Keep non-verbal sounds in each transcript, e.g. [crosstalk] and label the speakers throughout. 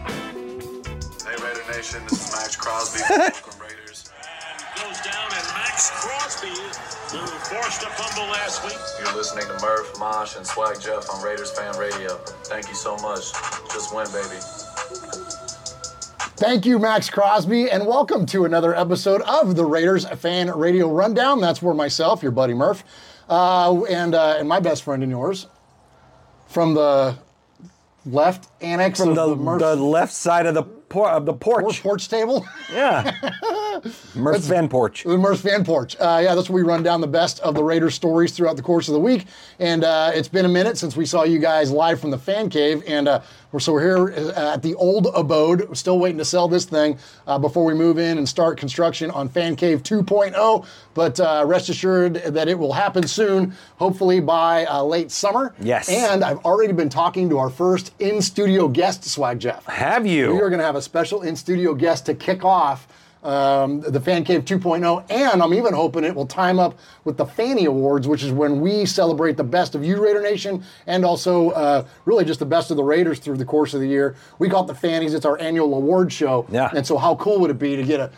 Speaker 1: Hey Raider Nation, this is Max [laughs] Crosby from the Oakland Raiders.
Speaker 2: goes down, and Max Crosby, who forced a fumble last week.
Speaker 1: You're listening to Murph, Mosh, and Swag Jeff on Raiders Fan Radio. Thank you so much. Just win, baby.
Speaker 3: Thank you, Max Crosby, and welcome to another episode of the Raiders Fan Radio Rundown. That's where myself, your buddy Murph, uh, and uh, and my best friend and yours, from the left annex
Speaker 4: From
Speaker 3: of
Speaker 4: the,
Speaker 3: the, Murph
Speaker 4: the left side of the por- of the
Speaker 3: or
Speaker 4: porch.
Speaker 3: porch table, [laughs]
Speaker 4: Yeah. Murph Van Porch.
Speaker 3: the Murph fan porch. Uh, yeah, that's where we run down the best of the Raiders stories throughout the course of the week. And uh, it's been a minute since we saw you guys live from the fan cave, and uh, we're so we're here uh, at the old abode. We're still waiting to sell this thing uh, before we move in and start construction on Fan Cave 2.0. But uh, rest assured that it will happen soon, hopefully by uh, late summer.
Speaker 4: Yes.
Speaker 3: And I've already been talking to our first in studio guest, Swag Jeff.
Speaker 4: Have you?
Speaker 3: We are going to have a special in studio guest to kick off um, the Fan Cave 2.0, and I'm even hoping it will time up with the Fanny Awards, which is when we celebrate the best of you, Raider Nation, and also uh, really just the best of the Raiders through the course of the year. We call it the Fannies. It's our annual award show.
Speaker 4: Yeah.
Speaker 3: And so, how cool would it be to get a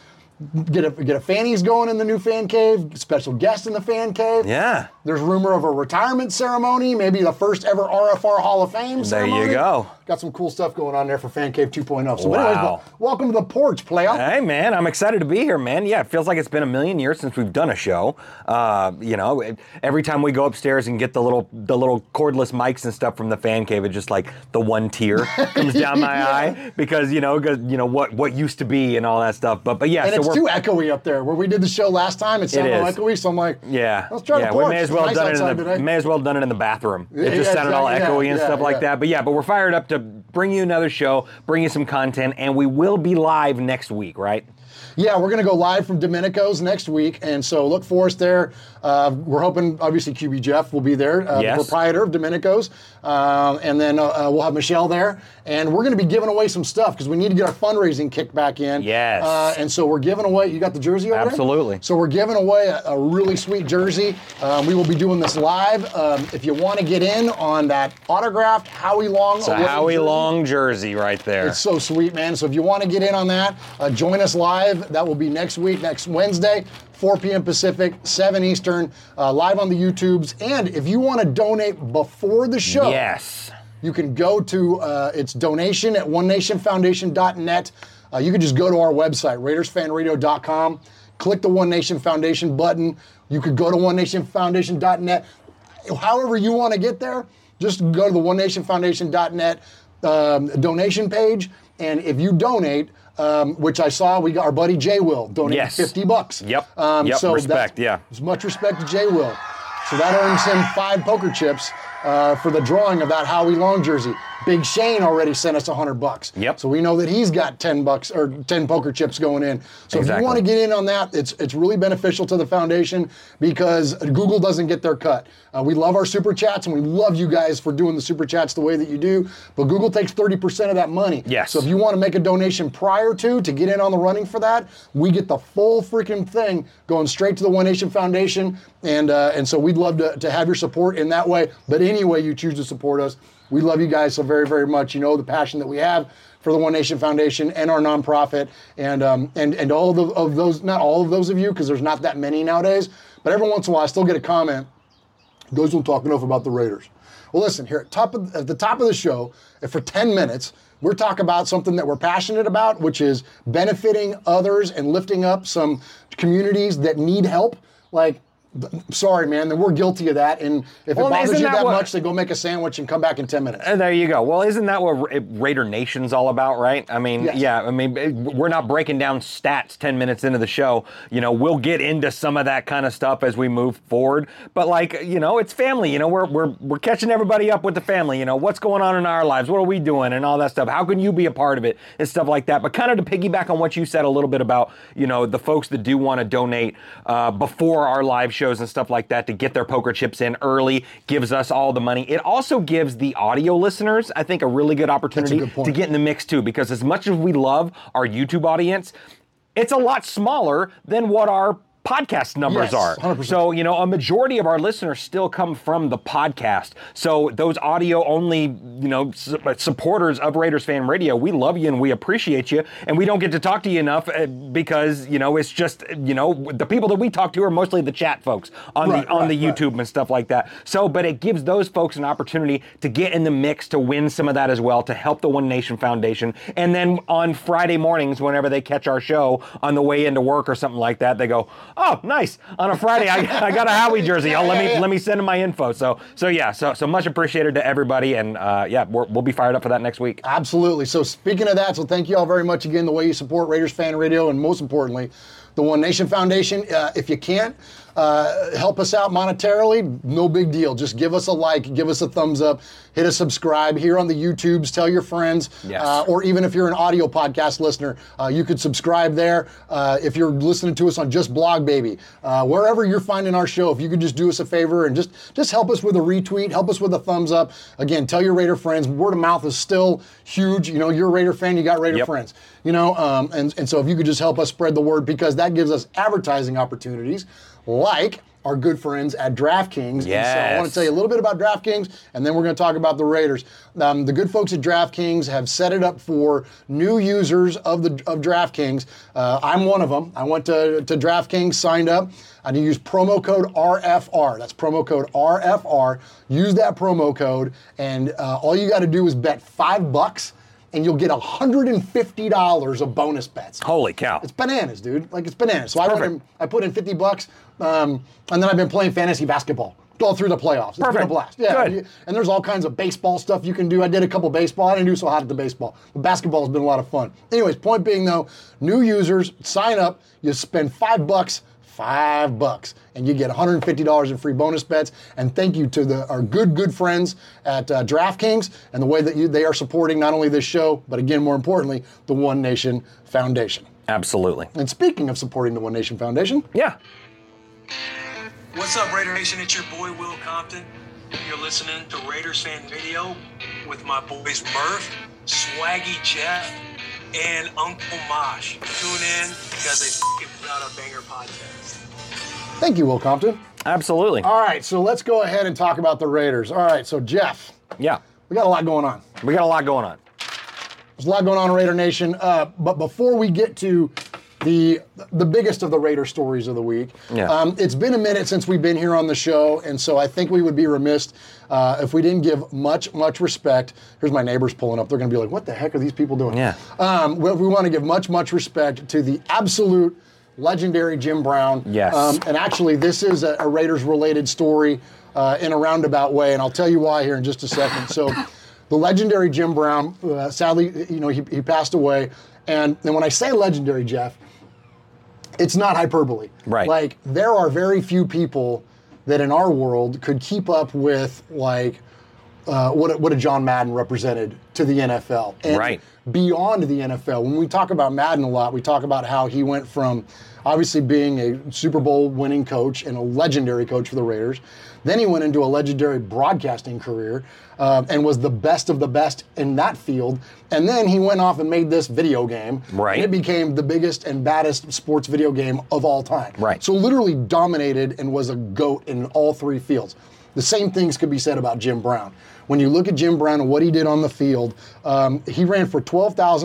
Speaker 3: get a get a Fannies going in the new Fan Cave, special guest in the Fan Cave?
Speaker 4: yeah.
Speaker 3: There's rumor of a retirement ceremony, maybe the first ever RFR Hall of Fame
Speaker 4: There you
Speaker 3: ceremony.
Speaker 4: go.
Speaker 3: Got some cool stuff going on there for Fan Cave 2.0. So, anyways,
Speaker 4: Wow.
Speaker 3: well, welcome to the porch, playoff.
Speaker 4: Hey man, I'm excited to be here, man. Yeah, it feels like it's been a million years since we've done a show. Uh, you know, it- every time we go upstairs and get the little the little cordless mics and stuff from the fan cave, it's just like the one tear comes
Speaker 3: [laughs]
Speaker 4: down my eye because you know, 'cause, you know what what used to be and all that stuff. But but yeah,
Speaker 3: and
Speaker 4: so
Speaker 3: it's
Speaker 4: we're
Speaker 3: too echoey up there. Where we did the show last time, it sounded
Speaker 4: is.
Speaker 3: echoey. So I'm like,
Speaker 4: Yeah.
Speaker 3: let's try
Speaker 4: yeah,
Speaker 3: the porch.
Speaker 4: we may as well
Speaker 3: it's nice
Speaker 4: done it.
Speaker 3: outside
Speaker 4: In the,
Speaker 3: today.
Speaker 4: may as well done it in the bathroom. It just
Speaker 3: yeah,
Speaker 4: sounded all
Speaker 3: exactly.
Speaker 4: echoey
Speaker 3: Yeah,
Speaker 4: and
Speaker 3: yeah,
Speaker 4: stuff like
Speaker 3: yeah.
Speaker 4: that. But yeah, but we're fired up to bring you another show, bring you some content, and we will be live next week, right?
Speaker 3: Yeah, we're going to go live from Domenico's next week, and so look for us there. Uh, we're hoping, obviously, QB Jeff will be there, uh,
Speaker 4: Yes.
Speaker 3: the proprietor of Domenico's, um, and then uh, uh, we'll have Michelle there, and we're going to be giving away some stuff because we need to get our fundraising kicked back in.
Speaker 4: Yes.
Speaker 3: Uh, and so we're giving away. You got the jersey over there?
Speaker 4: Absolutely.
Speaker 3: So we're giving away a, a really sweet jersey. Um, we will be doing this live. Um, if you want to get in on that autographed Howie Long,
Speaker 4: The
Speaker 3: away
Speaker 4: Howie
Speaker 3: jersey,
Speaker 4: Long jersey right there.
Speaker 3: it's so sweet, man. So if you want to get in on that, uh, join us live. That will be next week, next Wednesday, 4 p.m. Pacific, 7 Eastern, uh, live on the YouTubes. And if you want to donate before the show,
Speaker 4: yes.
Speaker 3: you can go to uh, its donation at onenationfoundation.net. Uh, you can just go to our website, RaidersFanRadio.com, click the One Nation Foundation button. You could go to onenationfoundation.net. However, you want to get there, just go to the onenationfoundation.net um, donation page. And if you donate, um, which I saw, we got our buddy Jay Will donated
Speaker 4: Yes.
Speaker 3: 50 bucks.
Speaker 4: Yep.
Speaker 3: Um,
Speaker 4: Yep.
Speaker 3: so that's-
Speaker 4: Respect, yeah.
Speaker 3: as much respect to Jay Will. So that earns him five poker chips uh, for the drawing of that Howie Long jersey. Big Shane already sent us a hundred bucks.
Speaker 4: Yep.
Speaker 3: So we know that he's got ten bucks or ten poker chips going in. So if
Speaker 4: Exactly.
Speaker 3: you want to get in on that, it's it's really beneficial to the foundation because Google doesn't get their cut. Uh, we love our super chats and we love you guys for doing the super chats the way that you do. But Google takes thirty percent of that money.
Speaker 4: Yes.
Speaker 3: So if you want to make a donation prior to to get in on the running for that, we get the full freaking thing going straight to the One Nation Foundation, and uh, and so we'd love to, to have your support in that way. But any way you choose to support us, we love you guys so very very much. You know the passion that we have for the One Nation Foundation and our nonprofit, and um, and and all of, the, of those, not all of those of you, because there's not that many nowadays. But every once in a while, I still get a comment. You guys don't talk enough about the Raiders. Well, listen here at top of, at the top of the show, and for ten minutes, we're talking about something that we're passionate about, which is benefiting others and lifting up some communities that need help. Like, th- sorry, man, then we're guilty of that. And if
Speaker 4: Well,
Speaker 3: it bothers
Speaker 4: isn't
Speaker 3: you
Speaker 4: that
Speaker 3: that,
Speaker 4: what-
Speaker 3: much, then go make a sandwich and come back in ten minutes.
Speaker 4: And there you go. Well, isn't that what Ra- Raider Nation's all about, right? I mean,
Speaker 3: Yes.
Speaker 4: yeah, I mean, it- we're not breaking down stats 10 minutes into the show. You know, we'll get into some of that kind of stuff as we move forward. But, like, you know, it's family. You know, we're, we're, we're catching everybody up with the family. You know, what's going on in our lives? What are we doing? And all that stuff. How can you be a part of it? And stuff like that. But kind of to piggyback on what you said a little bit about, you know, the folks that do want to donate uh, before our live shows and stuff like that to get their poker chips in early, gives us all the money. It also gives the audio listeners, I think, a really good opportunity
Speaker 3: good point.
Speaker 4: to get in the mix too, because as much as we love our YouTube audience, it's a lot smaller than what our podcast numbers
Speaker 3: Yes,
Speaker 4: are.
Speaker 3: 100%.
Speaker 4: So, you know, a majority of our listeners still come from the podcast. So, those audio only, you know, su- uh, supporters of Raiders Fan Radio, we love you and we appreciate you. And we don't get to talk to you enough uh, because, you know, it's just, uh, you know, the people that we talk to are mostly the chat folks on
Speaker 3: Right,
Speaker 4: the on the
Speaker 3: right, right.
Speaker 4: YouTube and stuff like that. So, but it gives those folks an opportunity to get in the mix to win some of that as well to help the One Nation Foundation. And then on Friday mornings, whenever they catch our show on the way into work or something like that, they go, "Oh, nice! On a Friday, I, I got a Howie jersey. Oh, let me let me send them my info." So, so yeah, so so much appreciated to everybody, and uh, yeah, we're, we'll be fired up for that next week.
Speaker 3: Absolutely. So speaking of that, so thank you all very much again. The way you support Raiders Fan Radio, and most importantly, the One Nation Foundation. Uh, if you can't uh, help us out monetarily, no big deal. Just give us a like, give us a thumbs up, hit a subscribe here on the YouTubes. Tell your friends,
Speaker 4: Yes.
Speaker 3: uh, or even if you're an audio podcast listener, uh, you could subscribe there. Uh, if you're listening to us on just Blog Baby, uh, wherever you're finding our show, if you could just do us a favor and just just help us with a retweet, help us with a thumbs up. Again, tell your Raider friends. Word of mouth is still huge. You know, you're a Raider fan, you got Raider
Speaker 4: Yep.
Speaker 3: friends. You know, um, and and so if you could just help us spread the word because that gives us advertising opportunities, like. Our good friends at DraftKings. And so I want to
Speaker 4: Yes.
Speaker 3: tell you a little bit about DraftKings, and then we're going to talk about the Raiders. Um, the good folks at DraftKings have set it up for new users of the of DraftKings. Uh, I'm one of them. I went to, to DraftKings, signed up. I need to use promo code RFR. That's promo code RFR. Use that promo code, and uh, all you got to do is bet five bucks, and you'll get $150 of bonus bets
Speaker 4: Holy cow!
Speaker 3: it's bananas, dude. Like it's bananas. So I went in, I put in fifty bucks, um, and then I've been playing fantasy basketball all through the playoffs. It's been a
Speaker 4: Perfect.
Speaker 3: blast. Yeah,
Speaker 4: Good.
Speaker 3: and there's all kinds of baseball stuff you can do. I did a couple baseball. I didn't do so hot at the baseball, but basketball has been a lot of fun. Anyways, point being though, new users sign up. You spend five bucks. Five bucks, and you get $150 in free bonus bets. And thank you to the, our good, good friends at uh, DraftKings and the way that you, they are supporting not only this show, but again, more importantly, the One Nation Foundation.
Speaker 4: Absolutely.
Speaker 3: And speaking of supporting the One Nation Foundation,
Speaker 4: Yeah.
Speaker 2: What's up, Raider Nation? It's your boy Will Compton. You're listening to Raiders Fan Radio with my boys Murph, Swaggy Jeff, and Uncle Mosh. Tune in because they f***ing put out a banger podcast.
Speaker 3: thank you, Will Compton.
Speaker 4: Absolutely.
Speaker 3: All right, so let's go ahead and talk about the Raiders. All right, so Jeff,
Speaker 4: Yeah.
Speaker 3: we got a lot going on.
Speaker 4: We got a lot going on.
Speaker 3: There's a lot going on in Raider Nation. Uh, but before we get to the the biggest of the Raider stories of the week,
Speaker 4: Yeah.
Speaker 3: um, it's been a minute since we've been here on the show, and so I think we would be remiss uh, if we didn't give much much respect. Here's my neighbors pulling up. They're going to be like, "What the heck are these people doing?"
Speaker 4: Yeah.
Speaker 3: Um, well, we want to give much much respect to the absolute legendary Jim Brown.
Speaker 4: Yes.
Speaker 3: Um, and actually, this is a, a Raiders related story uh, in a roundabout way, and I'll tell you why here in just a second.
Speaker 4: [laughs]
Speaker 3: So, the legendary Jim Brown, uh, sadly, you know, he, he passed away. And, and when I say legendary, Jeff, it's not hyperbole.
Speaker 4: Right.
Speaker 3: Like, there are very few people that in our world could keep up with, like, uh, what, a- what a John Madden represented to the NFL. And
Speaker 4: Right.
Speaker 3: beyond the NFL. When we talk about Madden a lot, we talk about how he went from obviously being a Super Bowl winning coach and a legendary coach for the Raiders. Then he went into a legendary broadcasting career uh, and was the best of the best in that field. And then he went off and made this video game.
Speaker 4: Right.
Speaker 3: And it became the biggest and baddest sports video game of all time.
Speaker 4: Right.
Speaker 3: So literally dominated and was a goat in all three fields. The same things could be said about Jim Brown. When you look at Jim Brown and what he did on the field, um, he ran for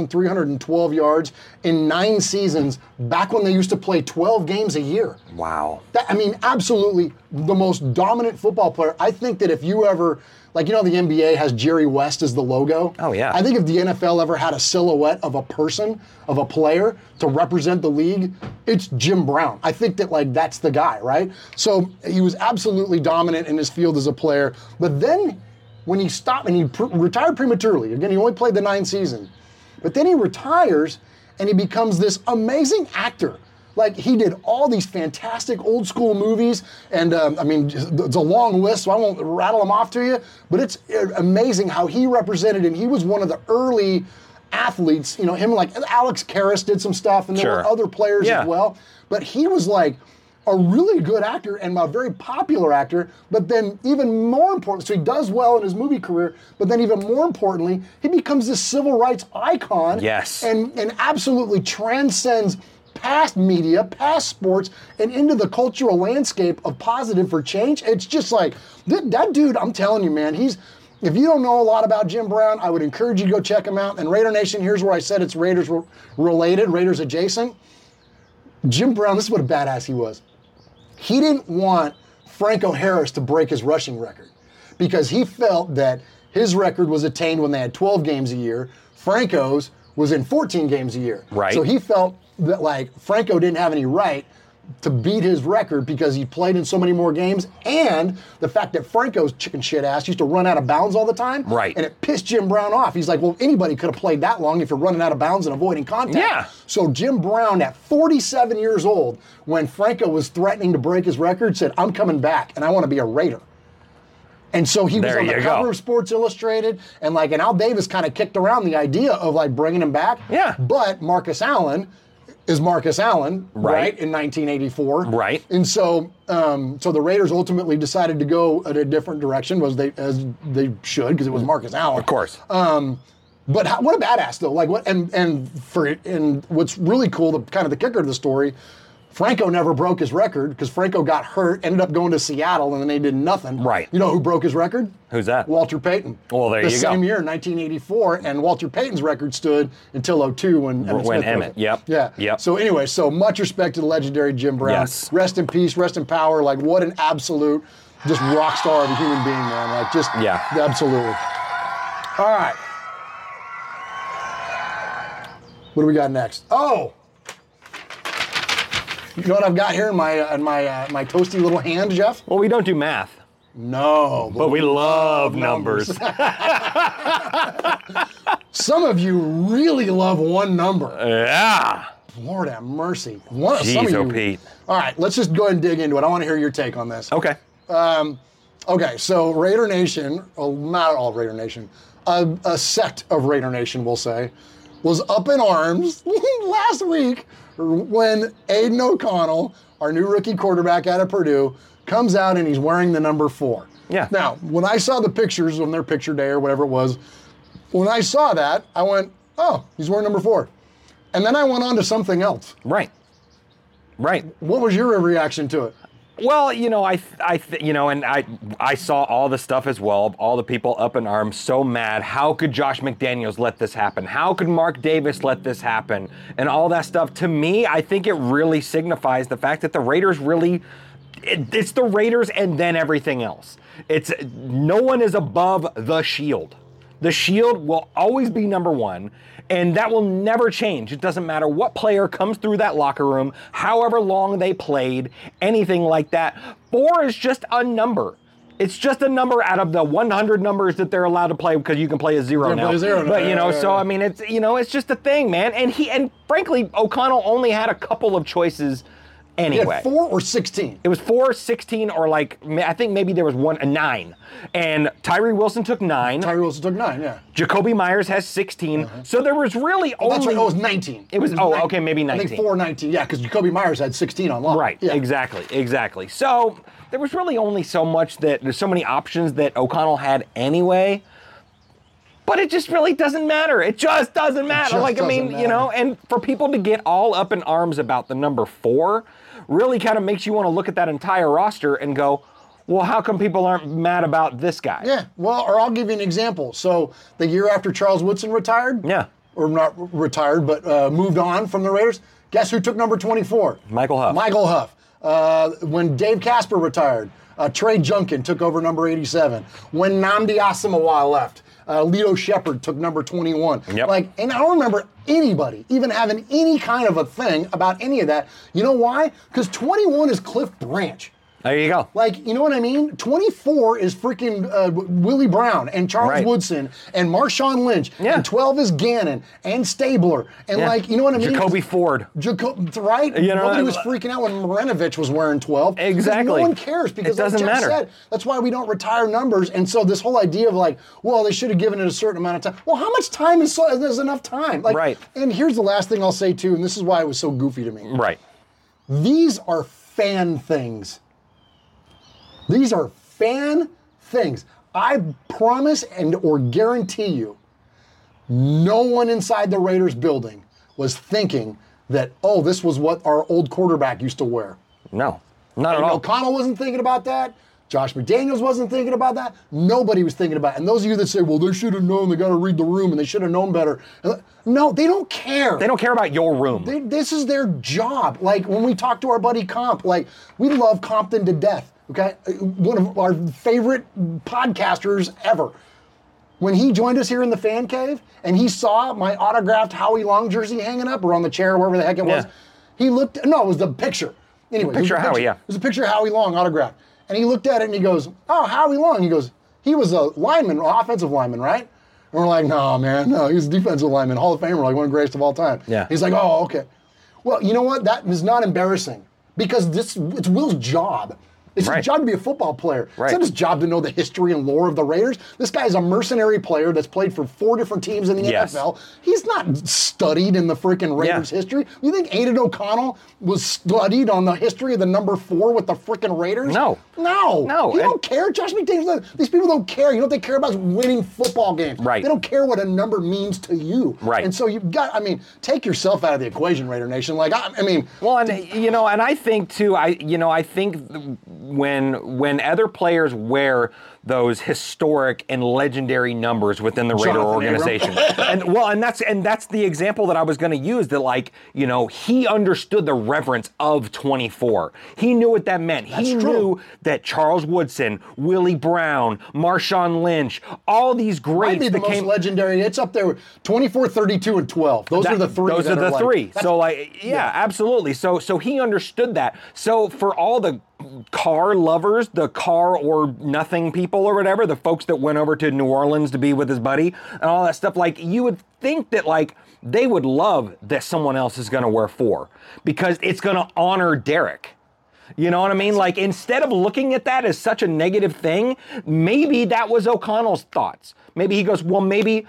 Speaker 3: 12,312 yards in nine seasons back when they used to play 12 games a year.
Speaker 4: Wow.
Speaker 3: That, I mean, absolutely the most dominant football player. I think that if you ever, like, you know, the NBA has Jerry West as the logo.
Speaker 4: Oh, yeah.
Speaker 3: I think if the NFL ever had a silhouette of a person, of a player to represent the league, it's Jim Brown. I think that, like, that's the guy, right? So he was absolutely dominant in his field as a player. But then when he stopped and he pr- retired prematurely, again, he only played the nine season. But then he retires and he becomes this amazing actor. Like he did all these fantastic old school movies, and um, I mean, just- it's a long list, so I won't rattle them off to you. But it's uh, amazing how he represented, and he was one of the early athletes. You know, him like Alex Karras did some stuff, and there were
Speaker 4: Sure.
Speaker 3: other players
Speaker 4: Yeah.
Speaker 3: as well. But he was like a really good actor and a very popular actor. But then, even more important, so he does well in his movie career. But then, even more importantly, he becomes this civil rights icon.
Speaker 4: Yes.
Speaker 3: And and absolutely transcends past media, past sports, and into the cultural landscape of positive for change. It's just like that, that dude. I'm telling you, man, he's. If you don't know a lot about Jim Brown, I would encourage you to go check him out. And Raider Nation, here's where I said it's Raiders re- related, Raiders adjacent. Jim Brown, this is what a badass he was. He didn't want Franco Harris to break his rushing record because he felt that his record was attained when they had 12 games a year. Franco's was in 14 games a year.
Speaker 4: Right.
Speaker 3: So he felt that like Franco didn't have any right to beat his record because he played in so many more games and the fact that Franco's chicken shit ass used to run out of bounds all the time.
Speaker 4: Right.
Speaker 3: And it pissed Jim Brown off. He's like, well, anybody could have played that long if you're running out of bounds and avoiding contact.
Speaker 4: Yeah.
Speaker 3: So Jim Brown, at 47 years old, when Franco was threatening to break his record, said, "I'm coming back, and I want to be a Raider." And so he was
Speaker 4: There
Speaker 3: on the
Speaker 4: you
Speaker 3: cover
Speaker 4: go.
Speaker 3: of Sports Illustrated, and like, and Al Davis kind of kicked around the idea of like bringing him back.
Speaker 4: Yeah.
Speaker 3: But Marcus Allen is Marcus Allen,
Speaker 4: Right.
Speaker 3: In 1984.
Speaker 4: Right.
Speaker 3: And so, um, so the Raiders ultimately decided to go in a different direction, was they as they should, because it was Marcus Allen.
Speaker 4: Of course.
Speaker 3: But how, what a badass though! Like what and and for and what's really cool, the kind of the kicker of the story, Franco never broke his record because Franco got hurt, ended up going to Seattle, and then they did nothing.
Speaker 4: Right.
Speaker 3: You know who broke his record?
Speaker 4: Who's [laughs] that?
Speaker 3: Walter Payton.
Speaker 4: Well, there
Speaker 3: the
Speaker 4: you go.
Speaker 3: same year, 1984, and Walter Payton's record stood until 02 when Emmett
Speaker 4: when
Speaker 3: Smith broke
Speaker 4: Emmett,
Speaker 3: it.
Speaker 4: yep,
Speaker 3: Yeah.
Speaker 4: yep.
Speaker 3: So anyway, so much respect to the legendary Jim Brown.
Speaker 4: Yes.
Speaker 3: Rest in peace. Rest in power. Like what an absolute, just rock star of a human being, man. Like just
Speaker 4: Yeah.
Speaker 3: absolutely. All right. What do we got next? Oh, you know what I've got here in my uh, in my uh, my toasty little hand, Jeff?
Speaker 4: well, we don't do math,
Speaker 3: No,
Speaker 4: but we love numbers. [laughs]
Speaker 3: some of you really love one number.
Speaker 4: yeah.
Speaker 3: Lord have mercy. One, some of
Speaker 4: Uh, Jeez,
Speaker 3: you.
Speaker 4: oh, Pete.
Speaker 3: All right, let's just go ahead and dig into it. I want to hear your take on this.
Speaker 4: Okay.
Speaker 3: Okay, so Raider Nation, well, not all Raider Nation, a, a sect of Raider Nation, we'll say, was up in arms [laughs] last week when Aiden O'Connell, our new rookie quarterback out of Purdue, comes out and he's wearing the number four.
Speaker 4: Yeah.
Speaker 3: Now, when I saw the pictures on their picture day or whatever it was, when I saw that, I went, oh, he's wearing number four. And then I went on to something else.
Speaker 4: Right. Right.
Speaker 3: What was your reaction to it?
Speaker 4: Well, you know, I, th- I, th- you know, and I, I saw all the stuff as well. All the people up in arms, so mad. How could Josh McDaniels let this happen? How could Mark Davis let this happen? And all that stuff. To me, I think it really signifies the fact that the Raiders really, it, it's the Raiders and then everything else. It's no one is above the Shield. The shield will always be number one, and that will never change. It doesn't matter what player comes through that locker room, however long they played, anything like that. Four is just a number. It's just a number out of the 100 numbers that they're allowed to play because you can play a zero
Speaker 3: You can
Speaker 4: now.
Speaker 3: play a zero now,
Speaker 4: But you know,
Speaker 3: yeah, yeah,
Speaker 4: so
Speaker 3: yeah.
Speaker 4: I mean, it's you know, it's just a thing, man. And he and frankly, O'Connell only had a couple of choices
Speaker 3: He had
Speaker 4: anyway.
Speaker 3: four or 16?
Speaker 4: It was four, 16, or like ma- I think maybe there was one, a nine, and Tyree Wilson took nine.
Speaker 3: Tyree Wilson took nine, yeah.
Speaker 4: Jacoby Myers has 16. So there was really only.
Speaker 3: That's right. Uh-huh. Oh, it was 19.
Speaker 4: It was- oh,
Speaker 3: nine-
Speaker 4: okay, maybe
Speaker 3: I
Speaker 4: 19.
Speaker 3: think four 19. Yeah, because Jacoby Myers had 16 on lock.
Speaker 4: Right.
Speaker 3: Yeah.
Speaker 4: Exactly. Exactly. So there was really only so much that there's so many options that O'Connell had anyway. But it just really doesn't matter. It just doesn't matter.
Speaker 3: just
Speaker 4: like I mean,
Speaker 3: doesn't
Speaker 4: you know,
Speaker 3: matter.
Speaker 4: and for people to get all up in arms about the number four, really kind of makes you want to look at that entire roster and go, well, how come people aren't mad about this guy?
Speaker 3: Yeah. Well, or I'll give you an example. So the year after Charles Woodson retired,
Speaker 4: Yeah.
Speaker 3: or not r- retired, but uh, moved on from the Raiders. Guess who took number 24?
Speaker 4: Michael Huff.
Speaker 3: Michael Huff. Uh, when Dave Casper retired, uh, Trey Junkin took over number 87. When Namdi Asamawa left, uh, Lito Shepard took number 21.
Speaker 4: Yep.
Speaker 3: Like, and I don't remember anybody even having any kind of a thing about any of that. You know why? Because 21 is Cliff Branch.
Speaker 4: There you go.
Speaker 3: Like, you know what I mean? 24 is freaking uh, W- Willie Brown and Charles
Speaker 4: Right.
Speaker 3: Woodson and Marshawn Lynch.
Speaker 4: Yeah.
Speaker 3: And 12 is Gannon and Stabler. And,
Speaker 4: Yeah.
Speaker 3: like, you know what I mean?
Speaker 4: Jacoby Ford.
Speaker 3: Jaco- right?
Speaker 4: You know,
Speaker 3: Nobody
Speaker 4: I-
Speaker 3: was freaking out when Marinovich was wearing 12. 'Cause
Speaker 4: Exactly.
Speaker 3: No one cares
Speaker 4: It
Speaker 3: because, like
Speaker 4: doesn't
Speaker 3: Jeff
Speaker 4: matter.
Speaker 3: said, that's why we don't retire numbers. And so, this whole idea of, like, well, they should have given it a certain amount of time. Well, how much time is, so, is enough time? Like,
Speaker 4: Right.
Speaker 3: And here's the last thing I'll say, too, and this is why it was so goofy to me.
Speaker 4: Right.
Speaker 3: These are fan things. These are fan things. I promise and or guarantee you, no one inside the Raiders building was thinking that, oh, this was what our old quarterback used to wear.
Speaker 4: No. Not at
Speaker 3: And
Speaker 4: all.
Speaker 3: O'Connell wasn't thinking about that. Josh McDaniels wasn't thinking about that. Nobody was thinking about it. And those of you that say, well, they should have known, they got to read the room and they should have known better. Uh, No, they don't care.
Speaker 4: They don't care about your room.
Speaker 3: They- this is their job. Like when we talk to our buddy Comp, like we love Compton to death. Okay, one of our favorite podcasters ever. When he joined us here in the fan cave and he saw my autographed Howie Long jersey hanging up or on the chair, wherever the heck it was,
Speaker 4: Yeah.
Speaker 3: he looked. No, it was the picture. Anyway, it was
Speaker 4: Picture
Speaker 3: the
Speaker 4: of Howie, yeah.
Speaker 3: It was a picture of Howie Long autographed, and he looked at it and he goes, "Oh, Howie Long." He goes, "He was a lineman, offensive lineman, right?" And we're like, "No, man, no, he was a defensive lineman, Hall of Famer, like one of the greatest of all time."
Speaker 4: Yeah.
Speaker 3: He's like, oh, okay. Well, you know what? That is not embarrassing because this it's Will's job. It's
Speaker 4: Right.
Speaker 3: his job to be a football player.
Speaker 4: Right.
Speaker 3: It's not his job to know the history and lore of the Raiders. This guy is a mercenary player that's played for four different teams in the
Speaker 4: Yes.
Speaker 3: NFL. He's not studied in the freaking Raiders
Speaker 4: Yeah.
Speaker 3: history. You think Aiden O'Connell was studied on the history of the number four with the freaking Raiders?
Speaker 4: No.
Speaker 3: No.
Speaker 4: No,
Speaker 3: You
Speaker 4: and-
Speaker 3: don't care. Josh McDaniels, these people don't care. You know what they care about is winning football games.
Speaker 4: Right.
Speaker 3: They don't care what a number means to you.
Speaker 4: Right.
Speaker 3: And so you've got, I mean, take yourself out of the equation, Raider Nation. Like, I, I mean,
Speaker 4: Well, and you know, and I think too. I you know, I think th- when when other players wear those historic and legendary numbers within the Raider
Speaker 3: Jonathan Abram. [laughs]
Speaker 4: organization, and well, and that's and that's the example that I was going to use. That like you know, he understood the reverence of 24. He knew what that meant. he
Speaker 3: true.
Speaker 4: knew that Charles Woodson, Willie Brown, Marshawn Lynch, all these
Speaker 3: might
Speaker 4: greats
Speaker 3: be the
Speaker 4: that
Speaker 3: most
Speaker 4: came.
Speaker 3: legendary. It's up there with 24, 32, and 12. Those are
Speaker 4: That-
Speaker 3: the three.
Speaker 4: Those
Speaker 3: that
Speaker 4: are the
Speaker 3: like-
Speaker 4: three.
Speaker 3: that's
Speaker 4: so like, yeah, absolutely. So so he understood that. So for all the car lovers, the car or nothing people or whatever, the folks that went over to New Orleans to be with his buddy and all that stuff, like you would think that like they would love that someone else is going to wear four because it's going to honor Derek. You know what I mean? Like instead of looking at that as such a negative thing, maybe that was O'Connell's thoughts. Maybe he goes, well, maybe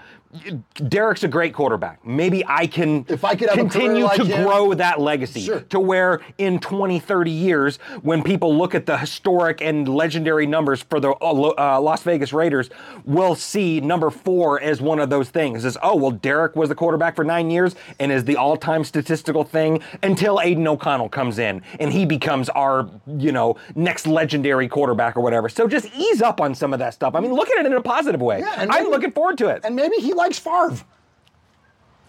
Speaker 4: Derek's a great quarterback. Maybe I can
Speaker 3: If I could have a career
Speaker 4: continue
Speaker 3: like
Speaker 4: to
Speaker 3: him."
Speaker 4: grow that legacy
Speaker 3: Sure.
Speaker 4: to where in 20, 30 years, when people look at the historic and legendary numbers for the uh, Lo- uh, Las Vegas Raiders, we'll see number four as one of those things. Is oh well, Derek was the quarterback for nine years and is the all-time statistical thing until Aiden O'Connell comes in and he becomes our you know next legendary quarterback or whatever. So just ease up on some of that stuff. I mean, look at it in a positive way.
Speaker 3: Yeah, and
Speaker 4: I'm
Speaker 3: maybe-
Speaker 4: looking forward to it.
Speaker 3: And maybe he likes Favre.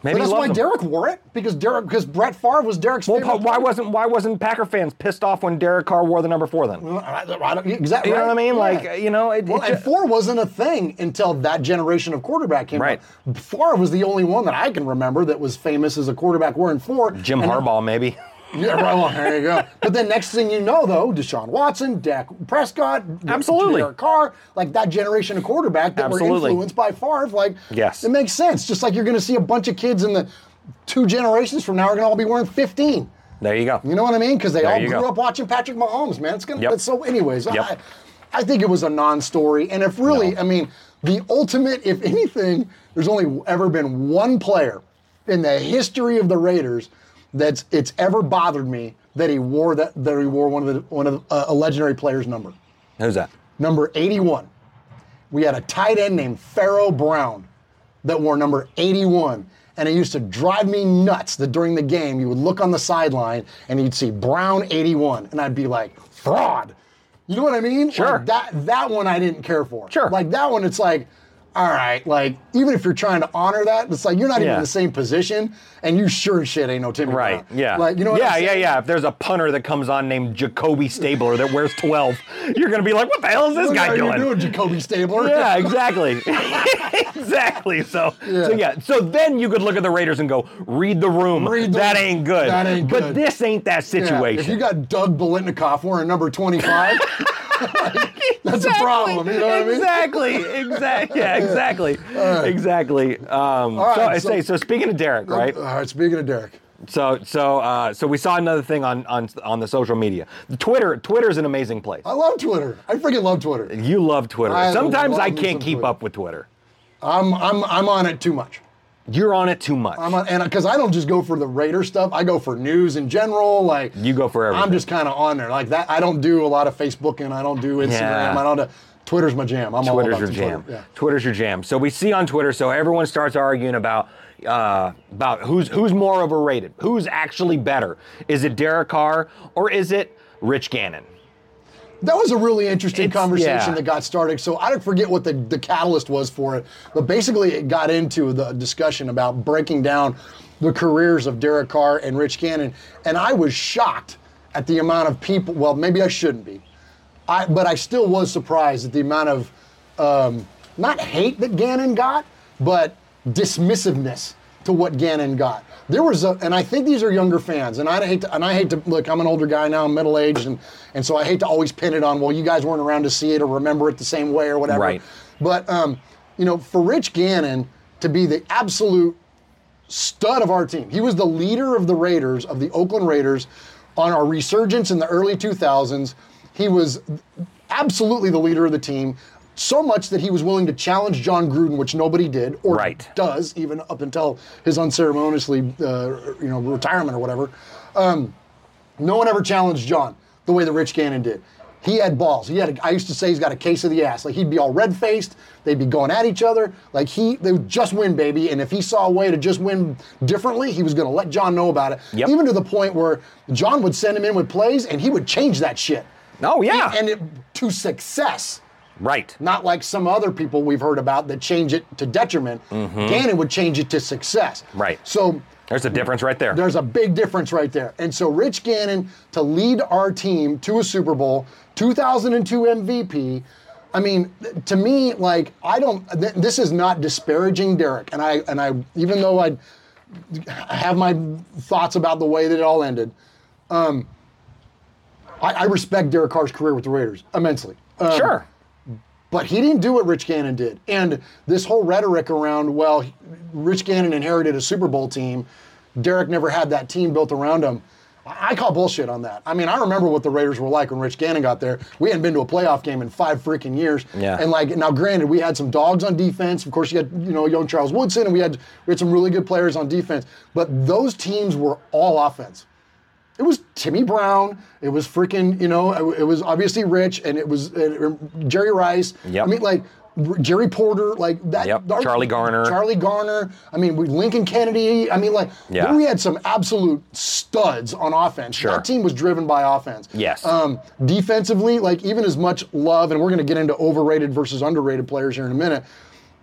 Speaker 4: Maybe
Speaker 3: But that's
Speaker 4: he
Speaker 3: why
Speaker 4: loves him.
Speaker 3: Derek wore it because Derek because Brett Favre was Derek's
Speaker 4: Well,
Speaker 3: favorite.
Speaker 4: pa- why wasn't why wasn't Packer fans pissed off when Derek Carr wore the number four then?
Speaker 3: I, I don't, exactly.
Speaker 4: You know what I mean?
Speaker 3: Yeah.
Speaker 4: Like, you know, it,
Speaker 3: Well,
Speaker 4: it
Speaker 3: and
Speaker 4: ju-
Speaker 3: four wasn't a thing until that generation of quarterback came
Speaker 4: Right.
Speaker 3: up. Four was the only one that I can remember that was famous as a quarterback wearing four.
Speaker 4: Jim
Speaker 3: And-
Speaker 4: Harbaugh, maybe.
Speaker 3: Yeah, right, well, there you go. But then next thing you know, though, Deshaun Watson, Dak Prescott,
Speaker 4: Absolutely.
Speaker 3: Derek Carr, like that generation of quarterback that were
Speaker 4: Absolutely.
Speaker 3: influenced by Favre. Like,
Speaker 4: Yes.
Speaker 3: it makes sense. Just like you're going to see a bunch of kids in the two generations from now are going to all be wearing 15.
Speaker 4: There you go.
Speaker 3: You know what I mean? Because they all
Speaker 4: you
Speaker 3: grew
Speaker 4: go.
Speaker 3: up watching Patrick Mahomes, man. It's gonna.
Speaker 4: Yep.
Speaker 3: It's so, anyways,
Speaker 4: Yep.
Speaker 3: I, I think it was a non-story. And if really, I mean, the ultimate, if anything, there's only ever been one player in the history of the Raiders that's it's ever bothered me that he wore that that he wore one of the one of the, uh, a legendary player's number,
Speaker 4: Who's that?
Speaker 3: number 81. We had a tight end named Pharaoh Brown that wore number 81. And it used to drive me nuts that during the game you would look on the sideline and you'd see Brown 81. And I'd be like, fraud. You know what I mean?
Speaker 4: Sure.
Speaker 3: Like that that one I didn't care for.
Speaker 4: Sure.
Speaker 3: Like that one, it's like, all right, like even if you're trying to honor that, it's like you're not even
Speaker 4: Yeah.
Speaker 3: in the same position, and you sure as shit ain't no Timmy.
Speaker 4: Right.
Speaker 3: Brown.
Speaker 4: Yeah.
Speaker 3: Like you know. What
Speaker 4: yeah.
Speaker 3: I'm
Speaker 4: yeah.
Speaker 3: saying?
Speaker 4: Yeah. If there's a punter that comes on named Jacoby Stabler that wears 12, you're gonna be like, what the hell is this
Speaker 3: What
Speaker 4: guy
Speaker 3: are
Speaker 4: doing?
Speaker 3: you doing, Jacoby Stabler?
Speaker 4: Yeah, exactly. [laughs] exactly. So, so yeah. So then you could look at the Raiders and go, read the room.
Speaker 3: Read the
Speaker 4: that
Speaker 3: room.
Speaker 4: ain't good.
Speaker 3: That ain't
Speaker 4: but
Speaker 3: good.
Speaker 4: this ain't that
Speaker 3: Yeah, If you
Speaker 4: situation.
Speaker 3: got Doug Belitnikoff wearing number
Speaker 4: [laughs]
Speaker 3: 25, that's a problem. You know what I mean?
Speaker 4: exactly. Exactly. Yeah. Exactly. Exactly. Um,
Speaker 3: right,
Speaker 4: so I
Speaker 3: so- uh,
Speaker 4: say. So speaking of Derek, right?
Speaker 3: All right. Speaking of Derek,
Speaker 4: So so uh, so we saw another thing on on on the social media. Twitter Twitter's an amazing place.
Speaker 3: I love Twitter. I freaking love Twitter.
Speaker 4: You love Twitter.
Speaker 3: I
Speaker 4: Sometimes
Speaker 3: love
Speaker 4: I
Speaker 3: me some
Speaker 4: can't keep
Speaker 3: Twitter.
Speaker 4: up with Twitter.
Speaker 3: I'm I'm I'm on it too much.
Speaker 4: You're on it too much.
Speaker 3: I'm on, and because I don't just go for the Raider stuff, I go for news in general. Like
Speaker 4: You go for everything.
Speaker 3: I'm just kind of on there like that. I don't do a lot of Facebook and I don't do Instagram.
Speaker 4: Yeah.
Speaker 3: I don't. Do, Twitter's my jam. I'm all
Speaker 4: Twitter's
Speaker 3: about
Speaker 4: your
Speaker 3: the
Speaker 4: jam.
Speaker 3: Twitter. Yeah.
Speaker 4: Twitter's your jam. So we see on Twitter. So everyone starts arguing about uh, about who's who's more overrated, who's actually better. Is it Derek Carr or is it Rich Gannon?
Speaker 3: That was a really interesting
Speaker 4: It's-
Speaker 3: conversation
Speaker 4: yeah.
Speaker 3: that got started. So I don't forget what the, the catalyst was for it, but basically it got into the discussion about breaking down the careers of Derek Carr and Rich Gannon. And I was shocked at the amount of people, well, maybe I shouldn't be, I, but I still was surprised at the amount of um, not hate that Gannon got, but dismissiveness to what Gannon got. There was a, and I think these are younger fans, and I hate to, and I hate to look. I'm an older guy now, I'm middle aged, and and so I hate to always pin it on. Well, you guys weren't around to see it or remember it the same way or whatever.
Speaker 4: Right.
Speaker 3: But um, you know, for Rich Gannon to be the absolute stud of our team. He was the leader of the Raiders, of the Oakland Raiders, on our resurgence in the early 2000s. He was absolutely the leader of the team, so much that he was willing to challenge John Gruden, which nobody did or
Speaker 4: Right.
Speaker 3: does, even up until his unceremoniously, uh, you know, retirement or whatever. Um, no one ever challenged John the way that Rich Gannon did. He had balls. He had. A, I used to say he's got a case of the ass. Like he'd be all red faced. They'd be going at each other. Like he, they would just win, baby. And if he saw a way to just win differently, he was going to let John know about it.
Speaker 4: Yep.
Speaker 3: Even to the point where John would send him in with plays, and he would change that shit.
Speaker 4: Oh yeah.
Speaker 3: And it, to success,
Speaker 4: right.
Speaker 3: not like some other people we've heard about that change it to detriment. Gannon would change it to success.
Speaker 4: Mm-hmm. Right.
Speaker 3: So
Speaker 4: There's a difference right there.
Speaker 3: there's a big difference right there. And so Rich Gannon to lead our team to a Super Bowl, 2002 MVP. I mean, th- to me, like I don't. Th- this is not disparaging Derek, and I and I even though I have my thoughts about the way that it all ended. Um, I, I respect Derek Carr's career with the Raiders immensely. Um,
Speaker 4: sure.
Speaker 3: but he didn't do what Rich Gannon did. And this whole rhetoric around, well, Rich Gannon inherited a Super Bowl team. Derek never had that team built around him. I I call bullshit on that. I mean, I remember what the Raiders were like when Rich Gannon got there. We hadn't been to a playoff game in five freaking years.
Speaker 4: Yeah.
Speaker 3: And like now, granted, we had some dogs on defense. Of course, you had you know young Charles Woodson, and we had we had some really good players on defense. But those teams were all offense. It was Timmy Brown. It was freaking, you know, it it was obviously Rich, and it was uh, Jerry Rice.
Speaker 4: Yep.
Speaker 3: I mean, like R- Jerry Porter, like that.
Speaker 4: Yep. Charlie Garner.
Speaker 3: Charlie Garner. I mean, we, Lincoln Kennedy. I mean, like
Speaker 4: Yeah.
Speaker 3: we had some absolute studs on offense.
Speaker 4: Sure.
Speaker 3: That team was driven by offense.
Speaker 4: Yes.
Speaker 3: Um, defensively, like even as much love, and we're going to get into overrated versus underrated players here in a minute.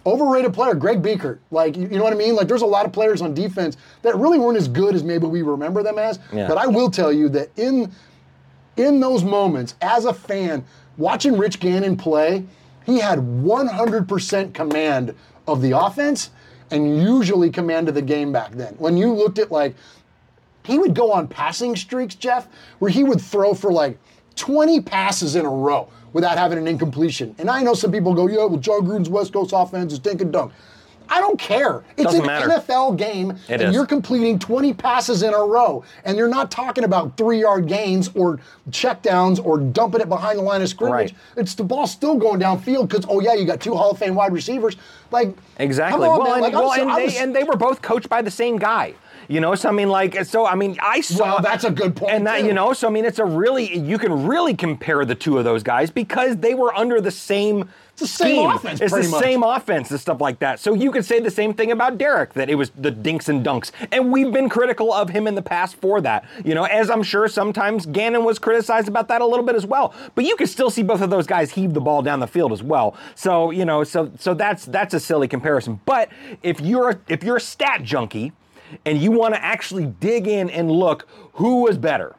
Speaker 3: Overrated player, Greg Beaker. Like, you, you know what I mean? Like, there's a lot of players on defense that really weren't as good as maybe we remember them as.
Speaker 4: Yeah.
Speaker 3: But I will tell you that in in those moments, as a fan, watching Rich Gannon play, he had 100% command of the offense and usually command of the game back then. When you looked at like he would go on passing streaks, Jeff, where he would throw for like 20 passes in a row without having an incompletion. And I know some people go, yeah, well, Joe Gruden's West Coast offense is dink and dunk. I don't care. It's
Speaker 4: Doesn't
Speaker 3: an
Speaker 4: matter.
Speaker 3: NFL game, and
Speaker 4: is.
Speaker 3: you're completing 20 passes in a row, and you're not talking about three-yard gains or checkdowns or dumping it behind the line of scrimmage.
Speaker 4: Right.
Speaker 3: It's the ball still going downfield because oh yeah, you got two Hall of Fame wide receivers. Like
Speaker 4: Exactly.
Speaker 3: come on,
Speaker 4: well,
Speaker 3: man.
Speaker 4: and,
Speaker 3: Like, I'm
Speaker 4: well
Speaker 3: so-
Speaker 4: and,
Speaker 3: I
Speaker 4: they,
Speaker 3: was-
Speaker 4: and they were both coached by the same guy. You know, so I mean, like, so I mean, I saw.
Speaker 3: Well, that's a good point,
Speaker 4: And that,
Speaker 3: too.
Speaker 4: you know, so I mean, it's a really you can really compare the two of those guys because they were under the same
Speaker 3: It's the same
Speaker 4: scheme.
Speaker 3: offense,
Speaker 4: It's
Speaker 3: pretty
Speaker 4: the
Speaker 3: much.
Speaker 4: same offense and stuff like that. So you could say the same thing about Derek that it was the dinks and dunks, and we've been critical of him in the past for that. You know, as I'm sure sometimes Gannon was criticized about that a little bit as well. But you could still see both of those guys heave the ball down the field as well. So you know, so so that's that's a silly comparison. But if you're if you're a stat junkie, and you want to actually dig in and look who was better.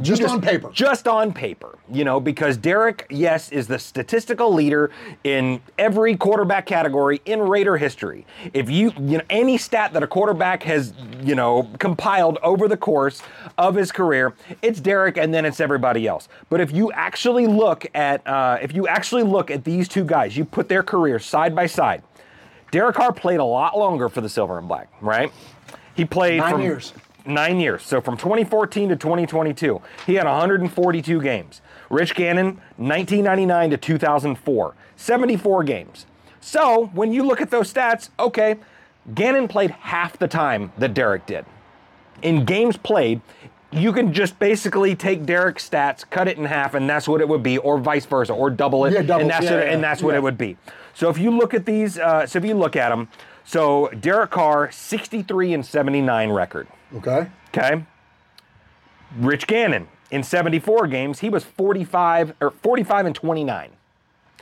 Speaker 3: just,
Speaker 4: Just-
Speaker 3: on paper.
Speaker 4: Just on paper, you know, because Derek, yes, is the statistical leader in every quarterback category in Raider history. If you, you know, any stat that a quarterback has, you know, compiled over the course of his career, it's Derek, and then it's everybody else. But if you actually look at, uh, if you actually look at these two guys, you put their careers side by side. Derek Carr played a lot longer for the Silver and Black, right? He played
Speaker 3: Nine
Speaker 4: from-
Speaker 3: years.
Speaker 4: nine years. So from 2014 to 2022, he had 142 games. Rich Gannon, 1999 to 2004, 74 games. So when you look at those stats, okay, Gannon played half the time that Derek did. In games played, you can just basically take Derek's stats, cut it in half, and that's what it would be, or vice versa, or double it,
Speaker 3: Yeah, double-
Speaker 4: and that's
Speaker 3: yeah,
Speaker 4: what,
Speaker 3: yeah,
Speaker 4: and that's what
Speaker 3: yeah.
Speaker 4: it would be. So if you look at these, uh, so if you look at them, so Derek Carr, 63 and 79 record.
Speaker 3: Okay.
Speaker 4: Okay. Rich Gannon in 74 games, he was 45 or 45 and 29.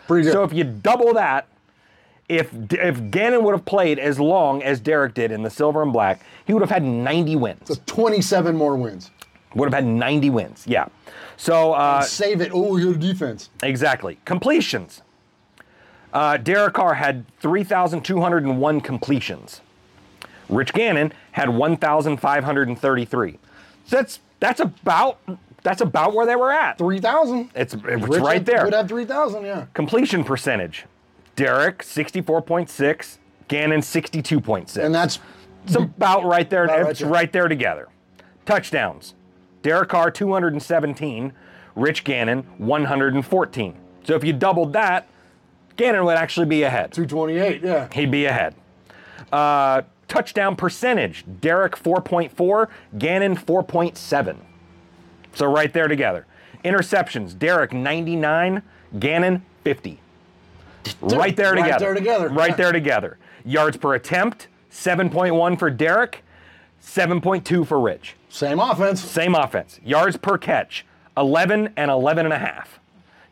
Speaker 3: Pretty good.
Speaker 4: So if you double that, if if Gannon would have played as long as Derek did in the silver and black, he would have had 90 wins.
Speaker 3: 27 more wins.
Speaker 4: Would have had 90 wins. Yeah. So uh,
Speaker 3: Save it. Oh, your defense.
Speaker 4: exactly completions. Uh, Derek Carr had 3,201 completions. Rich Gannon had 1,533. So that's that's about that's about where they were at.
Speaker 3: 3,000.
Speaker 4: It's, it's
Speaker 3: Richard
Speaker 4: right there.
Speaker 3: Would have 3,000, yeah.
Speaker 4: Completion percentage. Derek, 64.6. Gannon, 62.6.
Speaker 3: And that's
Speaker 4: it's about right there.
Speaker 3: About right
Speaker 4: it's
Speaker 3: there.
Speaker 4: right there together. Touchdowns. Derek Carr, 217. Rich Gannon, 114. So if you doubled that, Gannon would actually be ahead.
Speaker 3: 228, yeah.
Speaker 4: He'd be ahead. Uh, touchdown percentage Derek 4.4, Gannon 4.7. So right there together. Interceptions Derek 99, Gannon 50. right there
Speaker 3: right
Speaker 4: together.
Speaker 3: there together.
Speaker 4: Right
Speaker 3: Yeah.
Speaker 4: there together. Yards per attempt 7.1 for Derek, 7.2 for Rich.
Speaker 3: Same offense.
Speaker 4: Same offense. Yards per catch, 11 and 11 and a half.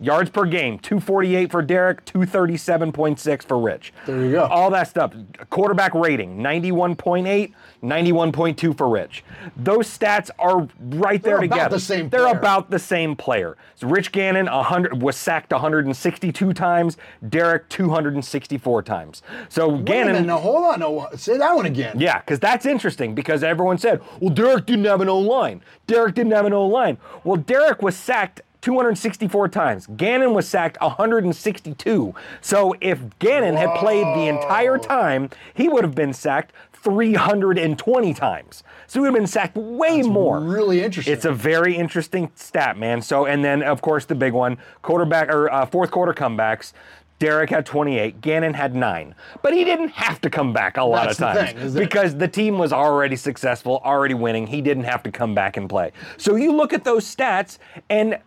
Speaker 4: Yards per game, 248 for Derek, 237.6 for Rich.
Speaker 3: There you go.
Speaker 4: All that stuff. Quarterback rating, 91.8, 91.2 for Rich. Those stats are right there
Speaker 3: They're about
Speaker 4: together.
Speaker 3: the same
Speaker 4: They're
Speaker 3: player.
Speaker 4: about the same player. So Rich Gannon 100 was sacked 162 times, Derek 264 times. So
Speaker 3: Wait a
Speaker 4: Gannon
Speaker 3: minute, now hold on. No, say that one again.
Speaker 4: yeah, because that's interesting because everyone said, well, Derek didn't have an O line. Derek didn't have an O line. Well, Derek was sacked 264 times. Gannon was sacked 162. So if Gannon had played the entire time, he would have been sacked 320 times. So he would have been sacked way more.
Speaker 3: Really interesting.
Speaker 4: It's a very interesting stat, man. So, and then of course the big one, quarterback or uh, fourth quarter comebacks. Derek had 28, Gannon had nine, but he didn't have to come back a lot
Speaker 3: That's the
Speaker 4: of times
Speaker 3: thing, is that-
Speaker 4: because the team was already successful, already winning. He didn't have to come back and play. So you look at those stats, and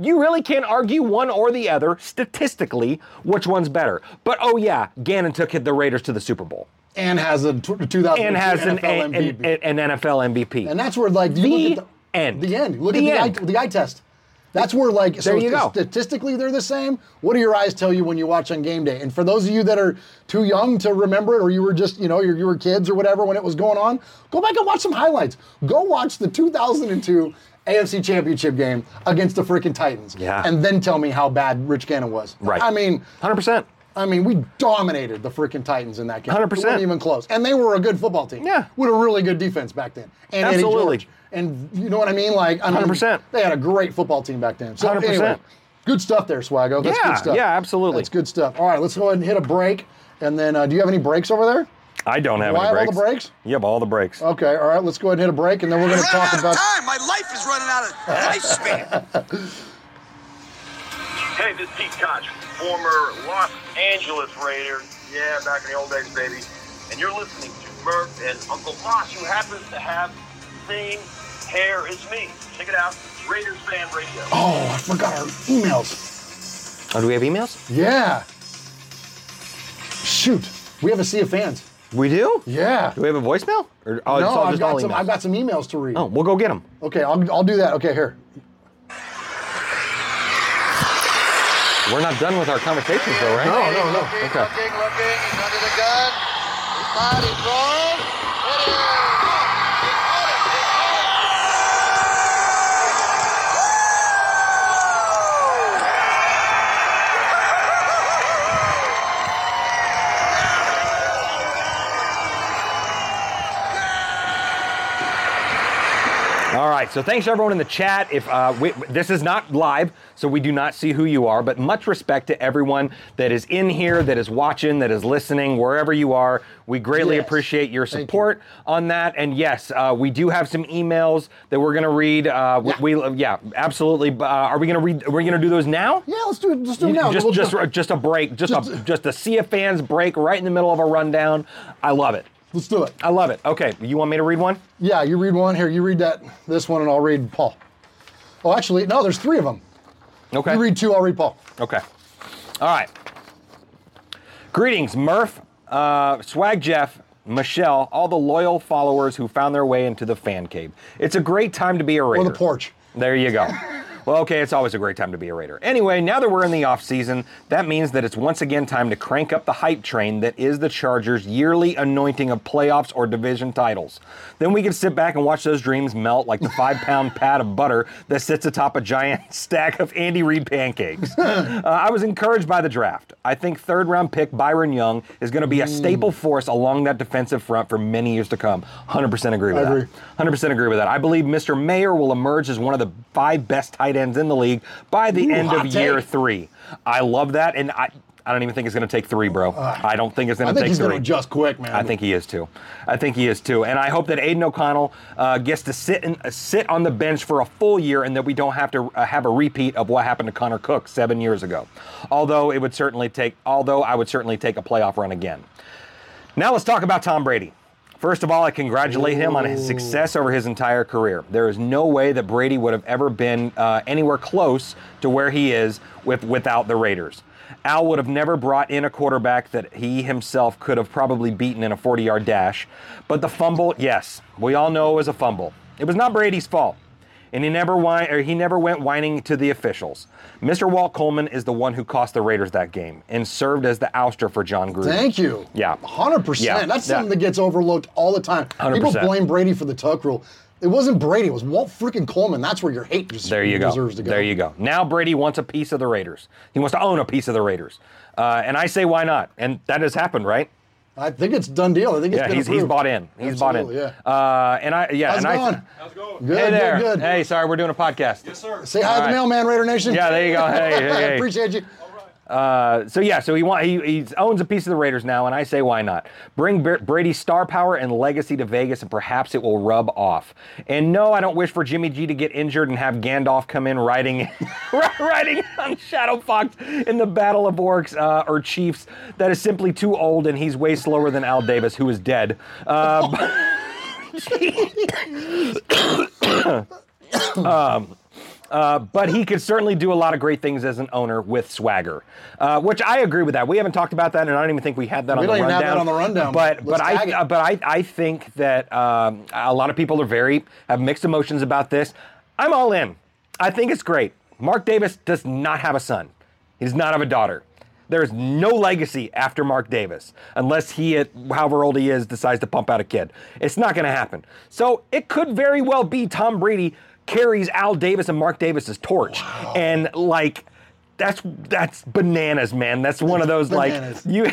Speaker 4: you really can't argue one or the other statistically which one's better. But oh yeah, Gannon took the Raiders to the Super Bowl
Speaker 3: and has a tw- 2000
Speaker 4: and has an,
Speaker 3: NFL
Speaker 4: an,
Speaker 3: MVP.
Speaker 4: an- an NFL MVP.
Speaker 3: and that's where, like, you
Speaker 4: The
Speaker 3: look at the
Speaker 4: end.
Speaker 3: The end. Look
Speaker 4: The
Speaker 3: at
Speaker 4: end.
Speaker 3: The, eye, the eye test. That's where, like, so
Speaker 4: There you go.
Speaker 3: statistically they're the same. What do your eyes tell you when you watch on game day? And for those of you that are too young to remember it, or you were just, you know, you you were kids or whatever when it was going on, go back and watch some highlights. Go watch the 2002 AFC Championship game against the freaking Titans.
Speaker 4: Yeah.
Speaker 3: And then tell me how bad Rich Gannon was.
Speaker 4: Right.
Speaker 3: I mean,
Speaker 4: 100%.
Speaker 3: I mean, we dominated the freaking Titans in that game.
Speaker 4: 100%.
Speaker 3: It wasn't even close. And they were a good football team.
Speaker 4: Yeah.
Speaker 3: With a really good defense back then. And Eddie
Speaker 4: Absolutely.
Speaker 3: George. And you know what I mean? Like, I mean,
Speaker 4: 100%.
Speaker 3: they had a great football team back then. So,
Speaker 4: 100%.
Speaker 3: anyway, good stuff there, Swago. That's
Speaker 4: Yeah,
Speaker 3: good stuff.
Speaker 4: yeah, absolutely.
Speaker 3: That's good stuff. All right, let's go ahead and hit a break. And then, uh, do you have any breaks over there?
Speaker 4: I don't have
Speaker 3: Do I have
Speaker 4: any
Speaker 3: all
Speaker 4: breaks.
Speaker 3: the breaks? Uh,
Speaker 4: You have all the breaks.
Speaker 3: Okay, all right, let's go ahead and hit a break. And then we're going to talk about.
Speaker 5: time. My life is running out of lifespan.
Speaker 1: Hey, this is Pete Koch, former Los Angeles Raider. Yeah, back in the old days, baby. And you're listening to [laughs] Murph and Uncle Mosh, who happens to have the same hair as me. Check it out, Raiders Fan Radio.
Speaker 3: Oh, I forgot our emails.
Speaker 4: Oh, do we have emails?
Speaker 3: Yeah. Shoot, we have a sea of fans.
Speaker 4: We do?
Speaker 3: Yeah.
Speaker 4: Do we have a voicemail? Or, oh,
Speaker 3: no,
Speaker 4: it's all
Speaker 3: I've
Speaker 4: just
Speaker 3: got
Speaker 4: all
Speaker 3: some.
Speaker 4: emails.
Speaker 3: I've got some emails to read.
Speaker 4: Oh, we'll go get them.
Speaker 3: Okay, I'll, I'll do that. Okay, here.
Speaker 4: We're not done with our conversations, though, right?
Speaker 3: No, no, no.
Speaker 4: Okay.
Speaker 6: Looking, looking, he's under the gun. His body thrown. It is. He caught it. He caught it.
Speaker 4: All right. So thanks to everyone in the chat. If uh, we, this is not live, so we do not see who you are, but much respect to everyone that is in here, that is watching, that is listening, wherever you are. We greatly
Speaker 3: Yes.
Speaker 4: appreciate your
Speaker 3: Thank you.
Speaker 4: support on that. And yes, uh, we do have some emails that we're gonna read. Uh,
Speaker 3: Yeah.
Speaker 4: We, we yeah, absolutely. Uh, are we gonna read? Are we gonna do those now?
Speaker 3: Yeah, let's do it. Let's do it
Speaker 4: You-
Speaker 3: now.
Speaker 4: Just,
Speaker 3: We'll-
Speaker 4: just, just a break, just, a,
Speaker 3: Just-
Speaker 4: just a sea of fans break right in the middle of a rundown. I love it.
Speaker 3: let's do it.
Speaker 4: I love it. Okay, you want me to read one?
Speaker 3: Yeah, you read one here. You read that this one, and I'll read Paul. Oh, actually, no. There's three of them.
Speaker 4: Okay.
Speaker 3: You read two. I'll read Paul.
Speaker 4: Okay. All right. Greetings, Murph, uh, Swag Jeff, Michelle, all the loyal followers who found their way into the fan cave. It's a great time to be a Raider.
Speaker 3: the porch.
Speaker 4: There you go. Well, okay, it's always a great time to be a Raider. Anyway, now that we're in the off season, that means that it's once again time to crank up the hype train that is the Chargers' yearly anointing of playoffs or division titles. Then we can sit back and watch those dreams melt like the five
Speaker 3: [laughs]
Speaker 4: pound pad of butter that sits atop a giant [laughs] stack of Andy Reid pancakes. Uh, I was encouraged by the draft. I think third round pick Byron Young is going to
Speaker 3: Mm.
Speaker 4: be a staple force along that defensive front for many years to come. 100% agree with
Speaker 3: I
Speaker 4: that.
Speaker 3: agree.
Speaker 4: 100% agree with that. I believe Mr. Mayer will emerge as one of the five best tight ends in the league by the end of
Speaker 3: hot
Speaker 4: year
Speaker 3: take.
Speaker 4: three. I love that, and I, I don't even think it's going to take three, bro. I don't think it's
Speaker 3: Uh, I
Speaker 4: going to
Speaker 3: think
Speaker 4: take
Speaker 3: he's
Speaker 4: three.
Speaker 3: going to adjust quick, man.
Speaker 4: I think he is too. I think he is too. And I hope that Aiden O'Connell uh, gets to sit and uh, sit on the bench for a full year, and that we don't have to uh, have a repeat of what happened to Connor Cook seven years ago. Although it would certainly take, although I would certainly take a playoff run again. Now let's talk about Tom Brady. First of all, I congratulate him on his success over his entire career. There is no way that Brady would have ever been uh, anywhere close to where he is with without the Raiders. Al would have never brought in a quarterback that he himself could have probably beaten in a 40-yard dash. But the fumble, yes, we all know it was a fumble. It was not Brady's fault and he never whine, or he never went whining to the officials. Mr. Walt Coleman is the one who cost the Raiders that game and served as the ouster for John Gruden.
Speaker 3: Thank you.
Speaker 4: Yeah.
Speaker 3: 100%.
Speaker 4: Yeah,
Speaker 3: That's
Speaker 4: yeah.
Speaker 3: something that gets overlooked all the time. People
Speaker 4: 100%.
Speaker 3: blame Brady for the Tuck rule. It wasn't Brady, it was Walt freaking Coleman. That's where your hate just
Speaker 4: There you go.
Speaker 3: deserves to go.
Speaker 4: There you go. Now Brady wants a piece of the Raiders. He wants to own a piece of the Raiders. Uh, and I say, why not? And that has happened, right?
Speaker 3: I think it's done deal. I think it's
Speaker 4: yeah,
Speaker 3: been
Speaker 4: he's, he's
Speaker 3: approved.
Speaker 4: bought in. He's
Speaker 3: Absolutely,
Speaker 4: bought in.
Speaker 3: Yeah.
Speaker 4: Uh, and I, yeah,
Speaker 3: How's
Speaker 4: and
Speaker 3: it
Speaker 4: I.
Speaker 3: going?
Speaker 2: How's it going?
Speaker 3: Good,
Speaker 4: Hey there.
Speaker 3: good, good.
Speaker 4: Hey, sorry, we're doing a podcast.
Speaker 2: Yes, sir.
Speaker 3: Say hi to
Speaker 4: all
Speaker 3: the
Speaker 4: right.
Speaker 3: mailman, Raider Nation.
Speaker 4: Yeah, there you go.
Speaker 3: [laughs]
Speaker 4: Hey, hey, hey.
Speaker 3: Appreciate you.
Speaker 4: Uh, so yeah, so he want, he, he owns a piece of the Raiders now, and I say why not? Bring Br- Brady's star power and legacy to Vegas, and perhaps it will rub off. And no, I don't wish for Jimmy G to get injured and have Gandalf come in riding [laughs] riding on Shadow Fox in the Battle of Orcs uh, or Chiefs. That is simply too old, and he's way slower than Al Davis, who is dead. Uh, but he could certainly do a lot of great things as an owner with swagger, uh, which I agree with that. We haven't talked about that, and I don't even think we had that
Speaker 3: We
Speaker 4: on the
Speaker 3: don't even
Speaker 4: rundown.
Speaker 3: have that on the rundown.
Speaker 4: But
Speaker 3: Let's
Speaker 4: but I
Speaker 3: tag it.
Speaker 4: uh, but I I think that um, a lot of people are very have mixed emotions about this. I'm all in. I think it's great. Mark Davis does not have a son. He does not have a daughter. There is no legacy after Mark Davis unless he, at however old he is, decides to pump out a kid. It's not going to happen. So it could very well be Tom Brady carries Al Davis and Mark Davis's torch, and like that's that's bananas, man. That's one of those
Speaker 3: Bananas.
Speaker 4: like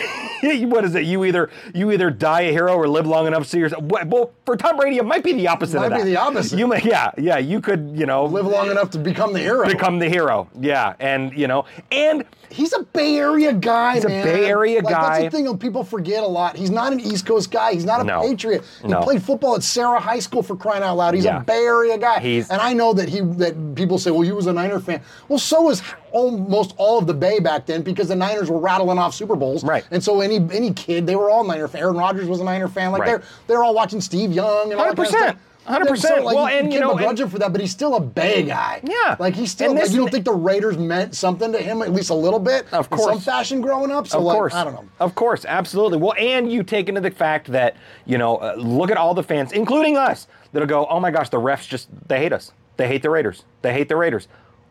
Speaker 4: you [laughs] what is it? You either you either die a hero or live long enough to see yourself. Well, for Tom Brady, it might be the opposite. of
Speaker 3: Might
Speaker 4: that.
Speaker 3: be the opposite.
Speaker 4: You may, yeah, yeah. You could, you know,
Speaker 3: Live long enough to become the hero.
Speaker 4: become the hero. Yeah, and you know, and
Speaker 3: He's a Bay Area guy,
Speaker 4: He's a
Speaker 3: man.
Speaker 4: Bay Area
Speaker 3: Like, That's
Speaker 4: guy.
Speaker 3: the thing that people forget a lot. He's not an East Coast guy. He's not a
Speaker 4: No.
Speaker 3: patriot. He
Speaker 4: No.
Speaker 3: played football at Sarah High School for crying out loud. He's
Speaker 4: Yeah.
Speaker 3: a Bay Area guy.
Speaker 4: He's-
Speaker 3: and I know that he that people say, well, you was a Niner fan. Well, so was almost all of the Bay back then because the Niners were rattling off Super Bowls.
Speaker 4: Right.
Speaker 3: And so any any kid, they were all Niner fan. Aaron Rodgers was a Niner fan. Like
Speaker 4: Right.
Speaker 3: they're they're all watching Steve Young and all that kind of
Speaker 4: 100%.
Speaker 3: stuff. Yeah,
Speaker 4: 100%.
Speaker 3: so, like,
Speaker 4: well,
Speaker 3: you,
Speaker 4: and you
Speaker 3: can't
Speaker 4: know, and-
Speaker 3: begrudge him for that, but he's still a Bay guy.
Speaker 4: Yeah.
Speaker 3: like he's still.
Speaker 4: And
Speaker 3: Like,
Speaker 4: this-
Speaker 3: you don't think the Raiders meant something to him, at least a little bit,
Speaker 4: Of
Speaker 3: in some
Speaker 4: course.
Speaker 3: fashion, growing up. So
Speaker 4: of
Speaker 3: like,
Speaker 4: course.
Speaker 3: I don't know.
Speaker 4: Of course, absolutely. Well, and you take into the fact that, you know, uh, look at all the fans, including us, that'll go, oh my gosh, the refs just, they hate us. They hate the Raiders. They hate the Raiders.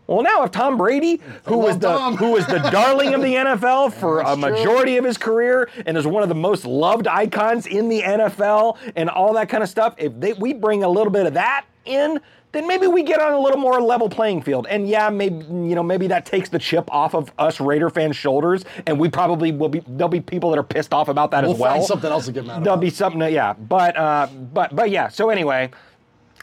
Speaker 4: Well, now if Tom Brady, who was
Speaker 3: love
Speaker 4: the
Speaker 3: Tom.
Speaker 4: who
Speaker 3: [laughs]
Speaker 4: was the darling of the NFL for a majority of his career and is one of the most loved icons in the NFL and all that kind of stuff, if they, we bring a little bit of that in, then maybe we get on a little more level playing field. And yeah, maybe you know maybe that takes the chip off of us Raider fans' shoulders, and we probably will be there'll be people that are pissed off about that
Speaker 3: We'll
Speaker 4: as well.
Speaker 3: find something else to get mad
Speaker 4: There'll
Speaker 3: about.
Speaker 4: be something, that, yeah. But uh, but but yeah. So anyway,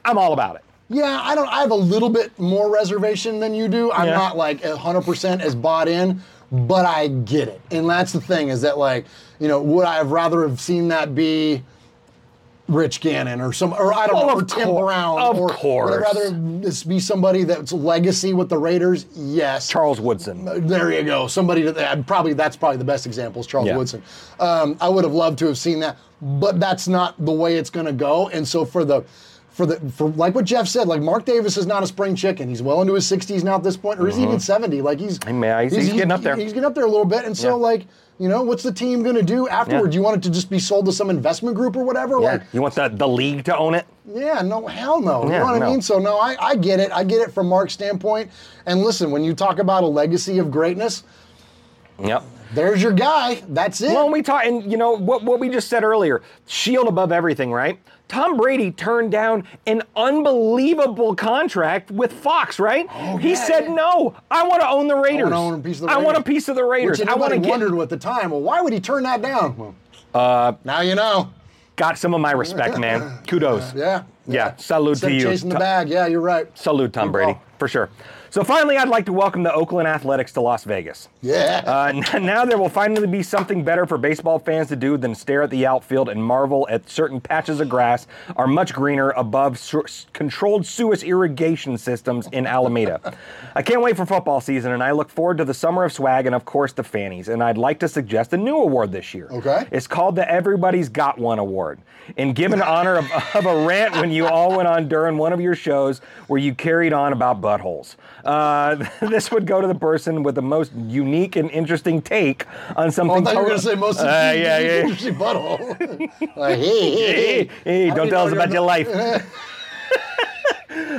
Speaker 4: I'm all about it.
Speaker 3: Yeah, I don't. I have a little bit more reservation than you do. I'm
Speaker 4: Yeah.
Speaker 3: not like 100% as bought in, but I get it. And that's the thing is that like, you know, would I have rather have seen that be Rich Gannon or some, or I don't
Speaker 4: Well,
Speaker 3: know, or
Speaker 4: of
Speaker 3: Tim
Speaker 4: cour-
Speaker 3: Brown?
Speaker 4: of
Speaker 3: or, Would I
Speaker 4: course.
Speaker 3: rather this be somebody that's legacy with the Raiders? Yes.
Speaker 4: Charles Woodson.
Speaker 3: There you go. Somebody that that- probably that's probably the best example is Charles
Speaker 4: Yeah.
Speaker 3: Woodson. Um, I would have loved to have seen that, but that's not the way it's going to go. And so for the for the for like what Jeff said, like Mark Davis is not a spring chicken. He's well into his 60s now at this point, or is he even 70? Like he's
Speaker 4: I mean, Uh-huh. he's- he's getting up there.
Speaker 3: He's getting up there a little bit. And so
Speaker 4: Yeah.
Speaker 3: like you know, what's the team going to do afterward? You want it to just be sold to some investment group or whatever? Like
Speaker 4: You want the the league to own it?
Speaker 3: yeah, no, hell no. you
Speaker 4: Yeah,
Speaker 3: know what I
Speaker 4: no.
Speaker 3: mean? So, no, I, I get it. I get it from Mark's standpoint. And listen, when you talk about a legacy of greatness,
Speaker 4: Yep.
Speaker 3: there's your guy. That's it.
Speaker 4: Well, and we talk, and you know what? What we just said earlier, shield E above everything, right? Tom Brady turned down an unbelievable contract with Fox, right? he
Speaker 3: Oh, yeah,
Speaker 4: said,
Speaker 3: yeah.
Speaker 4: "No, I want to own the Raiders.
Speaker 3: own a piece of the
Speaker 4: I want a
Speaker 3: Raiders."
Speaker 4: piece of the Raiders.
Speaker 3: Which
Speaker 4: I want
Speaker 3: everybody
Speaker 4: to get
Speaker 3: wondered at the time. Well, why would he turn that down? Uh, Well, now you know.
Speaker 4: got some of my respect, man. Kudos.
Speaker 3: Yeah.
Speaker 4: Yeah, salute
Speaker 3: Instead
Speaker 4: to
Speaker 3: of
Speaker 4: you.
Speaker 3: chasing the
Speaker 4: To-
Speaker 3: bag. Yeah, you're right.
Speaker 4: Salute Tom
Speaker 3: Good
Speaker 4: Brady
Speaker 3: call.
Speaker 4: for sure. So finally, I'd like to welcome the Oakland Athletics to Las Vegas.
Speaker 3: Yeah.
Speaker 4: Uh, n- now there will finally be something better for baseball fans to do than stare at the outfield and marvel at certain patches of grass are much greener above su- s- controlled sewage irrigation systems in Alameda. I can't wait for football season, and I look forward to the summer of swag and of course the fannies. And I'd like to suggest a new award this year.
Speaker 3: Okay.
Speaker 4: It's called the Everybody's Got One Award, and given honor of, [laughs] of a rant when you all went on during one of your shows where you carried on about buttholes. Uh, [laughs] this would go to the person with the most unique and interesting take on
Speaker 3: Oh, I
Speaker 4: something.
Speaker 3: thought you were going
Speaker 4: totally-
Speaker 3: to say most of [laughs]
Speaker 4: Uh, yeah, yeah.
Speaker 3: interesting [laughs] butthole. like, hey, hey, hey.
Speaker 4: Hey, hey,
Speaker 3: How do
Speaker 4: don't
Speaker 3: you
Speaker 4: tell
Speaker 3: know
Speaker 4: us
Speaker 3: you're
Speaker 4: about your
Speaker 3: not-
Speaker 4: life.
Speaker 3: [laughs]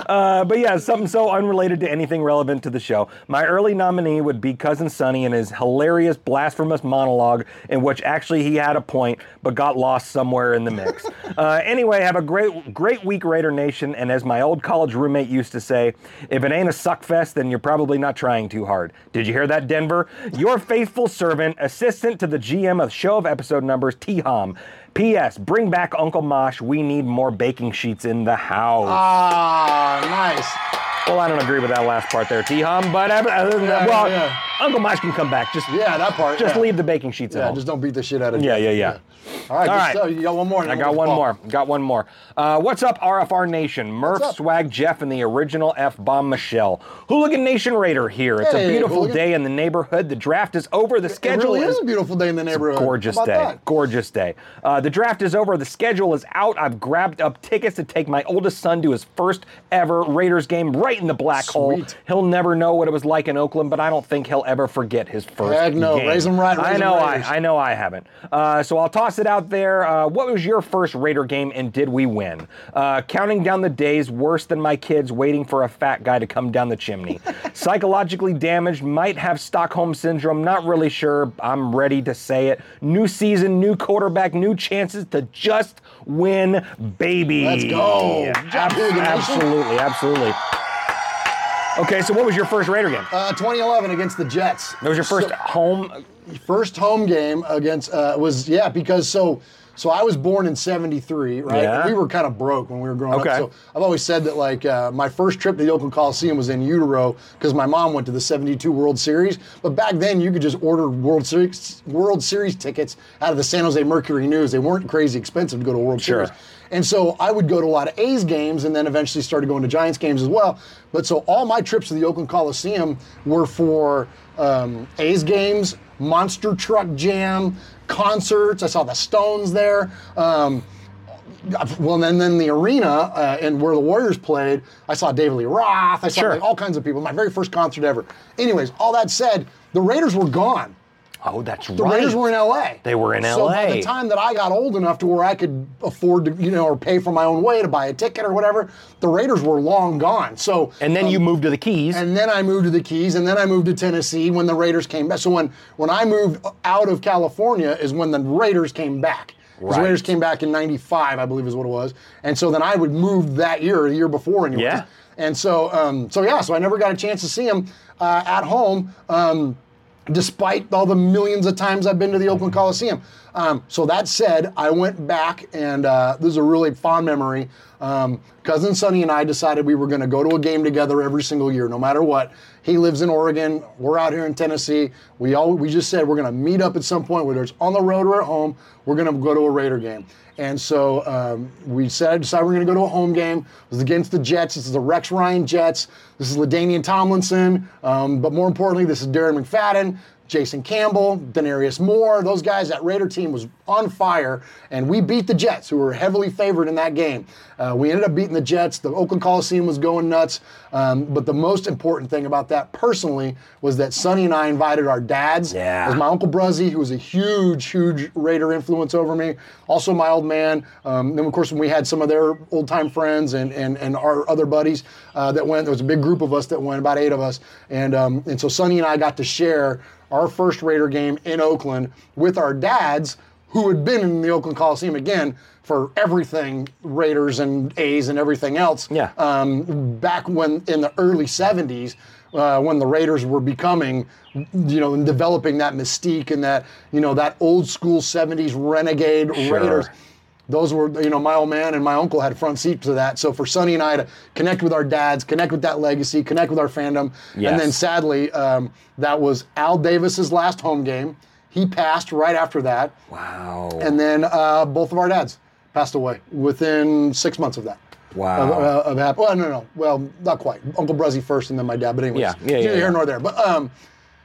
Speaker 4: Uh, but yeah, something so unrelated to anything relevant to the show. My early nominee would be Cousin Sonny and his hilarious, blasphemous monologue, in which actually he had a point, but got lost somewhere in the mix. uh, anyway, have a great, great week, Raider Nation. And as my old college roommate used to say, if it ain't a suckfest, then you're probably not trying too hard. Did you hear that, Denver? Your faithful servant, assistant to the GM of show of episode numbers, T Hom. P.S. Bring back Uncle Mosh. We need more baking sheets in the house.
Speaker 3: Ah, nice.
Speaker 4: Well, I don't agree with that last part there, T. Hum, but uh, other than that,
Speaker 3: Yeah,
Speaker 4: well,
Speaker 3: yeah.
Speaker 4: Uncle Mike can come back. Just
Speaker 3: Yeah, that part.
Speaker 4: just
Speaker 3: yeah.
Speaker 4: leave the baking sheets at
Speaker 3: Yeah,
Speaker 4: home.
Speaker 3: just don't beat the shit out of
Speaker 4: yeah,
Speaker 3: you.
Speaker 4: yeah, yeah.
Speaker 3: All right,
Speaker 4: All
Speaker 3: good
Speaker 4: right.
Speaker 3: stuff. you got one more. and
Speaker 4: I
Speaker 3: then
Speaker 4: got
Speaker 3: we'll
Speaker 4: one
Speaker 3: call.
Speaker 4: more. Got one more. Uh, what's up, RFR Nation? Murph,
Speaker 3: What's up?
Speaker 4: Swag, Jeff, and the original F Bomb Michelle. Hooligan Nation Raider here. It's
Speaker 3: Hey,
Speaker 4: a beautiful
Speaker 3: hooligan.
Speaker 4: day in the neighborhood. The draft is over. The
Speaker 3: It
Speaker 4: schedule
Speaker 3: really is
Speaker 4: is
Speaker 3: a beautiful day in the neighborhood. How
Speaker 4: Gorgeous
Speaker 3: about
Speaker 4: day.
Speaker 3: that?
Speaker 4: Gorgeous day. Uh, the draft is over. The schedule is out. I've grabbed up tickets to take my oldest son to his first ever Raiders game right in the black hole.
Speaker 3: Sweet.
Speaker 4: He'll never know what it was like in Oakland, but I don't think he'll ever forget his first
Speaker 3: Heck no.
Speaker 4: game.
Speaker 3: Raise 'em right, raise
Speaker 4: I
Speaker 3: 'em
Speaker 4: know. I,
Speaker 3: Raiders.
Speaker 4: I know I haven't. Uh, so I'll toss it out there. Uh, what was your first Raider game and did we win? Uh, counting down the days worse than my kids waiting for a fat guy to come down
Speaker 3: [laughs]
Speaker 4: the chimney. Psychologically damaged, might have Stockholm syndrome, not really sure. I'm ready to say it. New season, new quarterback, new chances to just win, baby.
Speaker 3: Let's go. Good job,
Speaker 4: Ab-
Speaker 3: Hooligan Nation.
Speaker 4: absolutely, absolutely. Okay, so what was your first Raider game?
Speaker 3: Uh, 2011 against the Jets.
Speaker 4: That was your first
Speaker 3: So-
Speaker 4: home.
Speaker 3: first home game against uh, was yeah because so so I was born in '73, right?
Speaker 4: Yeah.
Speaker 3: And We were kind of broke when we were growing
Speaker 4: Okay.
Speaker 3: up. So I've always said that like uh, my first trip to the Oakland Coliseum was in utero because my mom went to the '72 World Series. But back then you could just order World Series World Series tickets out of the San Jose Mercury News. They weren't crazy expensive to go to a World
Speaker 4: Sure.
Speaker 3: Series. And so I would go to a lot of A's games and then eventually started going to Giants games as well. But so all my trips to the Oakland Coliseum were for um, A's games, monster truck jam, concerts. I saw the Stones there. Um, Well, and then the arena uh, and where the Warriors played, I saw David Lee Roth. I saw
Speaker 4: Sure.
Speaker 3: like, all kinds of people. My very first concert ever. Anyways, all that said, the Raiders were gone.
Speaker 4: Oh, that's
Speaker 3: The
Speaker 4: right.
Speaker 3: Raiders were in LA.
Speaker 4: They were in
Speaker 3: So by
Speaker 4: LA.
Speaker 3: the time that I got old enough to where I could afford to, you know, or pay for my own way to buy a ticket or whatever, the Raiders were long gone. So uh,
Speaker 4: and then you moved to the Keys.
Speaker 3: and then I moved to the Keys, and then I moved to Tennessee when the Raiders came back. So when when I moved out of California is when the Raiders came back. 'Cause The
Speaker 4: Right.
Speaker 3: Raiders came back in '95, I believe, is what it was. And so then I would move that year, the year before, anyways.
Speaker 4: Yeah.
Speaker 3: And so um, so yeah, so I never got a chance to see him uh, at home. Um, Despite all the millions of times I've been to the Oakland Coliseum. Um, so, that said, I went back, and uh, this is a really fond memory. Um, cousin Sonny and I decided we were going to go to a game together every single year, no matter what. He lives in Oregon. We're out here in Tennessee. We all we just said we're going to meet up at some point, whether it's on the road or at home. We're going to go to a Raider game. And so um, we said decided we're going to go to a home game. It was against the Jets. This is the Rex Ryan Jets. This is Ladainian Tomlinson. Um, but more importantly, this is Darren McFadden. Jason Campbell, Denarius Moore, those guys, that Raider team was on fire, and we beat the Jets, who were heavily favored in that game. Uh, we ended up beating the Jets. The Oakland Coliseum was going nuts. Um, but the most important thing about that personally was that Sonny and I invited our dads.
Speaker 4: Yeah.
Speaker 3: As my Uncle Bruzzy, who was a huge, huge Raider influence over me, also my old man. Um, then, of course, when we had some of their old time friends and, and, and our other buddies uh, that went, there was a big group of us that went, about eight of us. And, um, and so Sonny and I got to share our first Raider game in Oakland with our dads, who had been in the Oakland Coliseum again for everything Raiders and A's and everything else
Speaker 4: Yeah.
Speaker 3: um, back when in the early 70s uh, when the raiders were becoming you know and developing that mystique and that you know that old school 70s renegade
Speaker 4: Sure.
Speaker 3: raiders those were you know my old man and my uncle had front seat to that so for sonny and i to connect with our dads connect with that legacy connect with our fandom and then
Speaker 4: Yes.
Speaker 3: sadly um, that was al davis's last home game he passed right after that
Speaker 4: wow.
Speaker 3: and then uh, both of our dads passed away within six months of that.
Speaker 4: Wow.
Speaker 3: Of, uh, of hap- well, no, no. Well, not quite. Uncle Bruzzy first, and then my dad. But anyways,
Speaker 4: Yeah, yeah, yeah,
Speaker 3: neither here
Speaker 4: yeah.
Speaker 3: nor there. But um,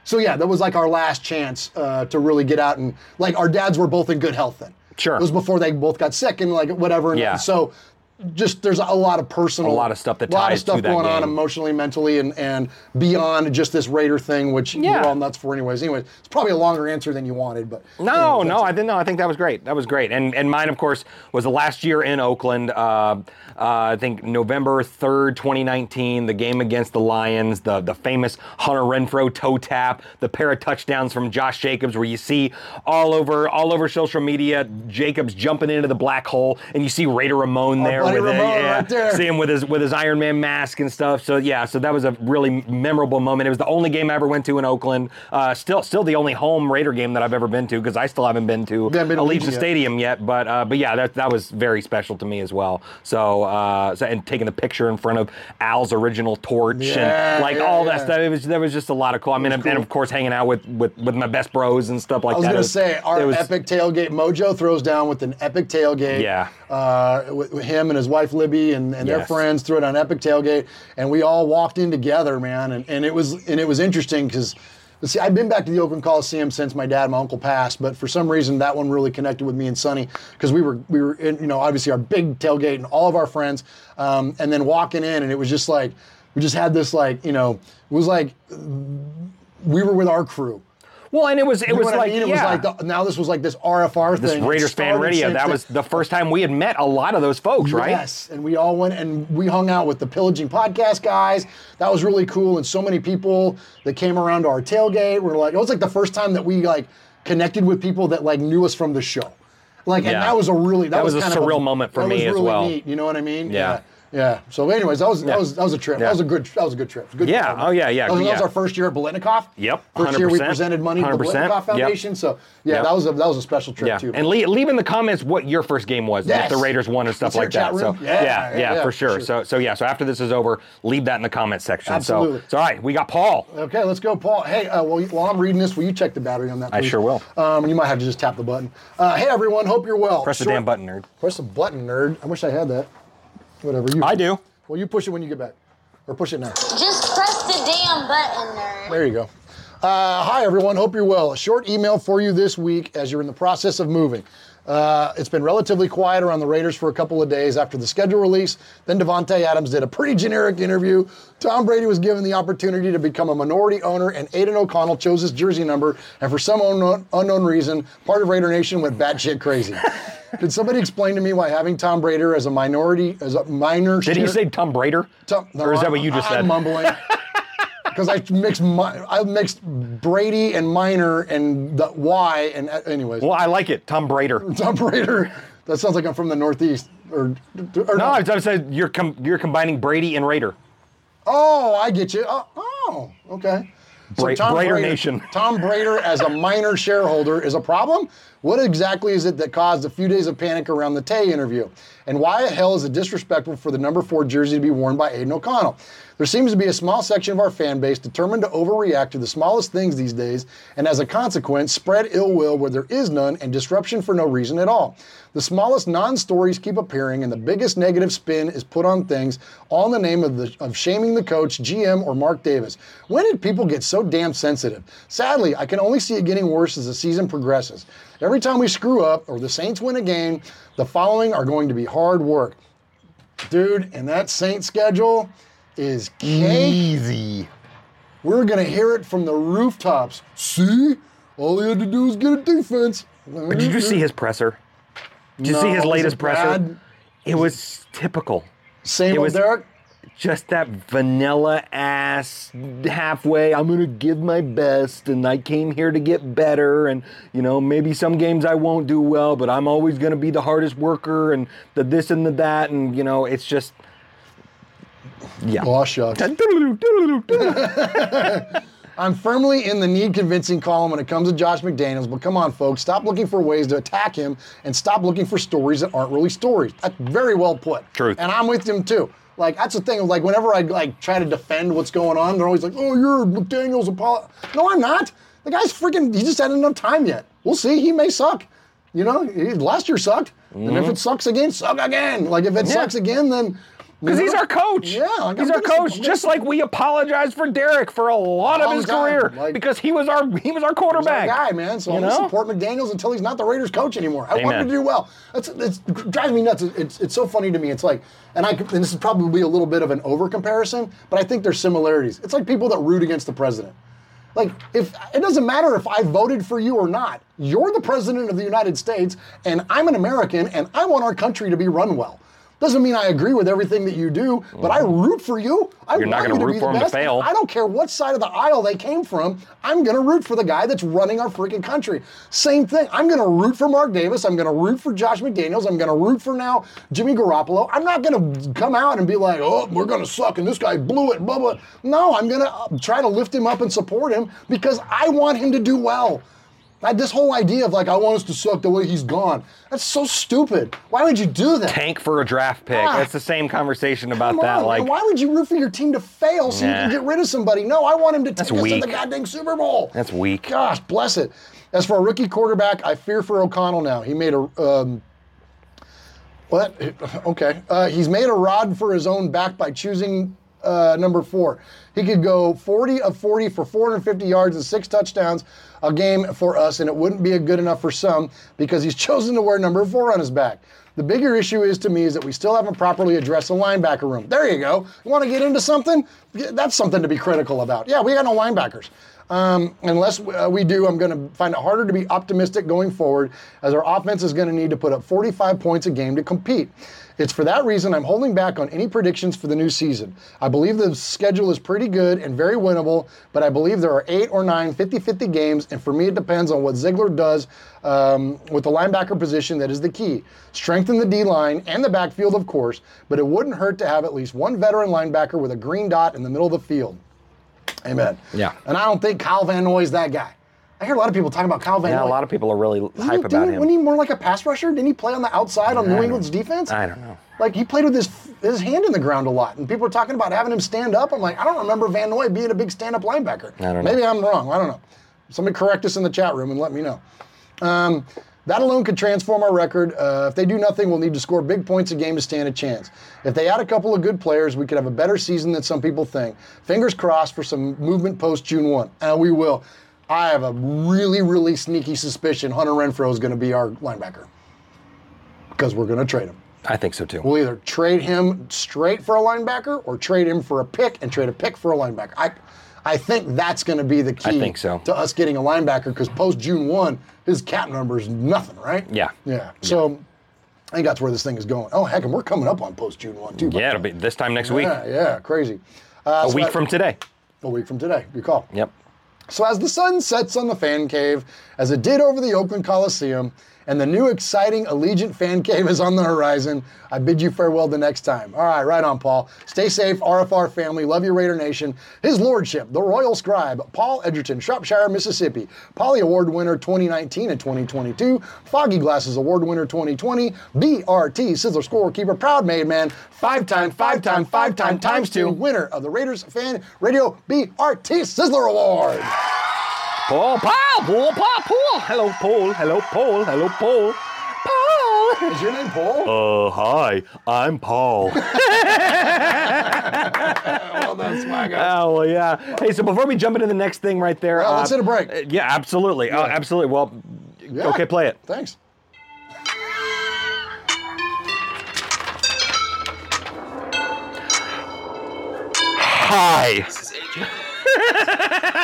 Speaker 3: so yeah, that was like our last chance uh, to really get out and like our dads were both in good health then.
Speaker 4: Sure.
Speaker 3: It was before they both got sick and like whatever. And
Speaker 4: Yeah.
Speaker 3: So just there's a lot of personal,
Speaker 4: A lot of stuff that
Speaker 3: lot of
Speaker 4: ties to
Speaker 3: stuff
Speaker 4: that
Speaker 3: going on
Speaker 4: game.
Speaker 3: emotionally, mentally, and and beyond just this Raider thing, which
Speaker 4: Yeah.
Speaker 3: you're all nuts for anyways. Anyways, it's probably a longer answer than you wanted, but
Speaker 4: No,
Speaker 3: anyways,
Speaker 4: no,
Speaker 3: that's it.
Speaker 4: I didn't. No, I think that was great. That was great. And and mine, of course, was the last year in Oakland. Uh, uh, I think November third, 2019, the game against the Lions, the the famous Hunter Renfro toe tap, the pair of touchdowns from Josh Jacobs, where you see all over all over social media Jacobs jumping into the black hole, and you see Raider Ramon there
Speaker 3: buddy
Speaker 4: with it.
Speaker 3: Ramon
Speaker 4: yeah,
Speaker 3: right there.
Speaker 4: See him with his with his Iron Man mask and stuff. So yeah, so that was a really memorable moment. It was the only game I ever went to in Oakland. Uh, still, still the only home Raider game that I've ever been to because I still haven't been to
Speaker 3: haven't been to Allegiant
Speaker 4: Allegiant
Speaker 3: yet.
Speaker 4: Stadium yet. But uh, but yeah, that that was very special to me as well. So, uh, so and taking the picture in front of Al's original torch
Speaker 3: Yeah,
Speaker 4: and like
Speaker 3: yeah,
Speaker 4: all that
Speaker 3: yeah.
Speaker 4: stuff. It was there was just a lot of cool. I mean, and, and of course hanging out with, with with my best bros and stuff like
Speaker 3: I was
Speaker 4: that.
Speaker 3: going
Speaker 4: It
Speaker 3: to say, our
Speaker 4: it was-
Speaker 3: epic tailgate, Mojo throws down with an epic tailgate.
Speaker 4: Yeah.
Speaker 3: Uh, with, with him and his wife, Libby, and, and their
Speaker 4: Yes.
Speaker 3: friends threw it on epic tailgate. And we all walked in together, man. And, and it was and it was interesting because, see, I've been back to the Oakland Coliseum since my dad and my uncle passed. But for some reason, that one really connected with me and Sonny because we were, we were in, you know, obviously our big tailgate and all of our friends. Um, and then walking in, and it was just like, we just had this, like, you know, it was like we were with our crew.
Speaker 4: Well, and it was it
Speaker 3: You know
Speaker 4: was
Speaker 3: what I
Speaker 4: like
Speaker 3: mean? It
Speaker 4: yeah.
Speaker 3: was like the, now this was like this RFR
Speaker 4: this
Speaker 3: thing. It
Speaker 4: Raiders fan
Speaker 3: started
Speaker 4: radio.
Speaker 3: since
Speaker 4: That
Speaker 3: the-
Speaker 4: was the first time we had met a lot of those folks, right?
Speaker 3: Yes, and we all went and we hung out with the Pillaging Podcast guys. That was really cool, and so many people that came around to our tailgate were like, it was like the first time that we like connected with people that like knew us from the show. Like, and
Speaker 4: Yeah.
Speaker 3: that was a really that,
Speaker 4: That was a
Speaker 3: kind of
Speaker 4: surreal moment for
Speaker 3: that
Speaker 4: me
Speaker 3: was
Speaker 4: as
Speaker 3: really
Speaker 4: well.
Speaker 3: Neat, you know what I mean?
Speaker 4: Yeah.
Speaker 3: yeah. yeah. So, anyways, that was that
Speaker 4: Yeah.
Speaker 3: was that was a trip.
Speaker 4: Yeah.
Speaker 3: That was a good that was a good trip. It was a Good
Speaker 4: Yeah.
Speaker 3: trip.
Speaker 4: Oh, yeah, yeah,
Speaker 3: That was, that was
Speaker 4: yeah.
Speaker 3: our first year at Belenikov.
Speaker 4: Yep.
Speaker 3: 1st year we
Speaker 4: 100%.
Speaker 3: presented money to the
Speaker 4: 100%.
Speaker 3: Belenikov
Speaker 4: Yep.
Speaker 3: Foundation. So yeah,
Speaker 4: Yep.
Speaker 3: that was a that was a special trip
Speaker 4: Yeah,
Speaker 3: too.
Speaker 4: and leave, leave in the comments what your first game was, and
Speaker 3: Yes.
Speaker 4: if the Raiders won and stuff
Speaker 3: Let's hear
Speaker 4: like that.
Speaker 3: chat
Speaker 4: So
Speaker 3: room. Yeah,
Speaker 4: yeah,
Speaker 3: yeah, yeah,
Speaker 4: yeah, for
Speaker 3: for
Speaker 4: sure.
Speaker 3: sure.
Speaker 4: So so yeah, so after this is over, leave that in the comment section.
Speaker 3: Absolutely. Uh,
Speaker 4: So, so all right, we got Paul.
Speaker 3: Okay, let's go, Paul. Hey, uh, while, you- while I'm reading this, will you check the battery on that?
Speaker 4: I
Speaker 3: please?
Speaker 4: sure will.
Speaker 3: Um, you might have to just tap the button. Uh, hey, everyone, hope you're well.
Speaker 4: Press the
Speaker 3: Short-
Speaker 4: damn button, nerd.
Speaker 3: Press the button, nerd. I wish I had that. Whatever you.
Speaker 4: I do.
Speaker 3: Well, you push it when you get back, or push it now.
Speaker 7: Just press the damn button, nerd.
Speaker 3: There you go. Uh, hi, everyone. Hope you're well. A short email for you this week as you're in the process of moving. Uh, it's been relatively quiet around the Raiders for a couple of days after the schedule release. Then Devontae Adams did a pretty generic interview. Tom Brady was given the opportunity to become a minority owner, and Aiden O'Connell chose his jersey number. And for some unknown, unknown reason, part of Raider Nation went batshit
Speaker 4: [laughs]
Speaker 3: crazy. Could somebody explain to me why having Tom Brady as a minority, as a minor?
Speaker 4: Did you
Speaker 3: share-
Speaker 4: say Tom Brader?
Speaker 3: Tom,
Speaker 4: or is that what you just
Speaker 3: I'm
Speaker 4: said?
Speaker 3: mumbling.
Speaker 4: [laughs]
Speaker 3: Because I mixed my, I mixed Brady and Minor and the Y and uh, anyways.
Speaker 4: Well, I like it. Tom Brader.
Speaker 3: Tom Brady. That sounds like I'm from the Northeast or, or
Speaker 4: No, I was saying you're com- you're combining Brady and Raider.
Speaker 3: Oh, I get you. Oh, oh okay.
Speaker 4: Bra- Braider
Speaker 3: Braider-
Speaker 4: Nation.
Speaker 3: [laughs] Tom Brader as a minor shareholder is a problem? What exactly is it that caused a few days of panic around the Tay interview? And why the hell is it disrespectful for the number four jersey to be worn by Aiden O'Connell? There seems to be a small section of our fan base determined to overreact to the smallest things these days, and as a consequence, spread ill will where there is none and disruption for no reason at all. The smallest non stories keep appearing, and the biggest negative spin is put on things, all in the name of, the, of shaming the coach, GM, or Mark Davis. When did people get so damn sensitive? Sadly, I can only see it getting worse as the season progresses. Every time we screw up or the Saints win a game, the following are going to be hard work. Dude, and that Saint schedule is cake.
Speaker 4: Easy.
Speaker 3: We're going to hear it from the rooftops. See? All he had to do was get a defense.
Speaker 4: But did you see his presser? Did you see
Speaker 3: Mm-hmm. No,
Speaker 4: his
Speaker 3: was
Speaker 4: latest
Speaker 3: it
Speaker 4: presser?
Speaker 3: bad?
Speaker 4: It was typical.
Speaker 3: Same
Speaker 4: It
Speaker 3: old
Speaker 4: was-
Speaker 3: Derek?
Speaker 4: Just that vanilla ass halfway. I'm gonna give my best, and I came here to get better. And you know, maybe some games I won't do well, but I'm always gonna be the hardest worker, and the this and the that. And you know, it's just yeah.
Speaker 3: Aw, shucks.
Speaker 4: [laughs]
Speaker 3: I'm firmly in the need convincing column when it comes to Josh McDaniels, but come on, folks, stop looking for ways to attack him and stop looking for stories that aren't really stories. That's very well put.
Speaker 4: Truth.
Speaker 3: And I'm with him too. Like that's the thing. Like whenever I like try to defend what's going on, they're always like, "Oh, you're McDaniel's apolog." No, I'm not. The guy's freaking. He just hadn't enough time yet. We'll see. He may suck. You know, he, last year sucked, and if it sucks again, suck again. Like if it
Speaker 4: Mm-hmm. Yeah.
Speaker 3: sucks again, then
Speaker 4: Because he's our coach.
Speaker 3: Yeah, like,
Speaker 4: he's
Speaker 3: I'm
Speaker 4: our
Speaker 3: gonna-
Speaker 4: coach.
Speaker 3: I'm
Speaker 4: Just like we apologize for Derek for a lot of
Speaker 3: Long
Speaker 4: his
Speaker 3: time,
Speaker 4: career
Speaker 3: like-
Speaker 4: because he was our he was our
Speaker 3: He's our
Speaker 4: quarterback.
Speaker 3: guy, man. So
Speaker 4: You
Speaker 3: I'm gonna
Speaker 4: know?
Speaker 3: support McDaniels until he's not the Raiders coach anymore. I want
Speaker 4: Amen.
Speaker 3: him to do well. That's, that's it drives me nuts. It's, it's so funny to me. It's like, and I and this is probably a little bit of an over comparison, but I think there's similarities. It's like people that root against the president. Like if it doesn't matter if I voted for you or not, you're the president of the United States, and I'm an American, and I want our country to be run well. Doesn't mean I agree with everything that you do, but I root for you. I
Speaker 4: Mm-hmm. You're not
Speaker 3: want you
Speaker 4: gonna
Speaker 3: to
Speaker 4: root
Speaker 3: be
Speaker 4: for
Speaker 3: the
Speaker 4: 'em to
Speaker 3: best.
Speaker 4: fail.
Speaker 3: I don't care what side of the aisle they came from. I'm going to root for the guy that's running our freaking country. Same thing. I'm going to root for Mark Davis. I'm going to root for Josh McDaniels. I'm going to root for now Jimmy Garoppolo. I'm not going to come out and be like, oh, we're going to suck and this guy blew it, blah, blah. No, I'm going to try to lift him up and support him because I want him to do well. Like, this whole idea of like, I want us to suck the way he's gone. That's so stupid. Why would you do that?
Speaker 4: Tank for a draft pick.
Speaker 3: Ah.
Speaker 4: That's the same conversation about
Speaker 3: Come
Speaker 4: that.
Speaker 3: on,
Speaker 4: like
Speaker 3: man. why would you root for your team to fail so you can
Speaker 4: Nah.
Speaker 3: get rid of somebody? No, I want him to
Speaker 4: That's
Speaker 3: take us to the
Speaker 4: weak.
Speaker 3: goddamn Super Bowl.
Speaker 4: that's weak.
Speaker 3: Gosh, bless it. As for a rookie quarterback, I fear for O'Connell now. He made a um, what? Okay, uh, he's made a rod for his own back by choosing uh, number four. He could go 40 of 40 for 450 yards and six touchdowns a game for us, and it wouldn't be good enough for some because he's [laughs] chosen to wear number four on his back. The bigger issue is to me is that we still haven't properly addressed the linebacker room. There you go. You want to get into something? Yeah, That's something to be critical about. Yeah, we got no linebackers. Um, unless uh, we do, I'm going to find it harder to be optimistic going forward as our offense is going to need to put up 45 points a game to compete. It's for that reason I'm holding back on any predictions for the new season. I believe the schedule is pretty good and very winnable, but I believe there are eight or nine 50 50 games, and for me, it depends on what Ziegler does um, with the linebacker position that is the key. Strengthen the D line and the backfield, of course, but it wouldn't hurt to have at least one veteran linebacker with a green dot in the middle of the field. Amen.
Speaker 4: Yeah.
Speaker 3: And I don't think Kyle Van Noy is that guy. I hear a lot of people talking about Kyle Van
Speaker 4: Yeah,
Speaker 3: Noy.
Speaker 4: a lot of people are really hype about him.
Speaker 3: Wasn't he more like a pass rusher? Didn't he play on the outside on New
Speaker 4: don't-
Speaker 3: England's defense?
Speaker 4: I don't know.
Speaker 3: Like he played with his his hand in the ground a lot, and people are talking about having him stand up. I'm like, I don't remember Van Noy being a big stand-up linebacker.
Speaker 4: I don't know.
Speaker 3: Maybe I'm wrong. I don't know. Somebody correct us in the chat room and let me know. Um, that alone could transform our record. Uh, if they do nothing, we'll need to score big points a game to stand a chance. If they add a couple of good players, we could have a better season than some people think. Fingers crossed for some movement post June 1, and we will. I have a really, really sneaky suspicion Hunter Renfro is going to be our linebacker. because we're going to trade him.
Speaker 4: I think so too.
Speaker 3: We'll either trade him straight for a linebacker or trade him for a pick and trade a pick for a linebacker. I, I think that's going to be the key
Speaker 4: I think so.
Speaker 3: to us getting a linebacker because post June 1, his cap number is nothing, right?
Speaker 4: Yeah.
Speaker 3: Yeah. So I think that's where this thing is going. Oh, heck, and we're coming up on post June 1, too. by
Speaker 4: Yeah,
Speaker 3: the
Speaker 4: it'll
Speaker 3: way.
Speaker 4: be this time next week.
Speaker 3: Yeah, yeah, crazy. Uh,
Speaker 4: A
Speaker 3: so
Speaker 4: week
Speaker 3: that-
Speaker 4: from today.
Speaker 3: A week from today. Good call.
Speaker 4: Yep.
Speaker 3: So as the sun sets on the fan cave, as it did over the Oakland Coliseum, and the new exciting Allegiant fan cave is on the horizon, I bid you farewell the next time. All right, right on, Paul. Stay safe, RFR family. Love you, Raider Nation. His Lordship, the Royal Scribe, Paul Edgerton, Shropshire, Mississippi. Polly Award winner 2019 and 2022. Foggy Glasses Award winner 2020. BRT, Sizzler scorekeeper, proud made man. Five-time, five-time, five-time, times two. Winner of the Raiders Fan Radio BRT Sizzler Award.
Speaker 4: Paul, Paul, Paul, Paul, Paul. Hello, Paul. Hello, Paul. Hello, Paul. Paul. [laughs]
Speaker 3: Is your name Paul?
Speaker 4: Uh, hi.
Speaker 3: [laughs]
Speaker 4: I'm Paul.
Speaker 3: well done, Swagger.
Speaker 4: Oh well, yeah. Hey, so before we jump into the next thing, right there.
Speaker 3: Well, let's hit a break.
Speaker 4: uh, Yeah, absolutely. Uh, absolutely. Well,
Speaker 3: Yeah.
Speaker 4: okay, play it.
Speaker 3: Thanks.
Speaker 4: Hi.
Speaker 8: This is AJ.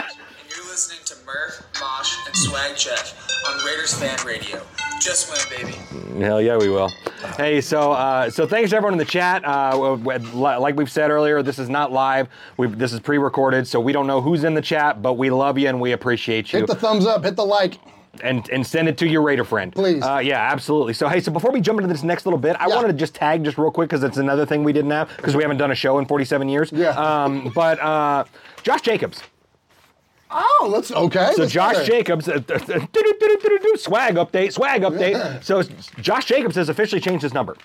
Speaker 8: and you're listening to Murph, Mosh, and Swag Jeff on Raiders Fan Radio. Just win, baby.
Speaker 4: Hell yeah, we will. Hey, so uh, so thanks to everyone in the chat. Uh, w- w- li- like we've said earlier, this is not live. we this is pre-recorded, so we don't know who's in the chat, but we love you and we appreciate you.
Speaker 3: Hit the thumbs up, hit the like.
Speaker 4: and and send it to your Raider friend.
Speaker 3: Please.
Speaker 4: Uh, yeah, absolutely. So hey, so before we jump into this next little bit, I wanted to just tag just real quick because it's another thing we didn't have because we haven't done a show in 47 years.
Speaker 3: Yeah.
Speaker 4: Um, but uh, Josh Jacobs.
Speaker 3: Oh, let's okay.
Speaker 4: So
Speaker 3: let's go there.
Speaker 4: Josh Jacobs, uh, uh, do-do-do-do-do-do, swag update, swag
Speaker 3: Yeah.
Speaker 4: update. So Josh Jacobs has officially changed his number.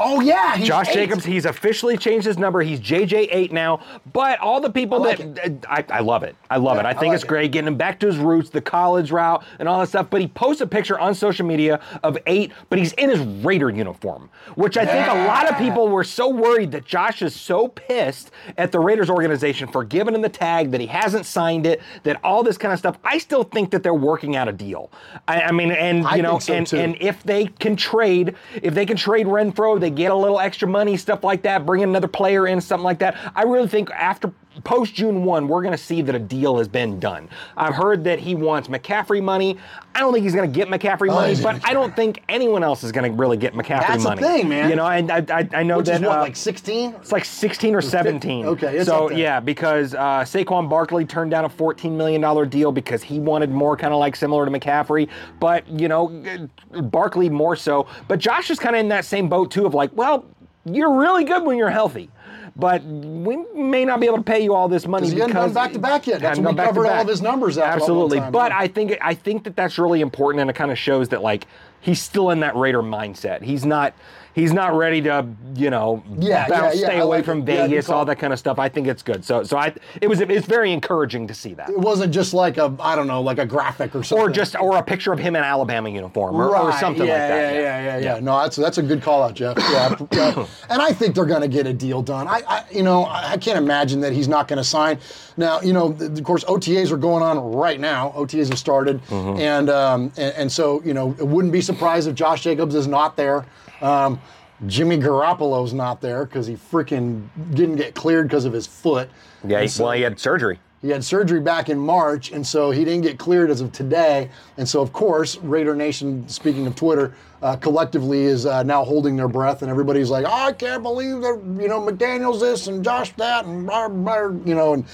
Speaker 3: Oh yeah, he's
Speaker 4: Josh
Speaker 3: eight.
Speaker 4: Jacobs, he's officially changed his number. He's JJ8 now. But all the people
Speaker 3: I like
Speaker 4: that uh, I, I love it. I love
Speaker 3: Yeah,
Speaker 4: it.
Speaker 3: I
Speaker 4: I think
Speaker 3: like
Speaker 4: it's
Speaker 3: it.
Speaker 4: great getting him back to his roots, the college route, and all that stuff. But he posts a picture on social media of eight, but he's in his Raider uniform, which I think a lot of people were so worried that Josh is so pissed at the Raiders organization for giving him the tag that he hasn't signed it, that all this kind of stuff. I still think that they're working out a deal. I, I mean, and you
Speaker 3: I
Speaker 4: know,
Speaker 3: think so,
Speaker 4: and
Speaker 3: too.
Speaker 4: and if they can trade, if they can trade Renfro, they get a little extra money, stuff like that, bring in another player in, something like that. I really think after post June 1, we're going to see that a deal has been done. I've heard that he wants McCaffrey money. I don't think he's going to get McCaffrey
Speaker 3: Oh,
Speaker 4: money,
Speaker 3: he's
Speaker 4: but
Speaker 3: gonna-
Speaker 4: I don't think anyone else is going to really get McCaffrey
Speaker 3: That's the
Speaker 4: money.
Speaker 3: thing, man.
Speaker 4: You know, and I, I, I know
Speaker 3: Which
Speaker 4: that.
Speaker 3: is what,
Speaker 4: uh,
Speaker 3: like 16?
Speaker 4: it's like 16 or 17.
Speaker 3: Okay, it's
Speaker 4: so
Speaker 3: up there.
Speaker 4: yeah, because uh, Saquon Barkley turned down a 14 million dollar deal because he wanted more, kind of like similar to McCaffrey. But you know, Barkley more so. But Josh is kind of in that same boat too, of like, well, you're really good when you're healthy. But we may not be able to pay you all this money
Speaker 3: Because he hadn't
Speaker 4: because
Speaker 3: gone back-to-back yet. That's
Speaker 4: Hadn't
Speaker 3: when
Speaker 4: gone
Speaker 3: we covered all
Speaker 4: back-to-back.
Speaker 3: of his numbers after that one
Speaker 4: Absolutely,
Speaker 3: time,
Speaker 4: but
Speaker 3: yeah.
Speaker 4: I think I think that that's really important, and it kind of shows that like he's still in that Raider mindset. He's not he's not ready to you know
Speaker 3: Yeah,
Speaker 4: bounce,
Speaker 3: yeah, yeah,
Speaker 4: stay
Speaker 3: I
Speaker 4: away
Speaker 3: like
Speaker 4: from
Speaker 3: it. Yeah, good
Speaker 4: Vegas,
Speaker 3: call.
Speaker 4: all that kind of stuff. I think it's good. So, so I it was it's very encouraging to see that,
Speaker 3: It wasn't just like a I don't know, like a graphic or something.
Speaker 4: or just or a picture of him in Alabama uniform or, or
Speaker 3: Right,
Speaker 4: something
Speaker 3: yeah,
Speaker 4: like that.
Speaker 3: Yeah, yeah, yeah, yeah, No, that's that's a good call out, Jeff. [coughs] Yeah, yeah. and I think they're going to get a deal done. I, I you know, I I can't imagine that he's not going to sign. Now, you know, th- of course, OTAs are going on right now. OTAs have started, and, um, and and so you know, it wouldn't be surprised if Josh Jacobs is not there. Um, Jimmy Garoppolo's not there because he freaking didn't get cleared because of his foot.
Speaker 4: Yeah,
Speaker 3: And
Speaker 4: he-
Speaker 3: so-
Speaker 4: well, he had surgery.
Speaker 3: he had surgery back in March, and so he didn't get cleared as of today. And so, of course, Raider Nation, speaking of Twitter, uh, collectively is uh, now holding their breath, and everybody's like, oh, "I can't believe that you know McDaniel's this and Josh that and blah, blah, you know and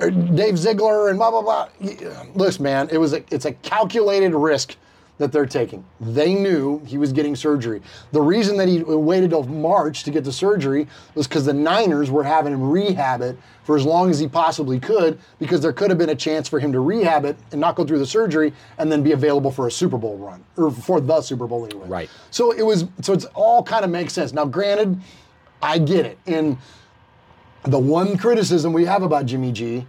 Speaker 3: uh, Dave Ziegler and blah blah blah." Yeah, Listen, man, it was a, it's a calculated risk that they're taking. They knew he was getting surgery. The reason that he waited till March to get the surgery was because the Niners were having him rehab it for as long as he possibly could, because there could have been a chance for him to rehab it and not go through the surgery and then be available for a Super Bowl run or for the Super Bowl anyway.
Speaker 4: Right.
Speaker 3: So it was. So it's all kind of makes sense. Now, granted, I get it. And the one criticism we have about Jimmy G,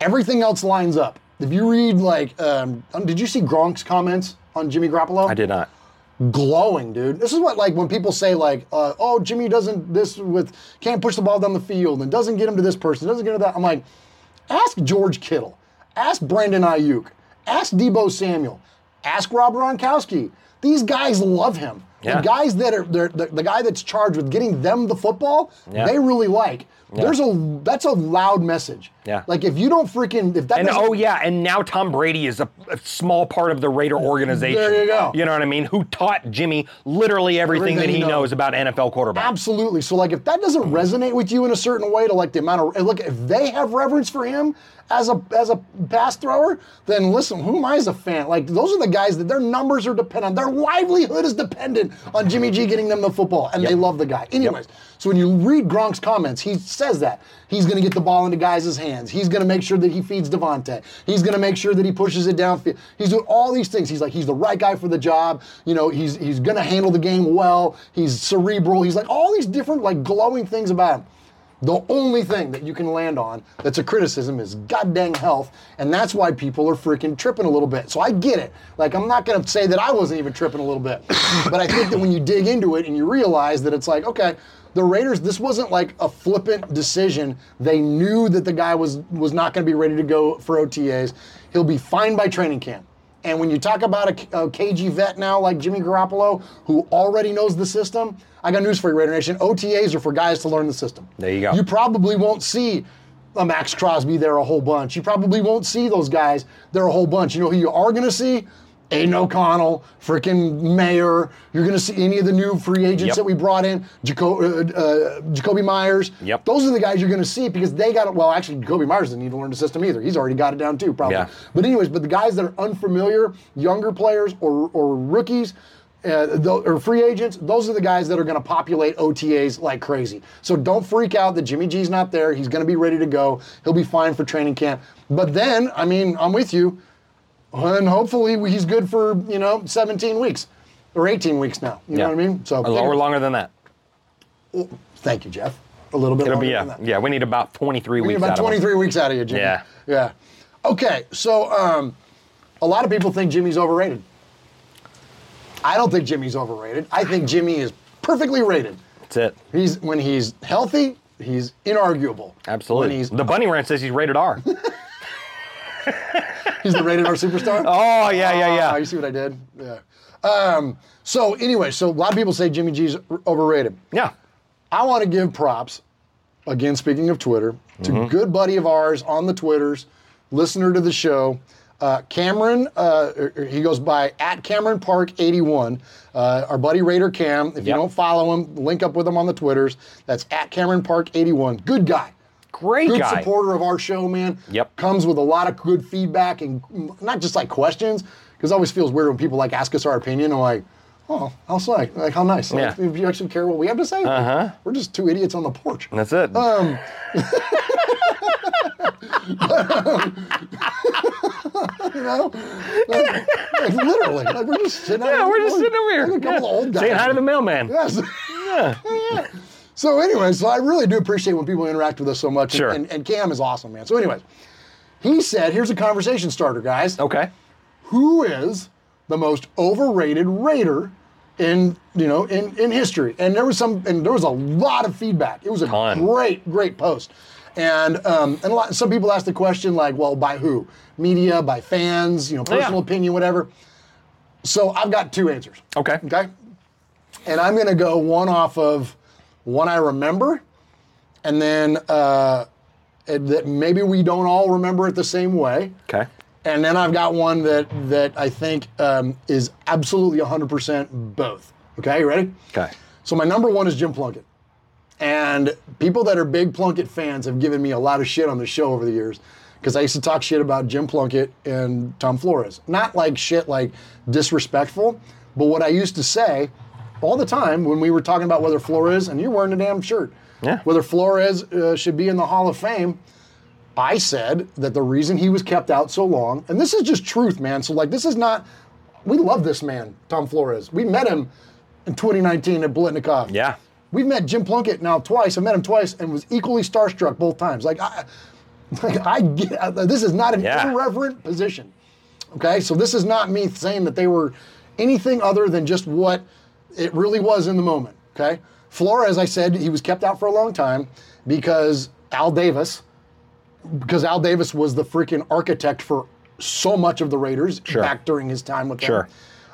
Speaker 3: everything else lines up. If you read like, um, um, did you see Gronk's comments on Jimmy Garoppolo?
Speaker 4: I did not.
Speaker 3: Glowing, dude. This is what like when people say like, uh, oh, Jimmy doesn't this with can't push the ball down the field and doesn't get him to this person, doesn't get him to that. I'm like, ask George Kittle, ask Brandon Ayuk, ask Debo Samuel, ask Rob Gronkowski. These guys love him. The guys that are they're- the, the guy that's charged with getting them the football,
Speaker 4: Yeah.
Speaker 3: they really like.
Speaker 4: Yeah.
Speaker 3: There's a that's a loud message.
Speaker 4: Yeah.
Speaker 3: Like if you don't freaking if that
Speaker 4: And
Speaker 3: doesn't-
Speaker 4: oh yeah, and now Tom Brady is a, a small part of the Raider organization.
Speaker 3: There you go.
Speaker 4: You know what I mean? Who taught Jimmy literally everything,
Speaker 3: Everything
Speaker 4: that
Speaker 3: he
Speaker 4: he
Speaker 3: knows.
Speaker 4: knows about NFL quarterbacks?
Speaker 3: Absolutely. So like if that doesn't resonate with you in a certain way to like the amount of and look if they have reverence for him as a as a pass thrower, then listen, who am I as a fan? Like those are the guys that their numbers are dependent on. Their livelihood is dependent on Jimmy G getting them the football and they love the guy. Anyways, so when you read Gronk's comments, he says that. He's going to get the ball into guys' hands. He's going to make sure that he feeds Devontae. He's going to make sure that he pushes it downfield. He's doing all these things. He's like, he's the right guy for the job. You know, he's he's going to handle the game well. He's cerebral. He's like all these different like glowing things about him. The only thing that you can land on that's a criticism is goddamn health, and that's why people are freaking tripping a little bit. So I get it. Like I'm not gonna say that I wasn't even tripping a little bit, but I think that when you dig into it and you realize that it's like, okay, the Raiders, this wasn't like a flippant decision. They knew that the guy was was not gonna be ready to go for OTAs. He'll be fine by training camp. And when you talk about a, a KG vet now like Jimmy Garoppolo, who already knows the system, I got news for you, Raider Nation. OTAs are for guys to learn the system.
Speaker 4: There you go.
Speaker 3: You probably won't see a Max Crosby there a whole bunch. You probably won't see those guys there a whole bunch. You know who you are going to see? Aiden O'Connell, freaking Mayor. You're going to see any of the new free agents
Speaker 4: Yep.
Speaker 3: that we brought in, Jaco- uh, uh, Jacoby Myers.
Speaker 4: Yep.
Speaker 3: Those are the guys you're going to see because they got it. Well, actually, Jacoby Myers doesn't need to learn the system either. He's already got it down too, probably.
Speaker 4: Yeah.
Speaker 3: But anyways, but the guys that are unfamiliar, younger players or or rookies. Uh, tho- or free agents, those are the guys that are going to populate OTAs like crazy. So don't freak out that Jimmy G's not there. He's going to be ready to go. He'll be fine for training camp. But then, I mean, I'm with you. And hopefully he's good for, you know, 17 weeks or 18 weeks now. You know what I mean? So,
Speaker 4: a little
Speaker 3: anyway,
Speaker 4: longer than that.
Speaker 3: thank you, Jeff. A little bit
Speaker 4: It'll be
Speaker 3: longer
Speaker 4: yeah,
Speaker 3: than that.
Speaker 4: yeah. We need about 23
Speaker 3: We need
Speaker 4: weeks.
Speaker 3: about
Speaker 4: out of him.
Speaker 3: 23 weeks out of you, Jimmy.
Speaker 4: Yeah.
Speaker 3: Yeah. Okay, so um, a lot of people think Jimmy's overrated. I don't think Jimmy's overrated. I think Jimmy is perfectly rated.
Speaker 4: That's it.
Speaker 3: He's when he's healthy, he's inarguable.
Speaker 4: Absolutely.
Speaker 3: When he's
Speaker 4: the bunny ranch says he's
Speaker 3: [laughs]
Speaker 4: rated R.
Speaker 3: he's the rated R superstar.
Speaker 4: [laughs] Oh, yeah, yeah, yeah.
Speaker 3: Ah, you see what I did? Yeah. Um, so anyway, so a lot of people say Jimmy G's r- overrated.
Speaker 4: yeah.
Speaker 3: I want to give props, again, speaking of Twitter, to good buddy of ours on the Twitters, listener to the show, uh, Cameron. Uh, er, er, he goes by at Cameron Park 81. Uh, our buddy Raider Cam. If you
Speaker 4: Yep.
Speaker 3: don't follow him, link up with him on the Twitters. That's at Cameron Park 81. Good guy.
Speaker 4: Great
Speaker 3: Good
Speaker 4: guy.
Speaker 3: supporter of our show, man.
Speaker 4: Yep.
Speaker 3: Comes with a lot of good feedback and mm, not just like questions, because it always feels weird when people like ask us our opinion. I'm like, oh, how like, like how nice. Like,
Speaker 4: Yeah. Uh-huh.
Speaker 3: if you actually care what we have to say, we're just two idiots on the porch.
Speaker 4: That's it.
Speaker 3: Um, you know, like, like, literally, like we're just sitting. out
Speaker 4: yeah, we're just
Speaker 3: like-
Speaker 4: sitting over here.
Speaker 3: Like a couple
Speaker 4: Yeah.
Speaker 3: of old guys.
Speaker 4: Saying hi to the mailman.
Speaker 3: Yes. [laughs] Yeah. So anyway, so I really do appreciate when people interact with us so much. and-
Speaker 4: Sure.
Speaker 3: And, and Cam is awesome, man. So anyways, he said, here's a conversation starter, guys.
Speaker 4: Okay.
Speaker 3: Who is the most overrated Raider in you know in, in history? And there was some and there was a lot of feedback. It was a
Speaker 4: Ton.
Speaker 3: great, great post. And um, and a lot, some people asked the question like, well, by who? Media, by fans, you know, personal
Speaker 4: Yeah.
Speaker 3: opinion, whatever. So I've got two answers.
Speaker 4: Okay.
Speaker 3: Okay. And I'm going to go one off of one I remember, and then uh, and that maybe we don't all remember it the same way.
Speaker 4: Okay.
Speaker 3: And then I've got one that that I think um, is absolutely 100% both. Okay, you ready?
Speaker 4: Okay.
Speaker 3: So my number one is Jim Plunkett. And people that are big Plunkett fans have given me a lot of shit on the show over the years because I used to talk shit about Jim Plunkett and Tom Flores. Not like shit like disrespectful, but what I used to say all the time when we were talking about whether Flores, and you're wearing a damn shirt,
Speaker 4: Yeah.
Speaker 3: whether Flores uh, should be in the Hall of Fame, I said that the reason he was kept out so long, and this is just truth, man. So, like, this is not, we love this man, Tom Flores. We met him in 2019 at Blitnikoff.
Speaker 4: Yeah.
Speaker 3: We've met Jim Plunkett now twice. I met him twice and was equally starstruck both times. Like, I, like, I get, uh, this is not an
Speaker 4: Yeah.
Speaker 3: irreverent position. Okay, so this is not me saying that they were anything other than just what it really was in the moment. Okay, Flores, I said he was kept out for a long time because Al Davis, because Al Davis was the freaking architect for so much of the Raiders
Speaker 4: Sure.
Speaker 3: back during his time with them.
Speaker 4: Sure.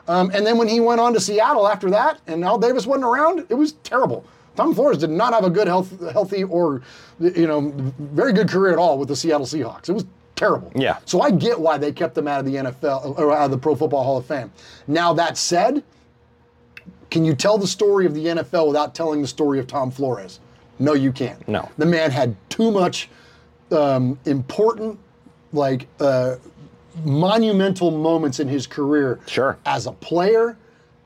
Speaker 3: Um, and then when he went on to Seattle after that, and Al Davis wasn't around, it was terrible. Tom Flores did not have a good health, healthy or you know very good career at all with the Seattle Seahawks. It was terrible.
Speaker 4: Yeah.
Speaker 3: So I get why they kept him out of the NFL or out of the Pro Football Hall of Fame. Now that said, can you tell the story of the NFL without telling the story of Tom Flores? No, you can't.
Speaker 4: No.
Speaker 3: The man had too much um, important, like uh, monumental moments in his career.
Speaker 4: Sure.
Speaker 3: As a player,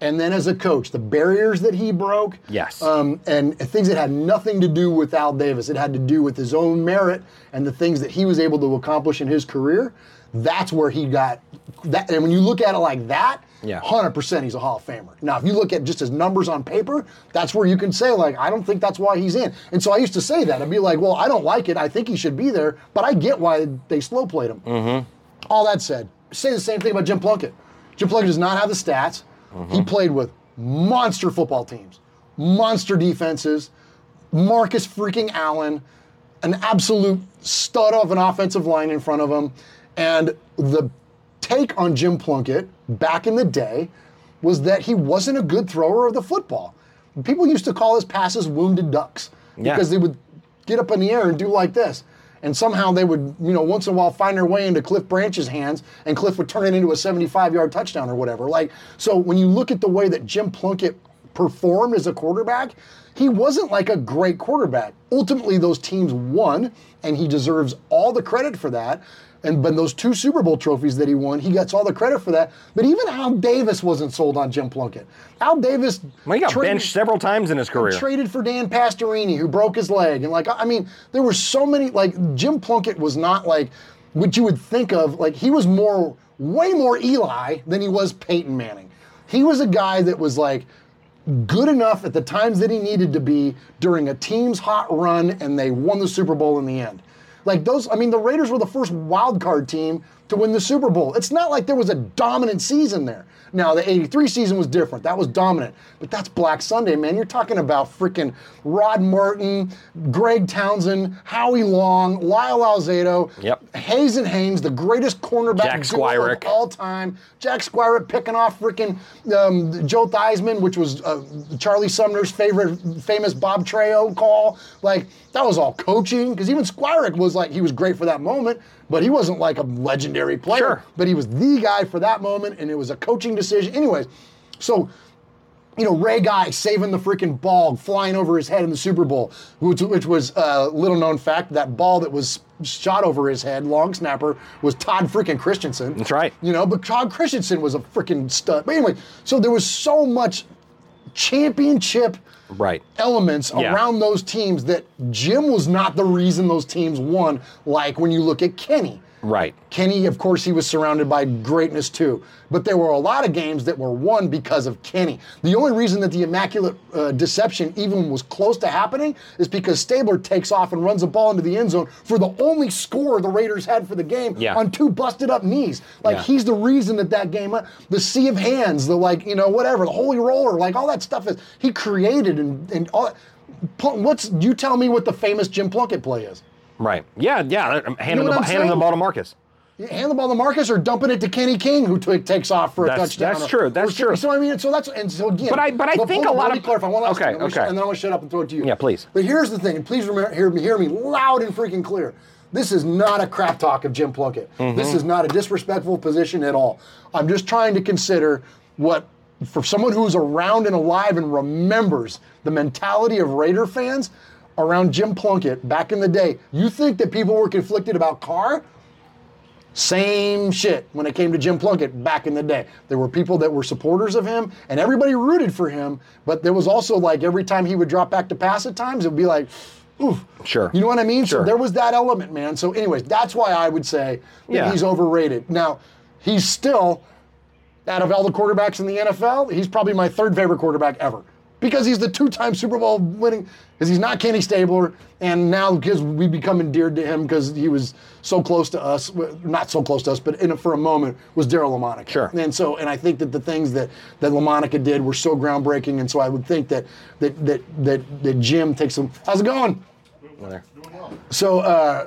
Speaker 3: and then as a coach, the barriers that he broke.
Speaker 4: Yes.
Speaker 3: Um, and things that had nothing to do with Al Davis. It had to do with his own merit and the things that he was able to accomplish in his career. That's where he got that. And when you look at it like that,
Speaker 4: Yeah.
Speaker 3: 100% he's a Hall of Famer. Now, if you look at just his numbers on paper, that's where you can say, like, I don't think that's why he's in. And so I used to say that. I'd be like, well, I don't like it. I think he should be there, but I get why they slow played him. All that said, say the same thing about Jim Plunkett. Jim Plunkett does not have the stats. He played with monster football teams, monster defenses, Marcus freaking Allen, an absolute stud of an offensive line in front of him. And the take on Jim Plunkett back in the day was that he wasn't a good thrower of the football. People used to call his passes wounded ducks
Speaker 4: Yeah.
Speaker 3: because they would get up in the air and do like this. And somehow they would, you know, once in a while find their way into Cliff Branch's hands, and Cliff would turn it into a 75 yard touchdown or whatever. Like, so when you look at the way that Jim Plunkett performed as a quarterback, he wasn't like a great quarterback. Ultimately, those teams won, and he deserves all the credit for that. And but those two Super Bowl trophies that he won, he gets all the credit for that. But even Al Davis wasn't sold on Jim Plunkett. Al Davis
Speaker 4: Well, he got
Speaker 3: traded-
Speaker 4: benched several times in his career.
Speaker 3: Traded for Dan Pastorini, who broke his leg, and like I I mean, there were so many. Like Jim Plunkett was not like what you would think of. Like he was more, way more Eli than he was Peyton Manning. He was a guy that was like good enough at the times that he needed to be during a team's hot run, and they won the Super Bowl in the end. Like those, I mean, the Raiders were the first wild card team to win the Super Bowl. It's not like there was a dominant season there. Now the '83 season was different; that was dominant. But that's Black Sunday, man. You're talking about freaking Rod Martin, Greg Townsend, Howie Long, Lyle Alzado,
Speaker 4: Yep.
Speaker 3: Hayes and Haynes, the greatest cornerback
Speaker 4: Jack
Speaker 3: duo of
Speaker 4: Squirek.
Speaker 3: all time. Jack Squire picking off freaking um, Joe Theismann, which was uh, Charlie Sumner's favorite, famous Bob Trejo call. Like that was all coaching because even Squire was like he was great for that moment, but he wasn't like a legendary player.
Speaker 4: Sure.
Speaker 3: But he was the guy for that moment, and it was a coaching decision. Anyways, so you know, Ray Guy saving the freaking ball flying over his head in the Super Bowl, which, which was a little known fact. That ball that was shot over his head, long snapper, was Todd freaking Christensen.
Speaker 4: That's right.
Speaker 3: You know, but Todd Christensen was a freaking stud. But anyway, so there was so much championship
Speaker 4: Right.
Speaker 3: elements
Speaker 4: Yeah.
Speaker 3: around those teams that Jim was not the reason those teams won, like when you look at Kenny.
Speaker 4: Right.
Speaker 3: Kenny, of course, he was surrounded by greatness too. But there were a lot of games that were won because of Kenny. The only reason that the Immaculate uh, Deception even was close to happening is because Stabler takes off and runs the ball into the end zone for the only score the Raiders had for the game
Speaker 4: Yeah.
Speaker 3: on two busted up knees. Like,
Speaker 4: Yeah.
Speaker 3: he's the reason that that game, uh, the sea of hands, the like, you know, whatever, the holy roller, like all that stuff is, he created and, and all that. Pl- What's, you tell me what the famous Jim Plunkett play is.
Speaker 4: Right. Yeah. uh, Yeah. Handing,
Speaker 3: what
Speaker 4: the,
Speaker 3: I'm
Speaker 4: ba- handing the
Speaker 3: saying?
Speaker 4: ball to Marcus.
Speaker 3: hand the ball to Marcus or dumping it to Kenny King, who t- takes off for
Speaker 4: That's-
Speaker 3: a touchdown.
Speaker 4: that's
Speaker 3: or-
Speaker 4: true, that's
Speaker 3: or-
Speaker 4: true.
Speaker 3: So I mean, so that's and so again.
Speaker 4: But I- but I
Speaker 3: look, hold
Speaker 4: think a
Speaker 3: on,
Speaker 4: lot
Speaker 3: let me
Speaker 4: of-
Speaker 3: clarify one last
Speaker 4: okay,
Speaker 3: thing, and then I'm gonna
Speaker 4: okay.
Speaker 3: sh- and then I'm gonna shut up and throw it to you.
Speaker 4: Yeah, please.
Speaker 3: But here's the thing, and please remember, hear me, hear me loud and freaking clear. This is not a crap talk of Jim Plunkett.
Speaker 4: Mm-hmm.
Speaker 3: This is not a disrespectful position at all. I'm just trying to consider what, for someone who's around and alive and remembers the mentality of Raider fans around Jim Plunkett back in the day. You think that people were conflicted about Carr? Same shit when it came to Jim Plunkett back in the day. There were people that were supporters of him and everybody rooted for him, but there was also like every time he would drop back to pass at times, it would be like, oof.
Speaker 4: Sure.
Speaker 3: You know what I mean?
Speaker 4: Sure.
Speaker 3: So there was that element, man. So, anyways, that's why I would say that
Speaker 4: Yeah.
Speaker 3: he's overrated. Now, he's still, out of all the quarterbacks in the NFL, he's probably my third favorite quarterback ever. Because he's the two-time Super Bowl winning, because he's not Kenny Stabler, and now because we become endeared to him because he was so close to us, w- not so close to us, but in it for a moment was Daryl LaMonica.
Speaker 4: Sure.
Speaker 3: And so, and I think that the things that that LaMonica did were so groundbreaking, and so I would think that that that that, that Jim takes some. How's it going?
Speaker 4: There.
Speaker 3: So, uh,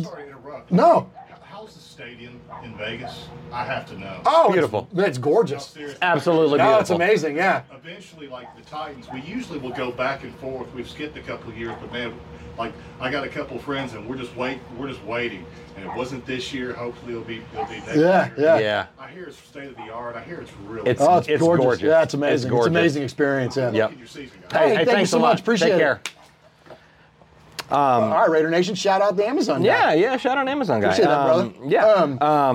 Speaker 9: Sorry to interrupt.
Speaker 3: no,
Speaker 9: How How's the stadium in Vegas? I have to know.
Speaker 3: Oh, it's- It's, gorgeous.
Speaker 10: Absolutely
Speaker 3: No, it's
Speaker 10: beautiful.
Speaker 3: amazing. Yeah.
Speaker 9: Eventually, like the Titans, we usually will go back and forth. We've skipped a couple of years, but man, like I got a couple of friends, and we're just wait, we're just waiting. And it wasn't this year. Hopefully, it'll be, it'll be next
Speaker 3: Yeah,
Speaker 9: year.
Speaker 3: yeah. Yeah.
Speaker 9: I hear it's state of the art. I hear it's really.
Speaker 3: It's, oh, it's, gorgeous. Yeah, it's amazing. It's,
Speaker 10: gorgeous.
Speaker 3: an amazing experience. Yeah.
Speaker 10: Yep.
Speaker 3: Hey, thank you
Speaker 10: thanks a
Speaker 3: so
Speaker 10: lot.
Speaker 3: much. Appreciate
Speaker 10: Take
Speaker 3: it.
Speaker 10: Care.
Speaker 3: Uh, All
Speaker 10: Um,
Speaker 3: right, Raider Nation, shout out the Amazon. guy.
Speaker 10: Yeah, yeah, shout out Amazon guy.
Speaker 3: Appreciate that, brother.
Speaker 10: Um, yeah.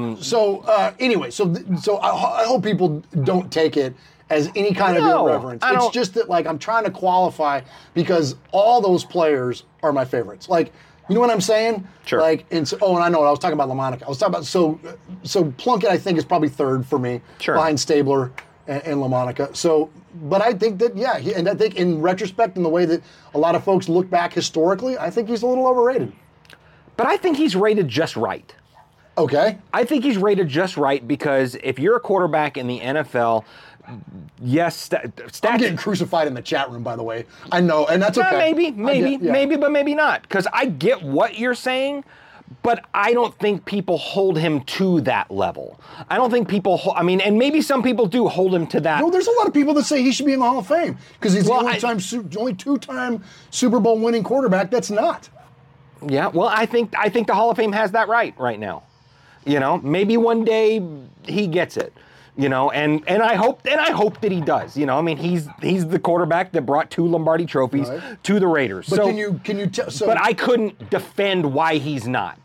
Speaker 10: Um,
Speaker 3: so uh, anyway, so th- so I, ho- I hope people don't take it as any kind
Speaker 10: No,
Speaker 3: of irreverence.
Speaker 10: I
Speaker 3: It's
Speaker 10: don't-
Speaker 3: just that like I'm trying to qualify because all those players are my favorites. Like you know what I'm saying? Sure. Like and so, oh, and I know what I was talking about Lamonica. I was talking about so so Plunkett. I think is probably third for me
Speaker 10: Sure.
Speaker 3: behind Stabler. And, and LaMonica. So, but I think that, yeah, he- and I think in retrospect, in the way that a lot of folks look back historically, I think he's a little overrated.
Speaker 10: But I think he's rated just right.
Speaker 3: Okay.
Speaker 10: I think he's rated just right because if you're a quarterback in the NFL, yes, sta- stats.
Speaker 3: I'm getting crucified in the chat room, by the way. I know, and that's
Speaker 10: Nah,
Speaker 3: okay.
Speaker 10: maybe,
Speaker 3: I
Speaker 10: maybe,
Speaker 3: get- yeah.
Speaker 10: maybe, but maybe not. Because I get what you're saying, but I don't think people hold him to that level. I don't think people. Ho- I mean, and maybe some people do hold him to that.
Speaker 3: No, there's a lot of people that say he should be in the Hall of Fame because he's
Speaker 10: Well,
Speaker 3: the only
Speaker 10: I-
Speaker 3: time, su- only two-time Super Bowl winning quarterback that's not.
Speaker 10: Yeah, well, I think I think the Hall of Fame has that right right now. You know, maybe one day he gets it. You know, and and I hope and I hope that he does. You know, I mean, he's he's the quarterback that brought two Lombardi trophies
Speaker 3: Right.
Speaker 10: to the Raiders.
Speaker 3: But
Speaker 10: so,
Speaker 3: can you can you tell? So,
Speaker 10: but I couldn't defend why he's not.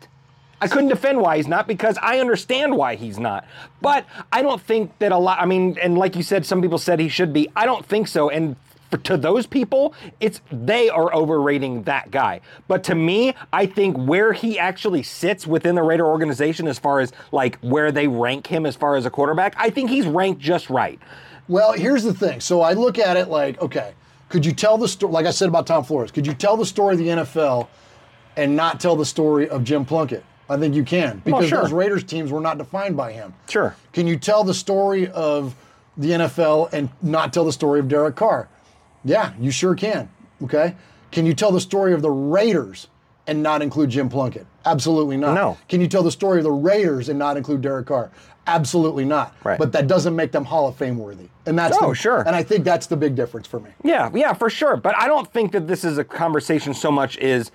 Speaker 10: I couldn't defend why he's not because I understand why he's not. But I don't think that a lot. I mean, and like you said, some people said he should be. I don't think so. And for, to those people, it's they are overrating that guy. But to me, I think where he actually sits within the Raider organization, as far as like where they rank him as far as a quarterback, I think he's ranked just right.
Speaker 3: well, here's the thing. So I look at it like, okay, could you tell the story? Like I said about Tom Flores, could you tell the story of the NFL and not tell the story of Jim Plunkett? I think you can because
Speaker 10: Well, sure.
Speaker 3: those Raiders teams were not defined by him.
Speaker 10: Sure.
Speaker 3: Can you tell the story of the NFL and not tell the story of Derek Carr? Yeah, you sure can. Okay. Can you tell the story of the Raiders and not include Jim Plunkett? Absolutely not. No. Can you tell the story of the Raiders and not include Derek Carr? Absolutely not. Right. But that doesn't make them Hall of Fame worthy. And that's
Speaker 10: Oh,
Speaker 3: the,
Speaker 10: sure.
Speaker 3: And I think that's the big difference for me.
Speaker 10: Yeah, yeah, for sure. But I don't think that this is a conversation so much is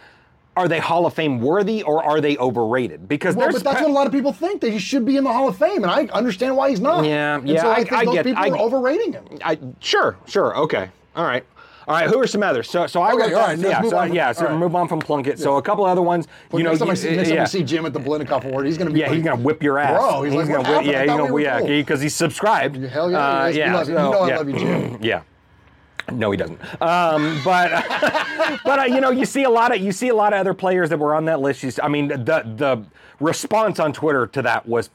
Speaker 10: are they Hall of Fame worthy or are they overrated? Because
Speaker 3: Well,
Speaker 10: there's
Speaker 3: but that's
Speaker 10: pa-
Speaker 3: what a lot of people think that he should be in the Hall of Fame, and I understand why he's not.
Speaker 10: Yeah,
Speaker 3: And
Speaker 10: yeah,
Speaker 3: So I,
Speaker 10: I-
Speaker 3: think
Speaker 10: I
Speaker 3: those
Speaker 10: get-
Speaker 3: people
Speaker 10: I-
Speaker 3: are overrating him.
Speaker 10: I sure, sure, okay, all right, all right. Who are some others? So, so I
Speaker 3: Okay,
Speaker 10: wrote
Speaker 3: all
Speaker 10: down-
Speaker 3: right, let's
Speaker 10: yeah,
Speaker 3: move
Speaker 10: so,
Speaker 3: on from-
Speaker 10: yeah. So
Speaker 3: all right.
Speaker 10: move on from Plunkett. So a couple other ones,
Speaker 3: Well,
Speaker 10: you know,
Speaker 3: next time I
Speaker 10: you-
Speaker 3: see, next time
Speaker 10: yeah.
Speaker 3: we see Jim at the Blinikoff Award, he's going to be.
Speaker 10: Yeah, he's gonna whip your ass.
Speaker 3: Bro, he's, like,
Speaker 10: gonna
Speaker 3: what
Speaker 10: whip,
Speaker 3: happened? I
Speaker 10: yeah, he's
Speaker 3: thought
Speaker 10: gonna
Speaker 3: we were
Speaker 10: yeah,
Speaker 3: cool."
Speaker 10: because he's subscribed.
Speaker 3: Hell yeah,
Speaker 10: Uh,
Speaker 3: he is. We
Speaker 10: yeah,
Speaker 3: love you. You
Speaker 10: so,
Speaker 3: know I
Speaker 10: yeah.
Speaker 3: love you, Jim.
Speaker 10: [clears throat] yeah. No, he doesn't. Um, but [laughs] but uh, you know, you see a lot of you see a lot of other players that were on that list. You s- I mean, the the response on Twitter to that was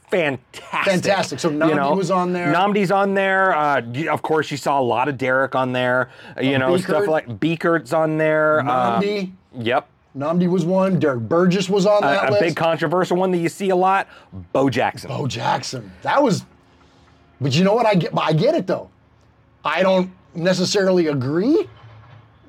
Speaker 10: fantastic.
Speaker 3: Fantastic. So Namdi was on there.
Speaker 10: Namdi's on there. Uh, y- of course, you saw a lot of Derek on there. You know, stuff
Speaker 3: Oh, Beekert.
Speaker 10: like Beekert's on there. uh,
Speaker 3: Namdi.
Speaker 10: yep.
Speaker 3: Namdi was one. Derek Burgess was on that
Speaker 10: A, a
Speaker 3: list.
Speaker 10: big controversial one that you see a lot. Bo Jackson.
Speaker 3: Bo Jackson. That was. But you know what? I get. I get it though. I don't necessarily agree,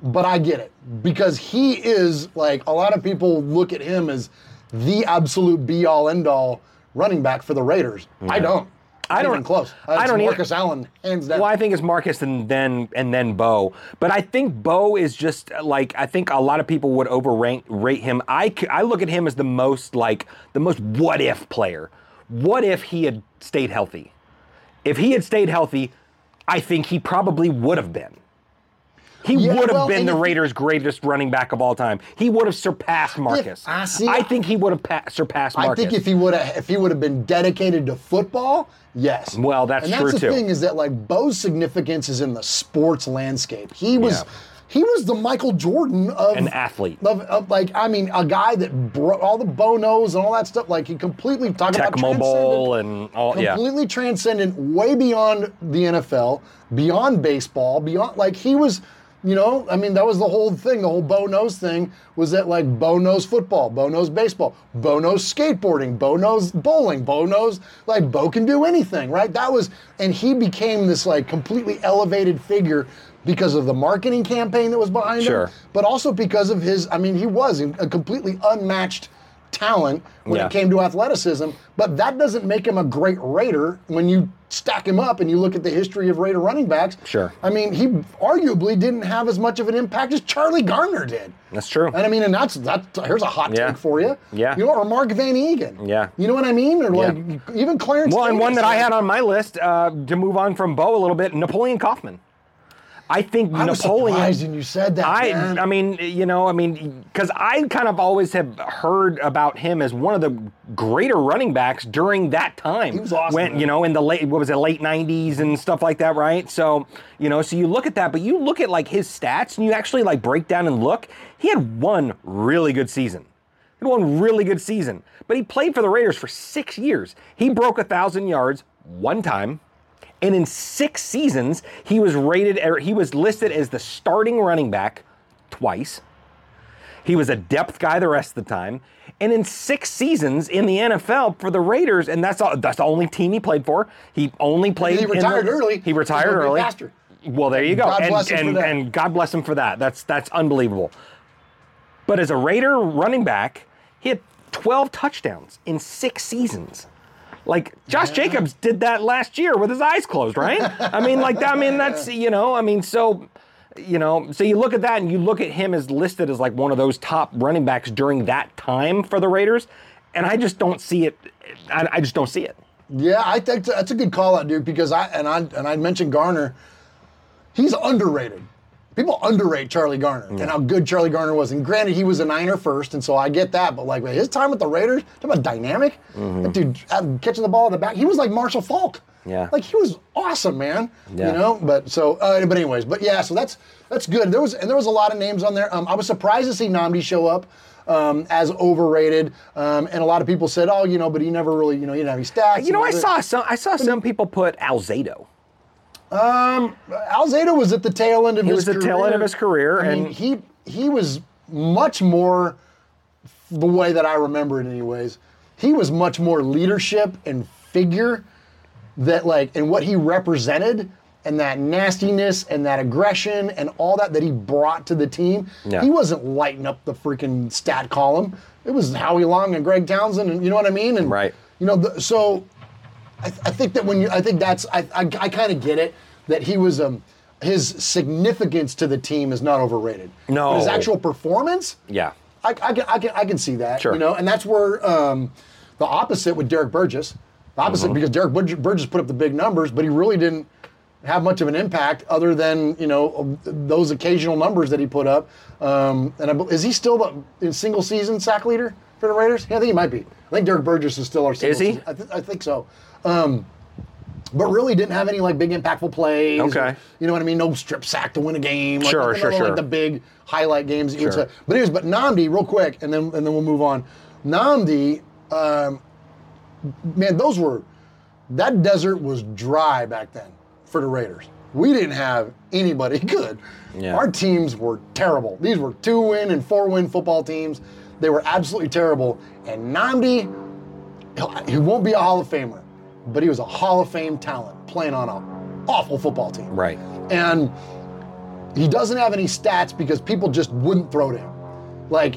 Speaker 3: but I get it because he is like a lot of people look at him as the absolute be all end all running back for the Raiders. I
Speaker 10: Yeah.
Speaker 3: don't.
Speaker 10: I
Speaker 3: Not
Speaker 10: don't-
Speaker 3: even close.
Speaker 10: I
Speaker 3: It's
Speaker 10: don't either.
Speaker 3: Marcus Allen hands down.
Speaker 10: Well, I think it's Marcus and then and then Bo, but I think Bo is just uh, like I think a lot of people would overrate rate him. I c- I look at him as the most like the most what if player. What if he had stayed healthy? If he had stayed healthy, I think he probably would have been. He
Speaker 3: Yeah,
Speaker 10: would have
Speaker 3: well,
Speaker 10: been
Speaker 3: and
Speaker 10: the
Speaker 3: if-
Speaker 10: Raiders' greatest running back of all time. He would have surpassed Marcus.
Speaker 3: I see-
Speaker 10: I think he would have pa- surpassed
Speaker 3: I
Speaker 10: Marcus.
Speaker 3: think if he would have if he would have been dedicated to football, yes.
Speaker 10: Well, that's
Speaker 3: and that's
Speaker 10: true,
Speaker 3: the
Speaker 10: too.
Speaker 3: thing is that like Bo's significance is in the sports landscape. He was
Speaker 10: Yeah.
Speaker 3: he was the Michael Jordan of
Speaker 10: An athlete.
Speaker 3: Of, of, like I mean, a guy that bro- all the bonos and all that stuff. Like he completely talking about
Speaker 10: Tecmo
Speaker 3: transcendent-
Speaker 10: Bowl and all, yeah.
Speaker 3: completely transcendent, way beyond the NFL, beyond baseball, beyond like he was. You know, I mean, that was the whole thing. The whole Bo knows thing was that like Bo knows football, Bo knows baseball, Bo knows skateboarding, Bo knows bowling, Bo knows like Bo can do anything, right? That was, and he became this like completely elevated figure because of the marketing campaign that was behind
Speaker 10: Sure.
Speaker 3: him, but also because of his. I mean, he was a completely unmatched talent when
Speaker 11: Yeah.
Speaker 3: it came to athleticism, but that doesn't make him a great Raider when you stack him up and you look at the history of Raider running backs.
Speaker 11: Sure.
Speaker 3: I mean, he arguably didn't have as much of an impact as Charlie Garner did.
Speaker 11: That's true.
Speaker 3: And I mean, and that's that. Here's a hot
Speaker 11: Yeah.
Speaker 3: take for you.
Speaker 11: Yeah.
Speaker 3: You know, or Mark Van Egan.
Speaker 11: Yeah.
Speaker 3: You know what I mean? Or like even Clarence.
Speaker 11: Well, and
Speaker 3: Davis.
Speaker 11: one that I had on my list uh, to move on from Bo a little bit, Napoleon Kaufman. I think
Speaker 3: I was
Speaker 11: Napoleon.
Speaker 3: surprised when you said that.
Speaker 11: I,
Speaker 3: man.
Speaker 11: I mean, you know, I mean, because I kind of always have heard about him as one of the greater running backs during that time. He was awesome. When, you know, in the late, what was it, late 90s and stuff like that, right? So, you know, so you look at that, but you look at like his stats and you actually like break down and look, he had one really good season. He had one really good season, but he played for the Raiders for six years. He broke a thousand yards one time. And in six seasons, he was rated, er, he was listed as the starting running back twice. He was a depth guy the rest of the time. And in six seasons in the NFL for the Raiders, and that's all, that's the only team he played for. He only played. in the-
Speaker 3: retired early.
Speaker 11: He retired
Speaker 3: He's a big
Speaker 11: early.
Speaker 3: bastard.
Speaker 11: Well, there you go.
Speaker 3: God
Speaker 11: and,
Speaker 3: bless him for
Speaker 11: and,
Speaker 3: that.
Speaker 11: and God bless him for that. That's that's unbelievable. But as a Raider running back, he had 12 touchdowns in six seasons. Like Josh Jacobs did that last year with his eyes closed, right? I mean, like that. I mean, that's you know, I mean, so you know, so you look at that and you look at him as listed as like one of those top running backs during that time for the Raiders, and I just don't see it. I, I just don't see it.
Speaker 3: Yeah, I think that's a good call out, dude. Because I and I and I mentioned Garner, he's underrated. People underrate Charlie Garner and how good Charlie Garner was. And granted, he was a Niner first, and so I get that. But like his time with the Raiders, talk about dynamic.
Speaker 11: Mm-hmm.
Speaker 3: That dude uh, catching the ball in the back, he was like Marshall Falk.
Speaker 11: Yeah.
Speaker 3: Like he was awesome, man.
Speaker 11: Yeah.
Speaker 3: You know, but so uh, but anyways, but yeah, so that's that's good. There was and there was a lot of names on there. Um, I was surprised to see Namdi show up um, as overrated, um, and a lot of people said, oh, you know, but he never really, you know, he didn't have any stats.
Speaker 11: You know, I
Speaker 3: He never-
Speaker 11: saw some. I saw some people put Alzado.
Speaker 3: Um, Alzado was at the tail end of
Speaker 11: He
Speaker 3: his
Speaker 11: was at
Speaker 3: career.
Speaker 11: the tail end of his career,
Speaker 3: I mean,
Speaker 11: and-
Speaker 3: he he was much more the way that I remember it, anyways. He was much more leadership and figure that like and what he represented and that nastiness and that aggression and all that that he brought to the team.
Speaker 11: Yeah.
Speaker 3: He wasn't lighting up the freaking stat column. It was Howie Long and Greg Townsend, and you know what I mean. And
Speaker 11: Right.
Speaker 3: you know, the, so I, th- I think that when you, I think that's, I, I, I kind of get it that he was, um, his significance to the team is not overrated.
Speaker 11: No.
Speaker 3: But his actual performance,
Speaker 11: Yeah.
Speaker 3: I, I, can, I, can, I can see that.
Speaker 11: Sure.
Speaker 3: You know, and that's where um, the opposite with Derek Burgess, the opposite
Speaker 11: Uh-huh.
Speaker 3: because Derek Burg- Burgess put up the big numbers, but he really didn't have much of an impact other than you know those occasional numbers that he put up. Um, and I, bel- is he still the in single season sack leader for the Raiders? Yeah, I think he might be. I think Derek Burgess is still our. Single
Speaker 11: Is he?
Speaker 3: season- I, th- I think so. Um, but really didn't have any like big impactful plays. or-
Speaker 11: Okay.
Speaker 3: you know what I mean? No strip sack to win a game. Like,
Speaker 11: Sure,
Speaker 3: nothing
Speaker 11: sure,
Speaker 3: other than,
Speaker 11: sure.
Speaker 3: Like the big highlight games. that you would
Speaker 11: Sure.
Speaker 3: say. But anyways, but Namdi, real quick, and then and then we'll move on. Namdi, um, man, those were that desert was dry back then for the Raiders. We didn't have anybody [laughs] good.
Speaker 11: Yeah.
Speaker 3: Our teams were terrible. These were two win and four win football teams. They were absolutely terrible. And Namdi, he'll- he won't be a Hall of Famer, but he was a Hall of Fame talent playing on an awful football team.
Speaker 11: Right.
Speaker 3: And he doesn't have any stats because people just wouldn't throw to him. Like,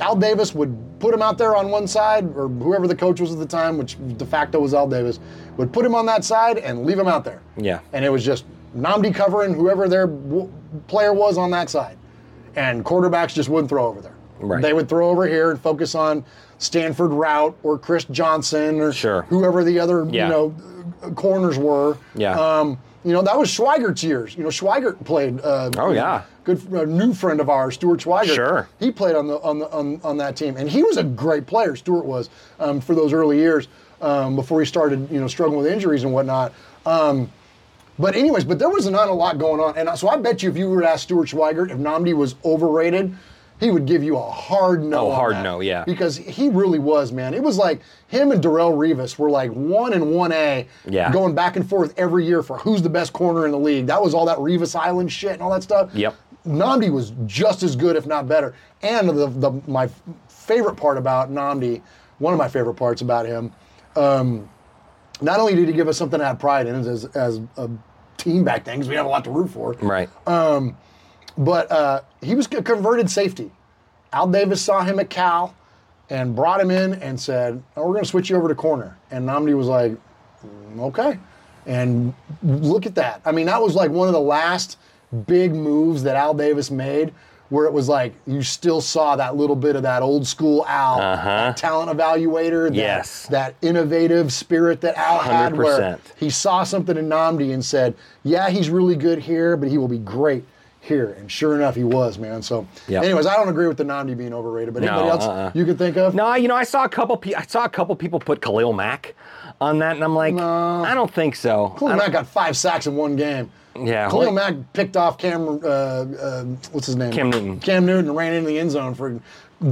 Speaker 3: Al Davis would put him out there on one side, or whoever the coach was at the time, which de facto was Al Davis, would put him on that side and leave him out there.
Speaker 11: Yeah.
Speaker 3: And it was just Namdi covering whoever their w- player was on that side. And quarterbacks just wouldn't throw over there.
Speaker 11: Right.
Speaker 3: They would throw over here and focus on Stanford Route or Chris Johnson or
Speaker 11: Sure.
Speaker 3: whoever the other
Speaker 11: Yeah.
Speaker 3: you know uh, corners were.
Speaker 11: Yeah.
Speaker 3: Um, you know that was Schweigert's years. You know Schweigert played. Uh,
Speaker 11: Oh, yeah.
Speaker 3: Good uh, new friend of ours, Stuart Schweigert.
Speaker 11: Sure.
Speaker 3: He played on the on the on, on that team, and he was a great player. Stuart was um, for those early years um, before he started, you know, struggling with injuries and whatnot. Um, but anyways, but there was not a lot going on, and so I bet you if you were to ask Stuart Schweigert if Namdi was overrated, he would give you a hard no.
Speaker 11: Oh,
Speaker 3: on
Speaker 11: hard
Speaker 3: that.
Speaker 11: no, yeah.
Speaker 3: Because he really was, man. It was like him and Darrell Revis were like one and one A,
Speaker 11: Yeah.
Speaker 3: going back and forth every year for who's the best corner in the league. That was all that Revis Island shit and all that stuff.
Speaker 11: Yep.
Speaker 3: Namdi was just as good, if not better. And the, the my favorite part about Namdi, one of my favorite parts about him, um, not only did he give us something to have pride in as, as a team back then, because we had a lot to root for,
Speaker 11: Right.
Speaker 3: um, but uh, he was a converted safety. Al Davis saw him at Cal, and brought him in and said, oh, "We're going to switch you over to corner." And Namdi was like, "Mm, "Okay," and look at that. I mean, that was like one of the last big moves that Al Davis made, where it was like you still saw that little bit of that old school Al that talent evaluator, that,
Speaker 11: Yes.
Speaker 3: that innovative spirit that Al had, where
Speaker 11: 100%.
Speaker 3: he saw something in Namdi and said, "Yeah, he's really good here, but he will be great." Here and sure enough, he was man. So,
Speaker 11: Yep.
Speaker 3: anyways, I don't agree with the Namdi being overrated, but
Speaker 11: No,
Speaker 3: anybody else
Speaker 11: uh-uh.
Speaker 3: you can think of?
Speaker 11: No, you know, I saw a couple. Pe- I saw a couple people put Khalil Mack on that, and I'm like, I don't think so. I
Speaker 3: Khalil
Speaker 11: don't-
Speaker 3: Mack got five sacks in one game.
Speaker 11: Yeah,
Speaker 3: Khalil
Speaker 11: holy-
Speaker 3: Mack picked off Cam. Uh, uh, what's his name?
Speaker 11: Cam Newton.
Speaker 3: Cam Newton and ran into the end zone for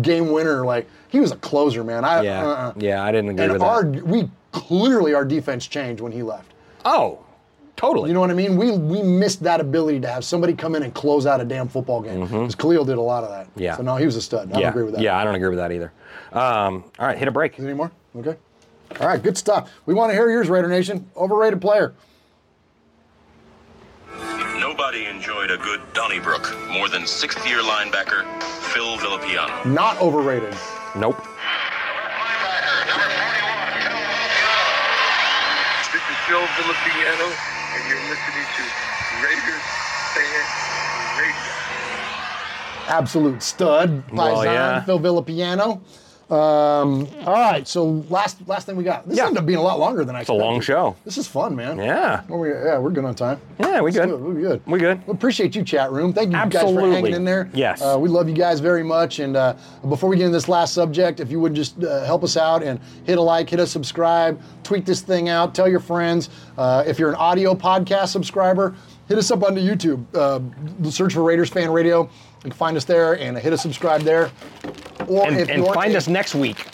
Speaker 3: game winner. Like he was a closer, man. I,
Speaker 11: Yeah,
Speaker 3: uh-uh.
Speaker 11: yeah, I didn't agree
Speaker 3: And
Speaker 11: with
Speaker 3: our
Speaker 11: that.
Speaker 3: we clearly our defense changed when he left.
Speaker 11: Oh, totally.
Speaker 3: You know what I mean? We we missed that ability to have somebody come in and close out a damn football game. Because Khalil did a lot of that.
Speaker 11: Mm-hmm. Yeah.
Speaker 3: So no, he was a stud. I
Speaker 11: yeah,
Speaker 3: don't agree with that.
Speaker 11: Yeah, I don't agree with that either. Um, all right, hit a break.
Speaker 3: Any more? Okay. All right, good stuff. We want to hear yours, Raider Nation. Overrated player.
Speaker 10: Nobody enjoyed a good Donnybrook more than sixth year linebacker Phil Villapiano.
Speaker 3: Not overrated.
Speaker 11: Nope.
Speaker 12: This is Phil Villapiano, and you're listening to Raiders Fan Radio.
Speaker 3: absolute stud by
Speaker 11: Well,
Speaker 3: Zion,
Speaker 11: yeah.
Speaker 3: Phil Villapiano. Um, all right, so last last thing we got. This ended up being a lot longer than I
Speaker 11: It's a long
Speaker 3: expected.
Speaker 11: show.
Speaker 3: This is fun, man.
Speaker 11: Yeah.
Speaker 3: Well, we, yeah, we're good on time.
Speaker 11: Yeah, we good.
Speaker 3: We're good.
Speaker 11: We good.
Speaker 3: We appreciate you, chat room. Thank you guys for hanging
Speaker 11: Absolutely.
Speaker 3: in there.
Speaker 11: Yes.
Speaker 3: Uh, we love you guys very much. And uh, before we get into this last subject, if you would just uh, help us out and hit a like, hit a subscribe, tweet this thing out, tell your friends. Uh, if you're an audio podcast subscriber, hit us up onto YouTube. Uh, search for Raiders Fan Radio. You can find us there and hit a subscribe there. Or
Speaker 11: And,
Speaker 3: if
Speaker 11: and
Speaker 3: you're
Speaker 11: find
Speaker 3: a-
Speaker 11: us next week.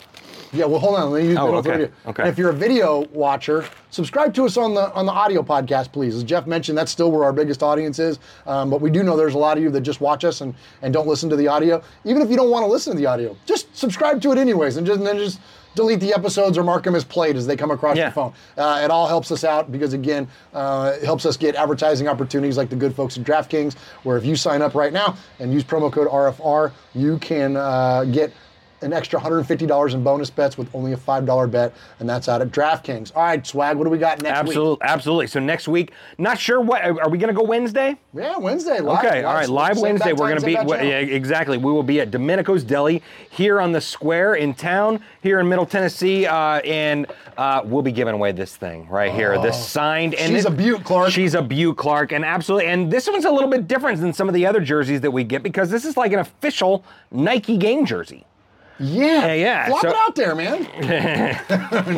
Speaker 3: yeah, well, hold on. Let me use
Speaker 11: Oh,
Speaker 3: middle of the
Speaker 11: okay,
Speaker 3: video.
Speaker 11: okay.
Speaker 3: And if you're a video watcher, subscribe to us on the on the audio podcast, please. As Jeff mentioned, that's still where our biggest audience is. Um, but we do know there's a lot of you that just watch us and and don't listen to the audio. Even if you don't want to listen to the audio, just subscribe to it anyways, and just and then just. Delete the episodes or mark them as played as they come across your
Speaker 11: Yeah.
Speaker 3: phone. Uh, it all helps us out because, again, uh, it helps us get advertising opportunities like the good folks at DraftKings, where if you sign up right now and use promo code RFR, you can uh, get an extra $150 in bonus bets with only a $5 bet, and that's out at DraftKings. All right, Swag, what do we got next
Speaker 11: Absolutely,
Speaker 3: week?
Speaker 11: absolutely. So next week, not sure what are are we going to go Wednesday?
Speaker 3: Yeah, Wednesday. Live,
Speaker 11: okay, all right. Live
Speaker 3: same
Speaker 11: Wednesday.
Speaker 3: bat
Speaker 11: We're
Speaker 3: time,
Speaker 11: going to
Speaker 3: same
Speaker 11: be
Speaker 3: bat
Speaker 11: we-
Speaker 3: channel.
Speaker 11: yeah, exactly. We will be at Domenico's Deli here on the square in town, here in Middle Tennessee, uh, and uh, we'll be giving away this thing right here, this signed. And
Speaker 3: Oh. She's
Speaker 11: it-
Speaker 3: a beaut, Clark.
Speaker 11: She's a beaut, Clark, and absolutely. And this one's a little bit different than some of the other jerseys that we get because this is like an official Nike game jersey.
Speaker 3: Yeah.
Speaker 11: Yeah, yeah,
Speaker 3: Flop
Speaker 11: so-
Speaker 3: it out there, man.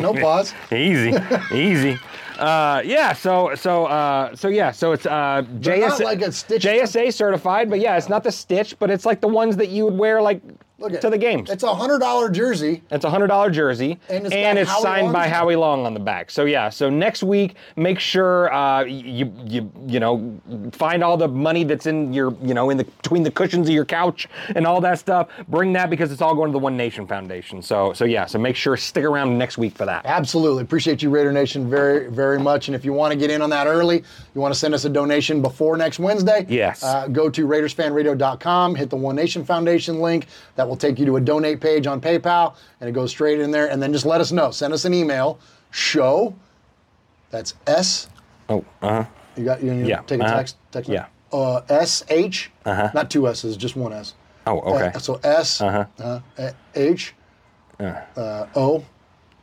Speaker 11: [laughs]
Speaker 3: [laughs] no pause. [laughs]
Speaker 11: Easy, easy. Uh, yeah, so so uh, so yeah, so it's uh,
Speaker 3: They're
Speaker 11: JSA,
Speaker 3: not like a stitch-
Speaker 11: JSA certified, but yeah, it's not the stitch, but it's like the ones that you would wear like
Speaker 3: Look at
Speaker 11: to the games.
Speaker 3: It's a $100 jersey.
Speaker 11: It's a hundred dollar jersey,
Speaker 3: And
Speaker 11: and it's,
Speaker 3: it's got Howie
Speaker 11: signed
Speaker 3: Long-
Speaker 11: by Howie Long on the back. So yeah, so next week, make sure uh, you you you know find all the money that's in your you know in the between the cushions of your couch and all that stuff. Bring that because it's all going to the One Nation Foundation. So so yeah, so make sure stick around next week for that.
Speaker 3: Absolutely. Appreciate you, Raider Nation, very, very much. And if you want to get in on that early, you want to send us a donation before next Wednesday,
Speaker 11: Yes.
Speaker 3: uh, go to RaidersFanRadio.com, hit the One Nation Foundation link. That will take you to a donate page on PayPal, and it goes straight in there. And then just let us know. Send us an email, show, that's S.
Speaker 11: Oh, uh huh.
Speaker 3: You got, you, you
Speaker 11: Yeah,
Speaker 3: take a
Speaker 11: uh-huh.
Speaker 3: text, text
Speaker 11: Yeah.
Speaker 3: Uh, S, H,
Speaker 11: Uh-huh.
Speaker 3: not two S's, just one S.
Speaker 11: Oh, okay.
Speaker 3: Uh, so S,
Speaker 11: Uh-huh.
Speaker 3: uh, uh, H, uh, O,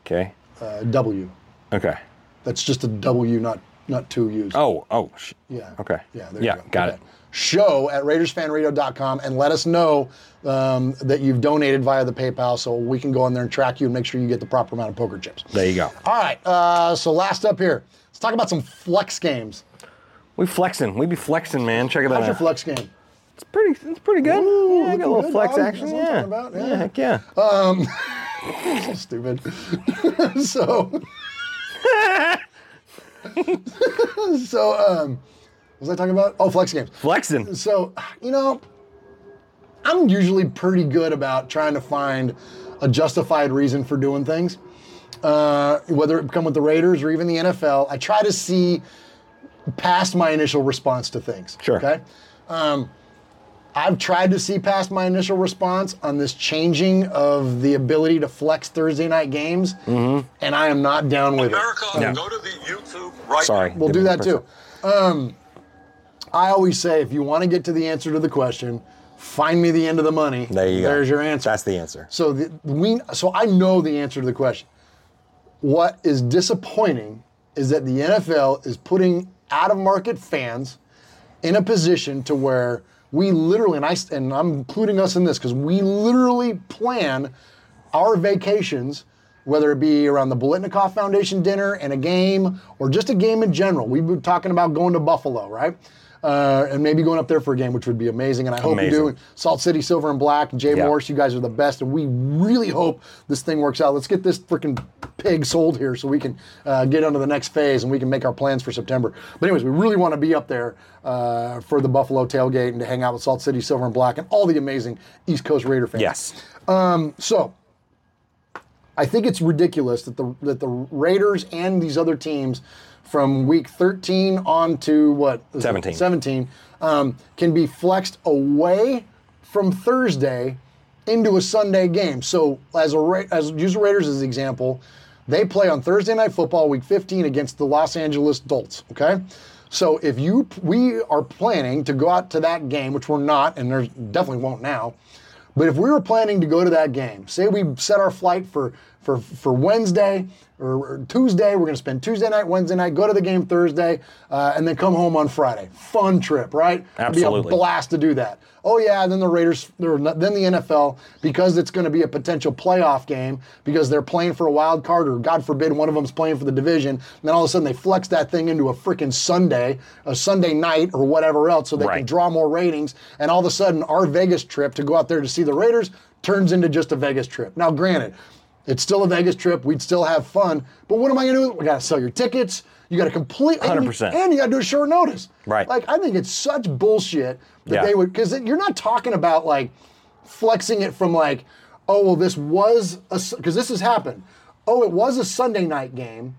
Speaker 11: Okay.
Speaker 3: uh, W.
Speaker 11: Okay.
Speaker 3: That's just a W, not not two U's.
Speaker 11: Oh, oh. Sh-
Speaker 3: Yeah.
Speaker 11: Okay.
Speaker 3: Yeah, there
Speaker 11: yeah.
Speaker 3: you go.
Speaker 11: Got it.
Speaker 3: Show at RaidersFanRadio.com and let us know um, that you've donated via the PayPal so we can go on there and track you and make sure you get the proper amount of poker chips.
Speaker 11: There you go.
Speaker 3: All right, uh, so last up here, let's talk about some flex games.
Speaker 11: We flexing. We be flexing, man. Check it
Speaker 3: How's
Speaker 11: out.
Speaker 3: your flex game? [laughs]
Speaker 11: It's pretty. It's pretty good. yeah, I
Speaker 3: looking
Speaker 11: got a little
Speaker 3: good,
Speaker 11: flex
Speaker 3: dog.
Speaker 11: action.
Speaker 3: That's what I'm
Speaker 11: Yeah.
Speaker 3: talking
Speaker 11: yeah.
Speaker 3: about, yeah.
Speaker 11: Heck yeah.
Speaker 3: Um, so stupid. [laughs] so, Uh, so um, what was I talking about? Oh, flex games.
Speaker 11: [laughs] Flexing.
Speaker 3: So, you know, I'm usually pretty good about trying to find a justified reason for doing things, uh, whether it come with the Raiders or even the NFL. I try to see past my initial response to things.
Speaker 11: Sure.
Speaker 3: Okay. Um, I've tried to see past my initial response on this changing of the ability to flex Thursday night games, and I am not down with it.
Speaker 1: Yeah.
Speaker 3: Go
Speaker 1: to the YouTube right Sorry.
Speaker 3: We'll do that too. Um, I always say if you want to get to the answer to the question, find me the end of the money.
Speaker 11: There you go.
Speaker 3: There's your answer.
Speaker 11: That's the answer.
Speaker 3: So the, we, so I know the answer to the question. What is disappointing is that the NFL is putting out of market fans in a position to where we literally, and I s- and I'm including us in this because we literally plan our vacations, whether it be around the Bolitnikoff Foundation dinner and a game, or just a game in general. We've been talking about going to Buffalo, right? Uh, and maybe going up there for a game, which would be amazing. And I hope
Speaker 11: Amazing.
Speaker 3: you do. Salt City Silver and Black, Jay
Speaker 11: Yeah.
Speaker 3: Morse, you guys are the best, and we really hope this thing works out. Let's get this freaking pig sold here so we can uh, get onto the next phase and we can make our plans for September. But anyways, we really want to be up there uh, for the Buffalo tailgate and to hang out with Salt City Silver and Black and all the amazing East Coast Raider fans.
Speaker 11: Yes.
Speaker 3: Um, so I think it's ridiculous that the that the Raiders and these other teams from week 13 on to what is it?
Speaker 11: 17.
Speaker 3: 17 um, can be flexed away from Thursday into a Sunday game. So as a Ra- as use the Raiders as an example, they play on Thursday night football week 15 against the Los Angeles Dolts, okay? So if you we are planning to go out to that game, which we're not and there's definitely won't now. But if we were planning to go to that game, say we set our flight for for for Wednesday or, or Tuesday, we're going to spend Tuesday night, Wednesday night, go to the game Thursday, uh, and then come home on Friday. Fun trip, right? It'd Be
Speaker 11: Absolutely.
Speaker 3: a blast to do that. Oh yeah, and then the Raiders, or not- then the NFL, because it's going to be a potential playoff game because they're playing for a wild card, or God forbid, one of them's playing for the division. And then all of a sudden they flex that thing into a freaking Sunday, a Sunday night, or whatever else, so they can
Speaker 11: Right.
Speaker 3: draw more ratings. And all of a sudden, our Vegas trip to go out there to see the Raiders turns into just a Vegas trip. Now, granted, it's still a Vegas trip. We'd still have fun. But what am I going to do? We got to sell your tickets. You got to complete. and you-
Speaker 11: 100%.
Speaker 3: And you got to do a short notice.
Speaker 11: Right.
Speaker 3: Like, I think it's such bullshit that
Speaker 11: Yeah.
Speaker 3: they would, because you're not talking about like flexing it from like, oh, well, this was a, because this has happened. Oh, it was a Sunday night game.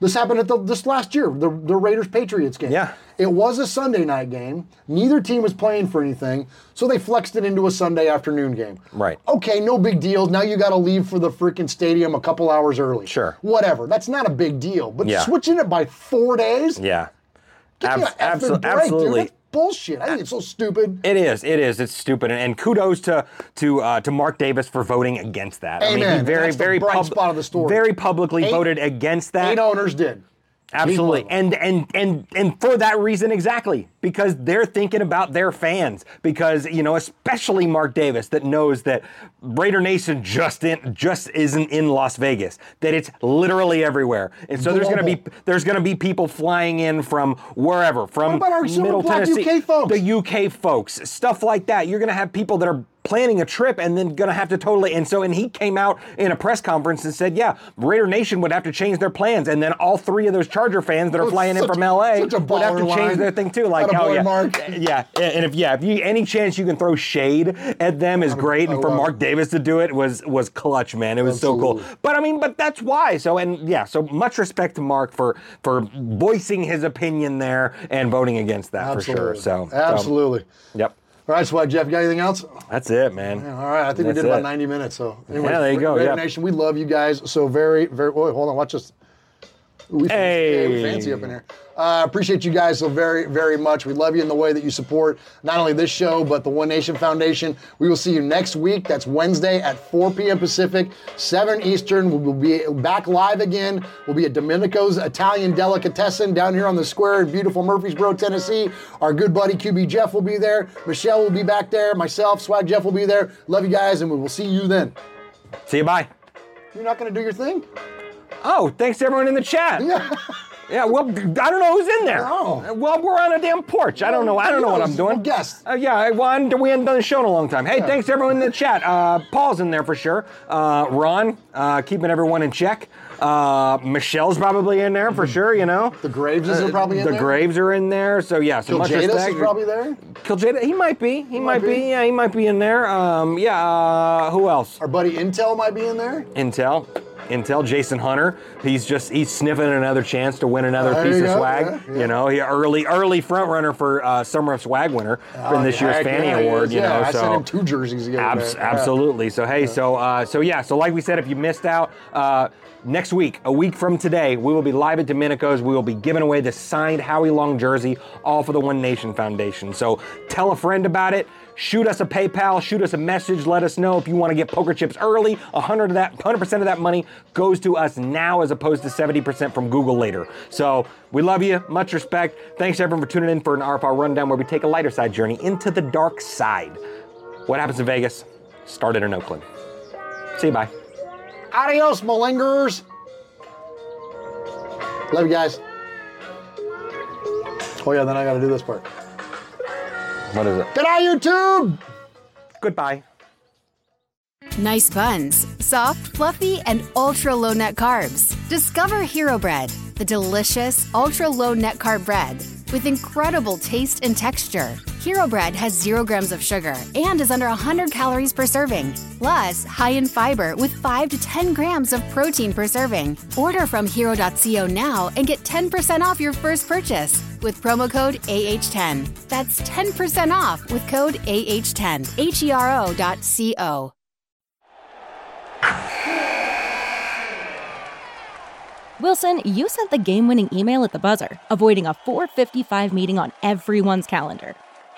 Speaker 3: This happened at the, this last year, the, the Raiders Patriots game. Yeah. It was a Sunday night game. Neither team was playing for anything, so they flexed it into a Sunday afternoon game.
Speaker 11: Right.
Speaker 3: Okay, no big deal. Now you got to leave for the freaking stadium a couple hours early. Sure. Whatever. That's not a big deal. But
Speaker 11: Yeah.
Speaker 3: switching it by four days,
Speaker 11: Yeah.
Speaker 3: give me
Speaker 11: Abs-
Speaker 3: an effing
Speaker 11: abso-
Speaker 3: break,
Speaker 11: absolutely.
Speaker 3: dude. That's bullshit. I think it's so stupid.
Speaker 11: It is. It is. It's stupid. And, and kudos to to uh, to Mark Davis for voting against that. I mean,
Speaker 3: Amen.
Speaker 11: he very
Speaker 3: That's the
Speaker 11: very
Speaker 3: bright
Speaker 11: pub-
Speaker 3: spot of the story.
Speaker 11: Very publicly
Speaker 3: Eight-
Speaker 11: voted against that.
Speaker 3: Eight owners did.
Speaker 11: Absolutely. And and and and for that reason exactly, because they're thinking about their fans. Because, you know, especially Mark Davis that knows that Raider Nation just in, just isn't in Las Vegas, that it's literally everywhere. And so there's gonna be there's gonna be people flying in from wherever, from
Speaker 3: What about our Silver
Speaker 11: Middle
Speaker 3: Black
Speaker 11: Tennessee.
Speaker 3: UK folks?
Speaker 11: The UK folks, stuff like that. You're gonna have people that are planning a trip and then gonna have to totally and so and he came out in a press conference and said, yeah, Raider Nation would have to change their plans. And then all three of those Charger fans that are
Speaker 1: Oh,
Speaker 11: flying in
Speaker 1: such-
Speaker 11: from LA
Speaker 1: such a
Speaker 11: would have
Speaker 1: baller
Speaker 11: to change
Speaker 1: line.
Speaker 11: their thing too. Like, oh
Speaker 1: Attaboy,
Speaker 11: yeah,
Speaker 1: Mark.
Speaker 11: yeah, and if yeah, if you any chance you can throw shade at them is great, and for
Speaker 1: love
Speaker 11: Mark Davis to do it was was clutch, man. It was so cool. But I mean, but that's why. So and yeah, so much respect to Mark for for voicing his opinion there and voting against that for sure. So so-
Speaker 3: Absolutely.
Speaker 11: yep,
Speaker 3: All right, Swag Jeff, you got anything else?
Speaker 11: that's it, man.
Speaker 3: Yeah, all right, I think we
Speaker 11: That's
Speaker 3: did about
Speaker 11: it.
Speaker 3: 90 minutes. So,
Speaker 11: Yeah, there you go,
Speaker 3: Raider
Speaker 11: yeah.
Speaker 3: Nation, we love you guys so very, very. Wait, hold on, watch this. We,
Speaker 11: Hey.
Speaker 3: we fancy up in here. Uh, appreciate you guys so very, very much. We love you in the way that you support not only this show, but the One Nation Foundation. We will see you next week. That's Wednesday at 4 p.m. Pacific, 7 Eastern. We will be back live again. We'll be at Domenico's Italian Delicatessen down here on the square in beautiful Murfreesboro, Tennessee. Our good buddy QB Jeff will be there. Michelle will be back there. Myself, Swag Jeff will be there. Love you guys, and we will see you then.
Speaker 11: See you. Bye.
Speaker 3: You're not going to do your thing? [laughs]
Speaker 11: Oh, thanks to everyone in the chat. Yeah. Yeah, well, I don't know who's in there.
Speaker 3: No.
Speaker 11: Well, we're on a damn porch. I don't know. I don't know what I'm doing. Guess. Uh, yeah, I- well, I'm- we haven't done a show in a long time. Hey,
Speaker 1: Yeah.
Speaker 11: thanks to everyone in the chat. Uh, Paul's in there for sure. Uh, Ron, uh, keeping everyone in check. Uh, Michelle's probably in there for sure. You know. The
Speaker 3: Mm-hmm. Graves are probably in
Speaker 11: Uh, the
Speaker 3: there?
Speaker 11: Graves are in there. So yeah, so much
Speaker 3: Jadis
Speaker 11: respect.
Speaker 3: is probably there.
Speaker 11: Kiljada, he might be. He, might,
Speaker 3: might
Speaker 11: be.
Speaker 3: be.
Speaker 11: Yeah, he might be in there. Um, yeah. Uh, who else?
Speaker 3: Our buddy Intel might be in there.
Speaker 11: Intel. Until Jason Hunter, he's just he's sniffing another chance to win another
Speaker 13: There
Speaker 11: piece
Speaker 13: you
Speaker 11: of
Speaker 13: go,
Speaker 11: swag.
Speaker 13: yeah,
Speaker 11: You know, he early early front runner for uh, Summer of Swag winner
Speaker 3: Oh,
Speaker 11: in this year's
Speaker 3: heck
Speaker 11: Fanny
Speaker 3: yeah, he
Speaker 11: Award.
Speaker 3: is.
Speaker 11: You
Speaker 3: Yeah,
Speaker 11: know,
Speaker 3: I
Speaker 11: so
Speaker 3: sent him two jerseys. the other
Speaker 11: Abs-
Speaker 3: day. Yeah.
Speaker 11: Absolutely. So hey, so uh, so yeah, so like we said, if you missed out, uh, next week, a week from today, we will be live at Domenico's. We will be giving away the signed Howie Long jersey, all for the One Nation Foundation. So tell a friend about it. Shoot us a PayPal. Shoot us a message. Let us know if you want to get poker chips early. 100 of that, 100 percent of that money goes to us now, as opposed to 70 percent from Google later. So we love you. Much respect. Thanks everyone for tuning in for an RFR rundown where we take a lighter side journey into the dark side. What happens in Vegas started in Oakland. See you, bye.
Speaker 3: Adios, malingerers. Love you guys. Oh yeah, then I got to do this part.
Speaker 11: What is it?
Speaker 3: Good night, YouTube.
Speaker 11: Goodbye.
Speaker 14: Nice buns, soft, fluffy, and ultra low net carbs. Discover Hero Bread, the delicious ultra low net carb bread with incredible taste and texture. Hero Bread has zero grams of sugar and is under 100 calories per serving, plus high in fiber with 5 to 10 grams of protein per serving. Order from hero.co now and get 10% off your first purchase with promo code AH10. That's 10% off with code AH10. H E R O dot C O.
Speaker 15: Wilson, you sent the game winning email at the buzzer, avoiding a 455 meeting on everyone's calendar.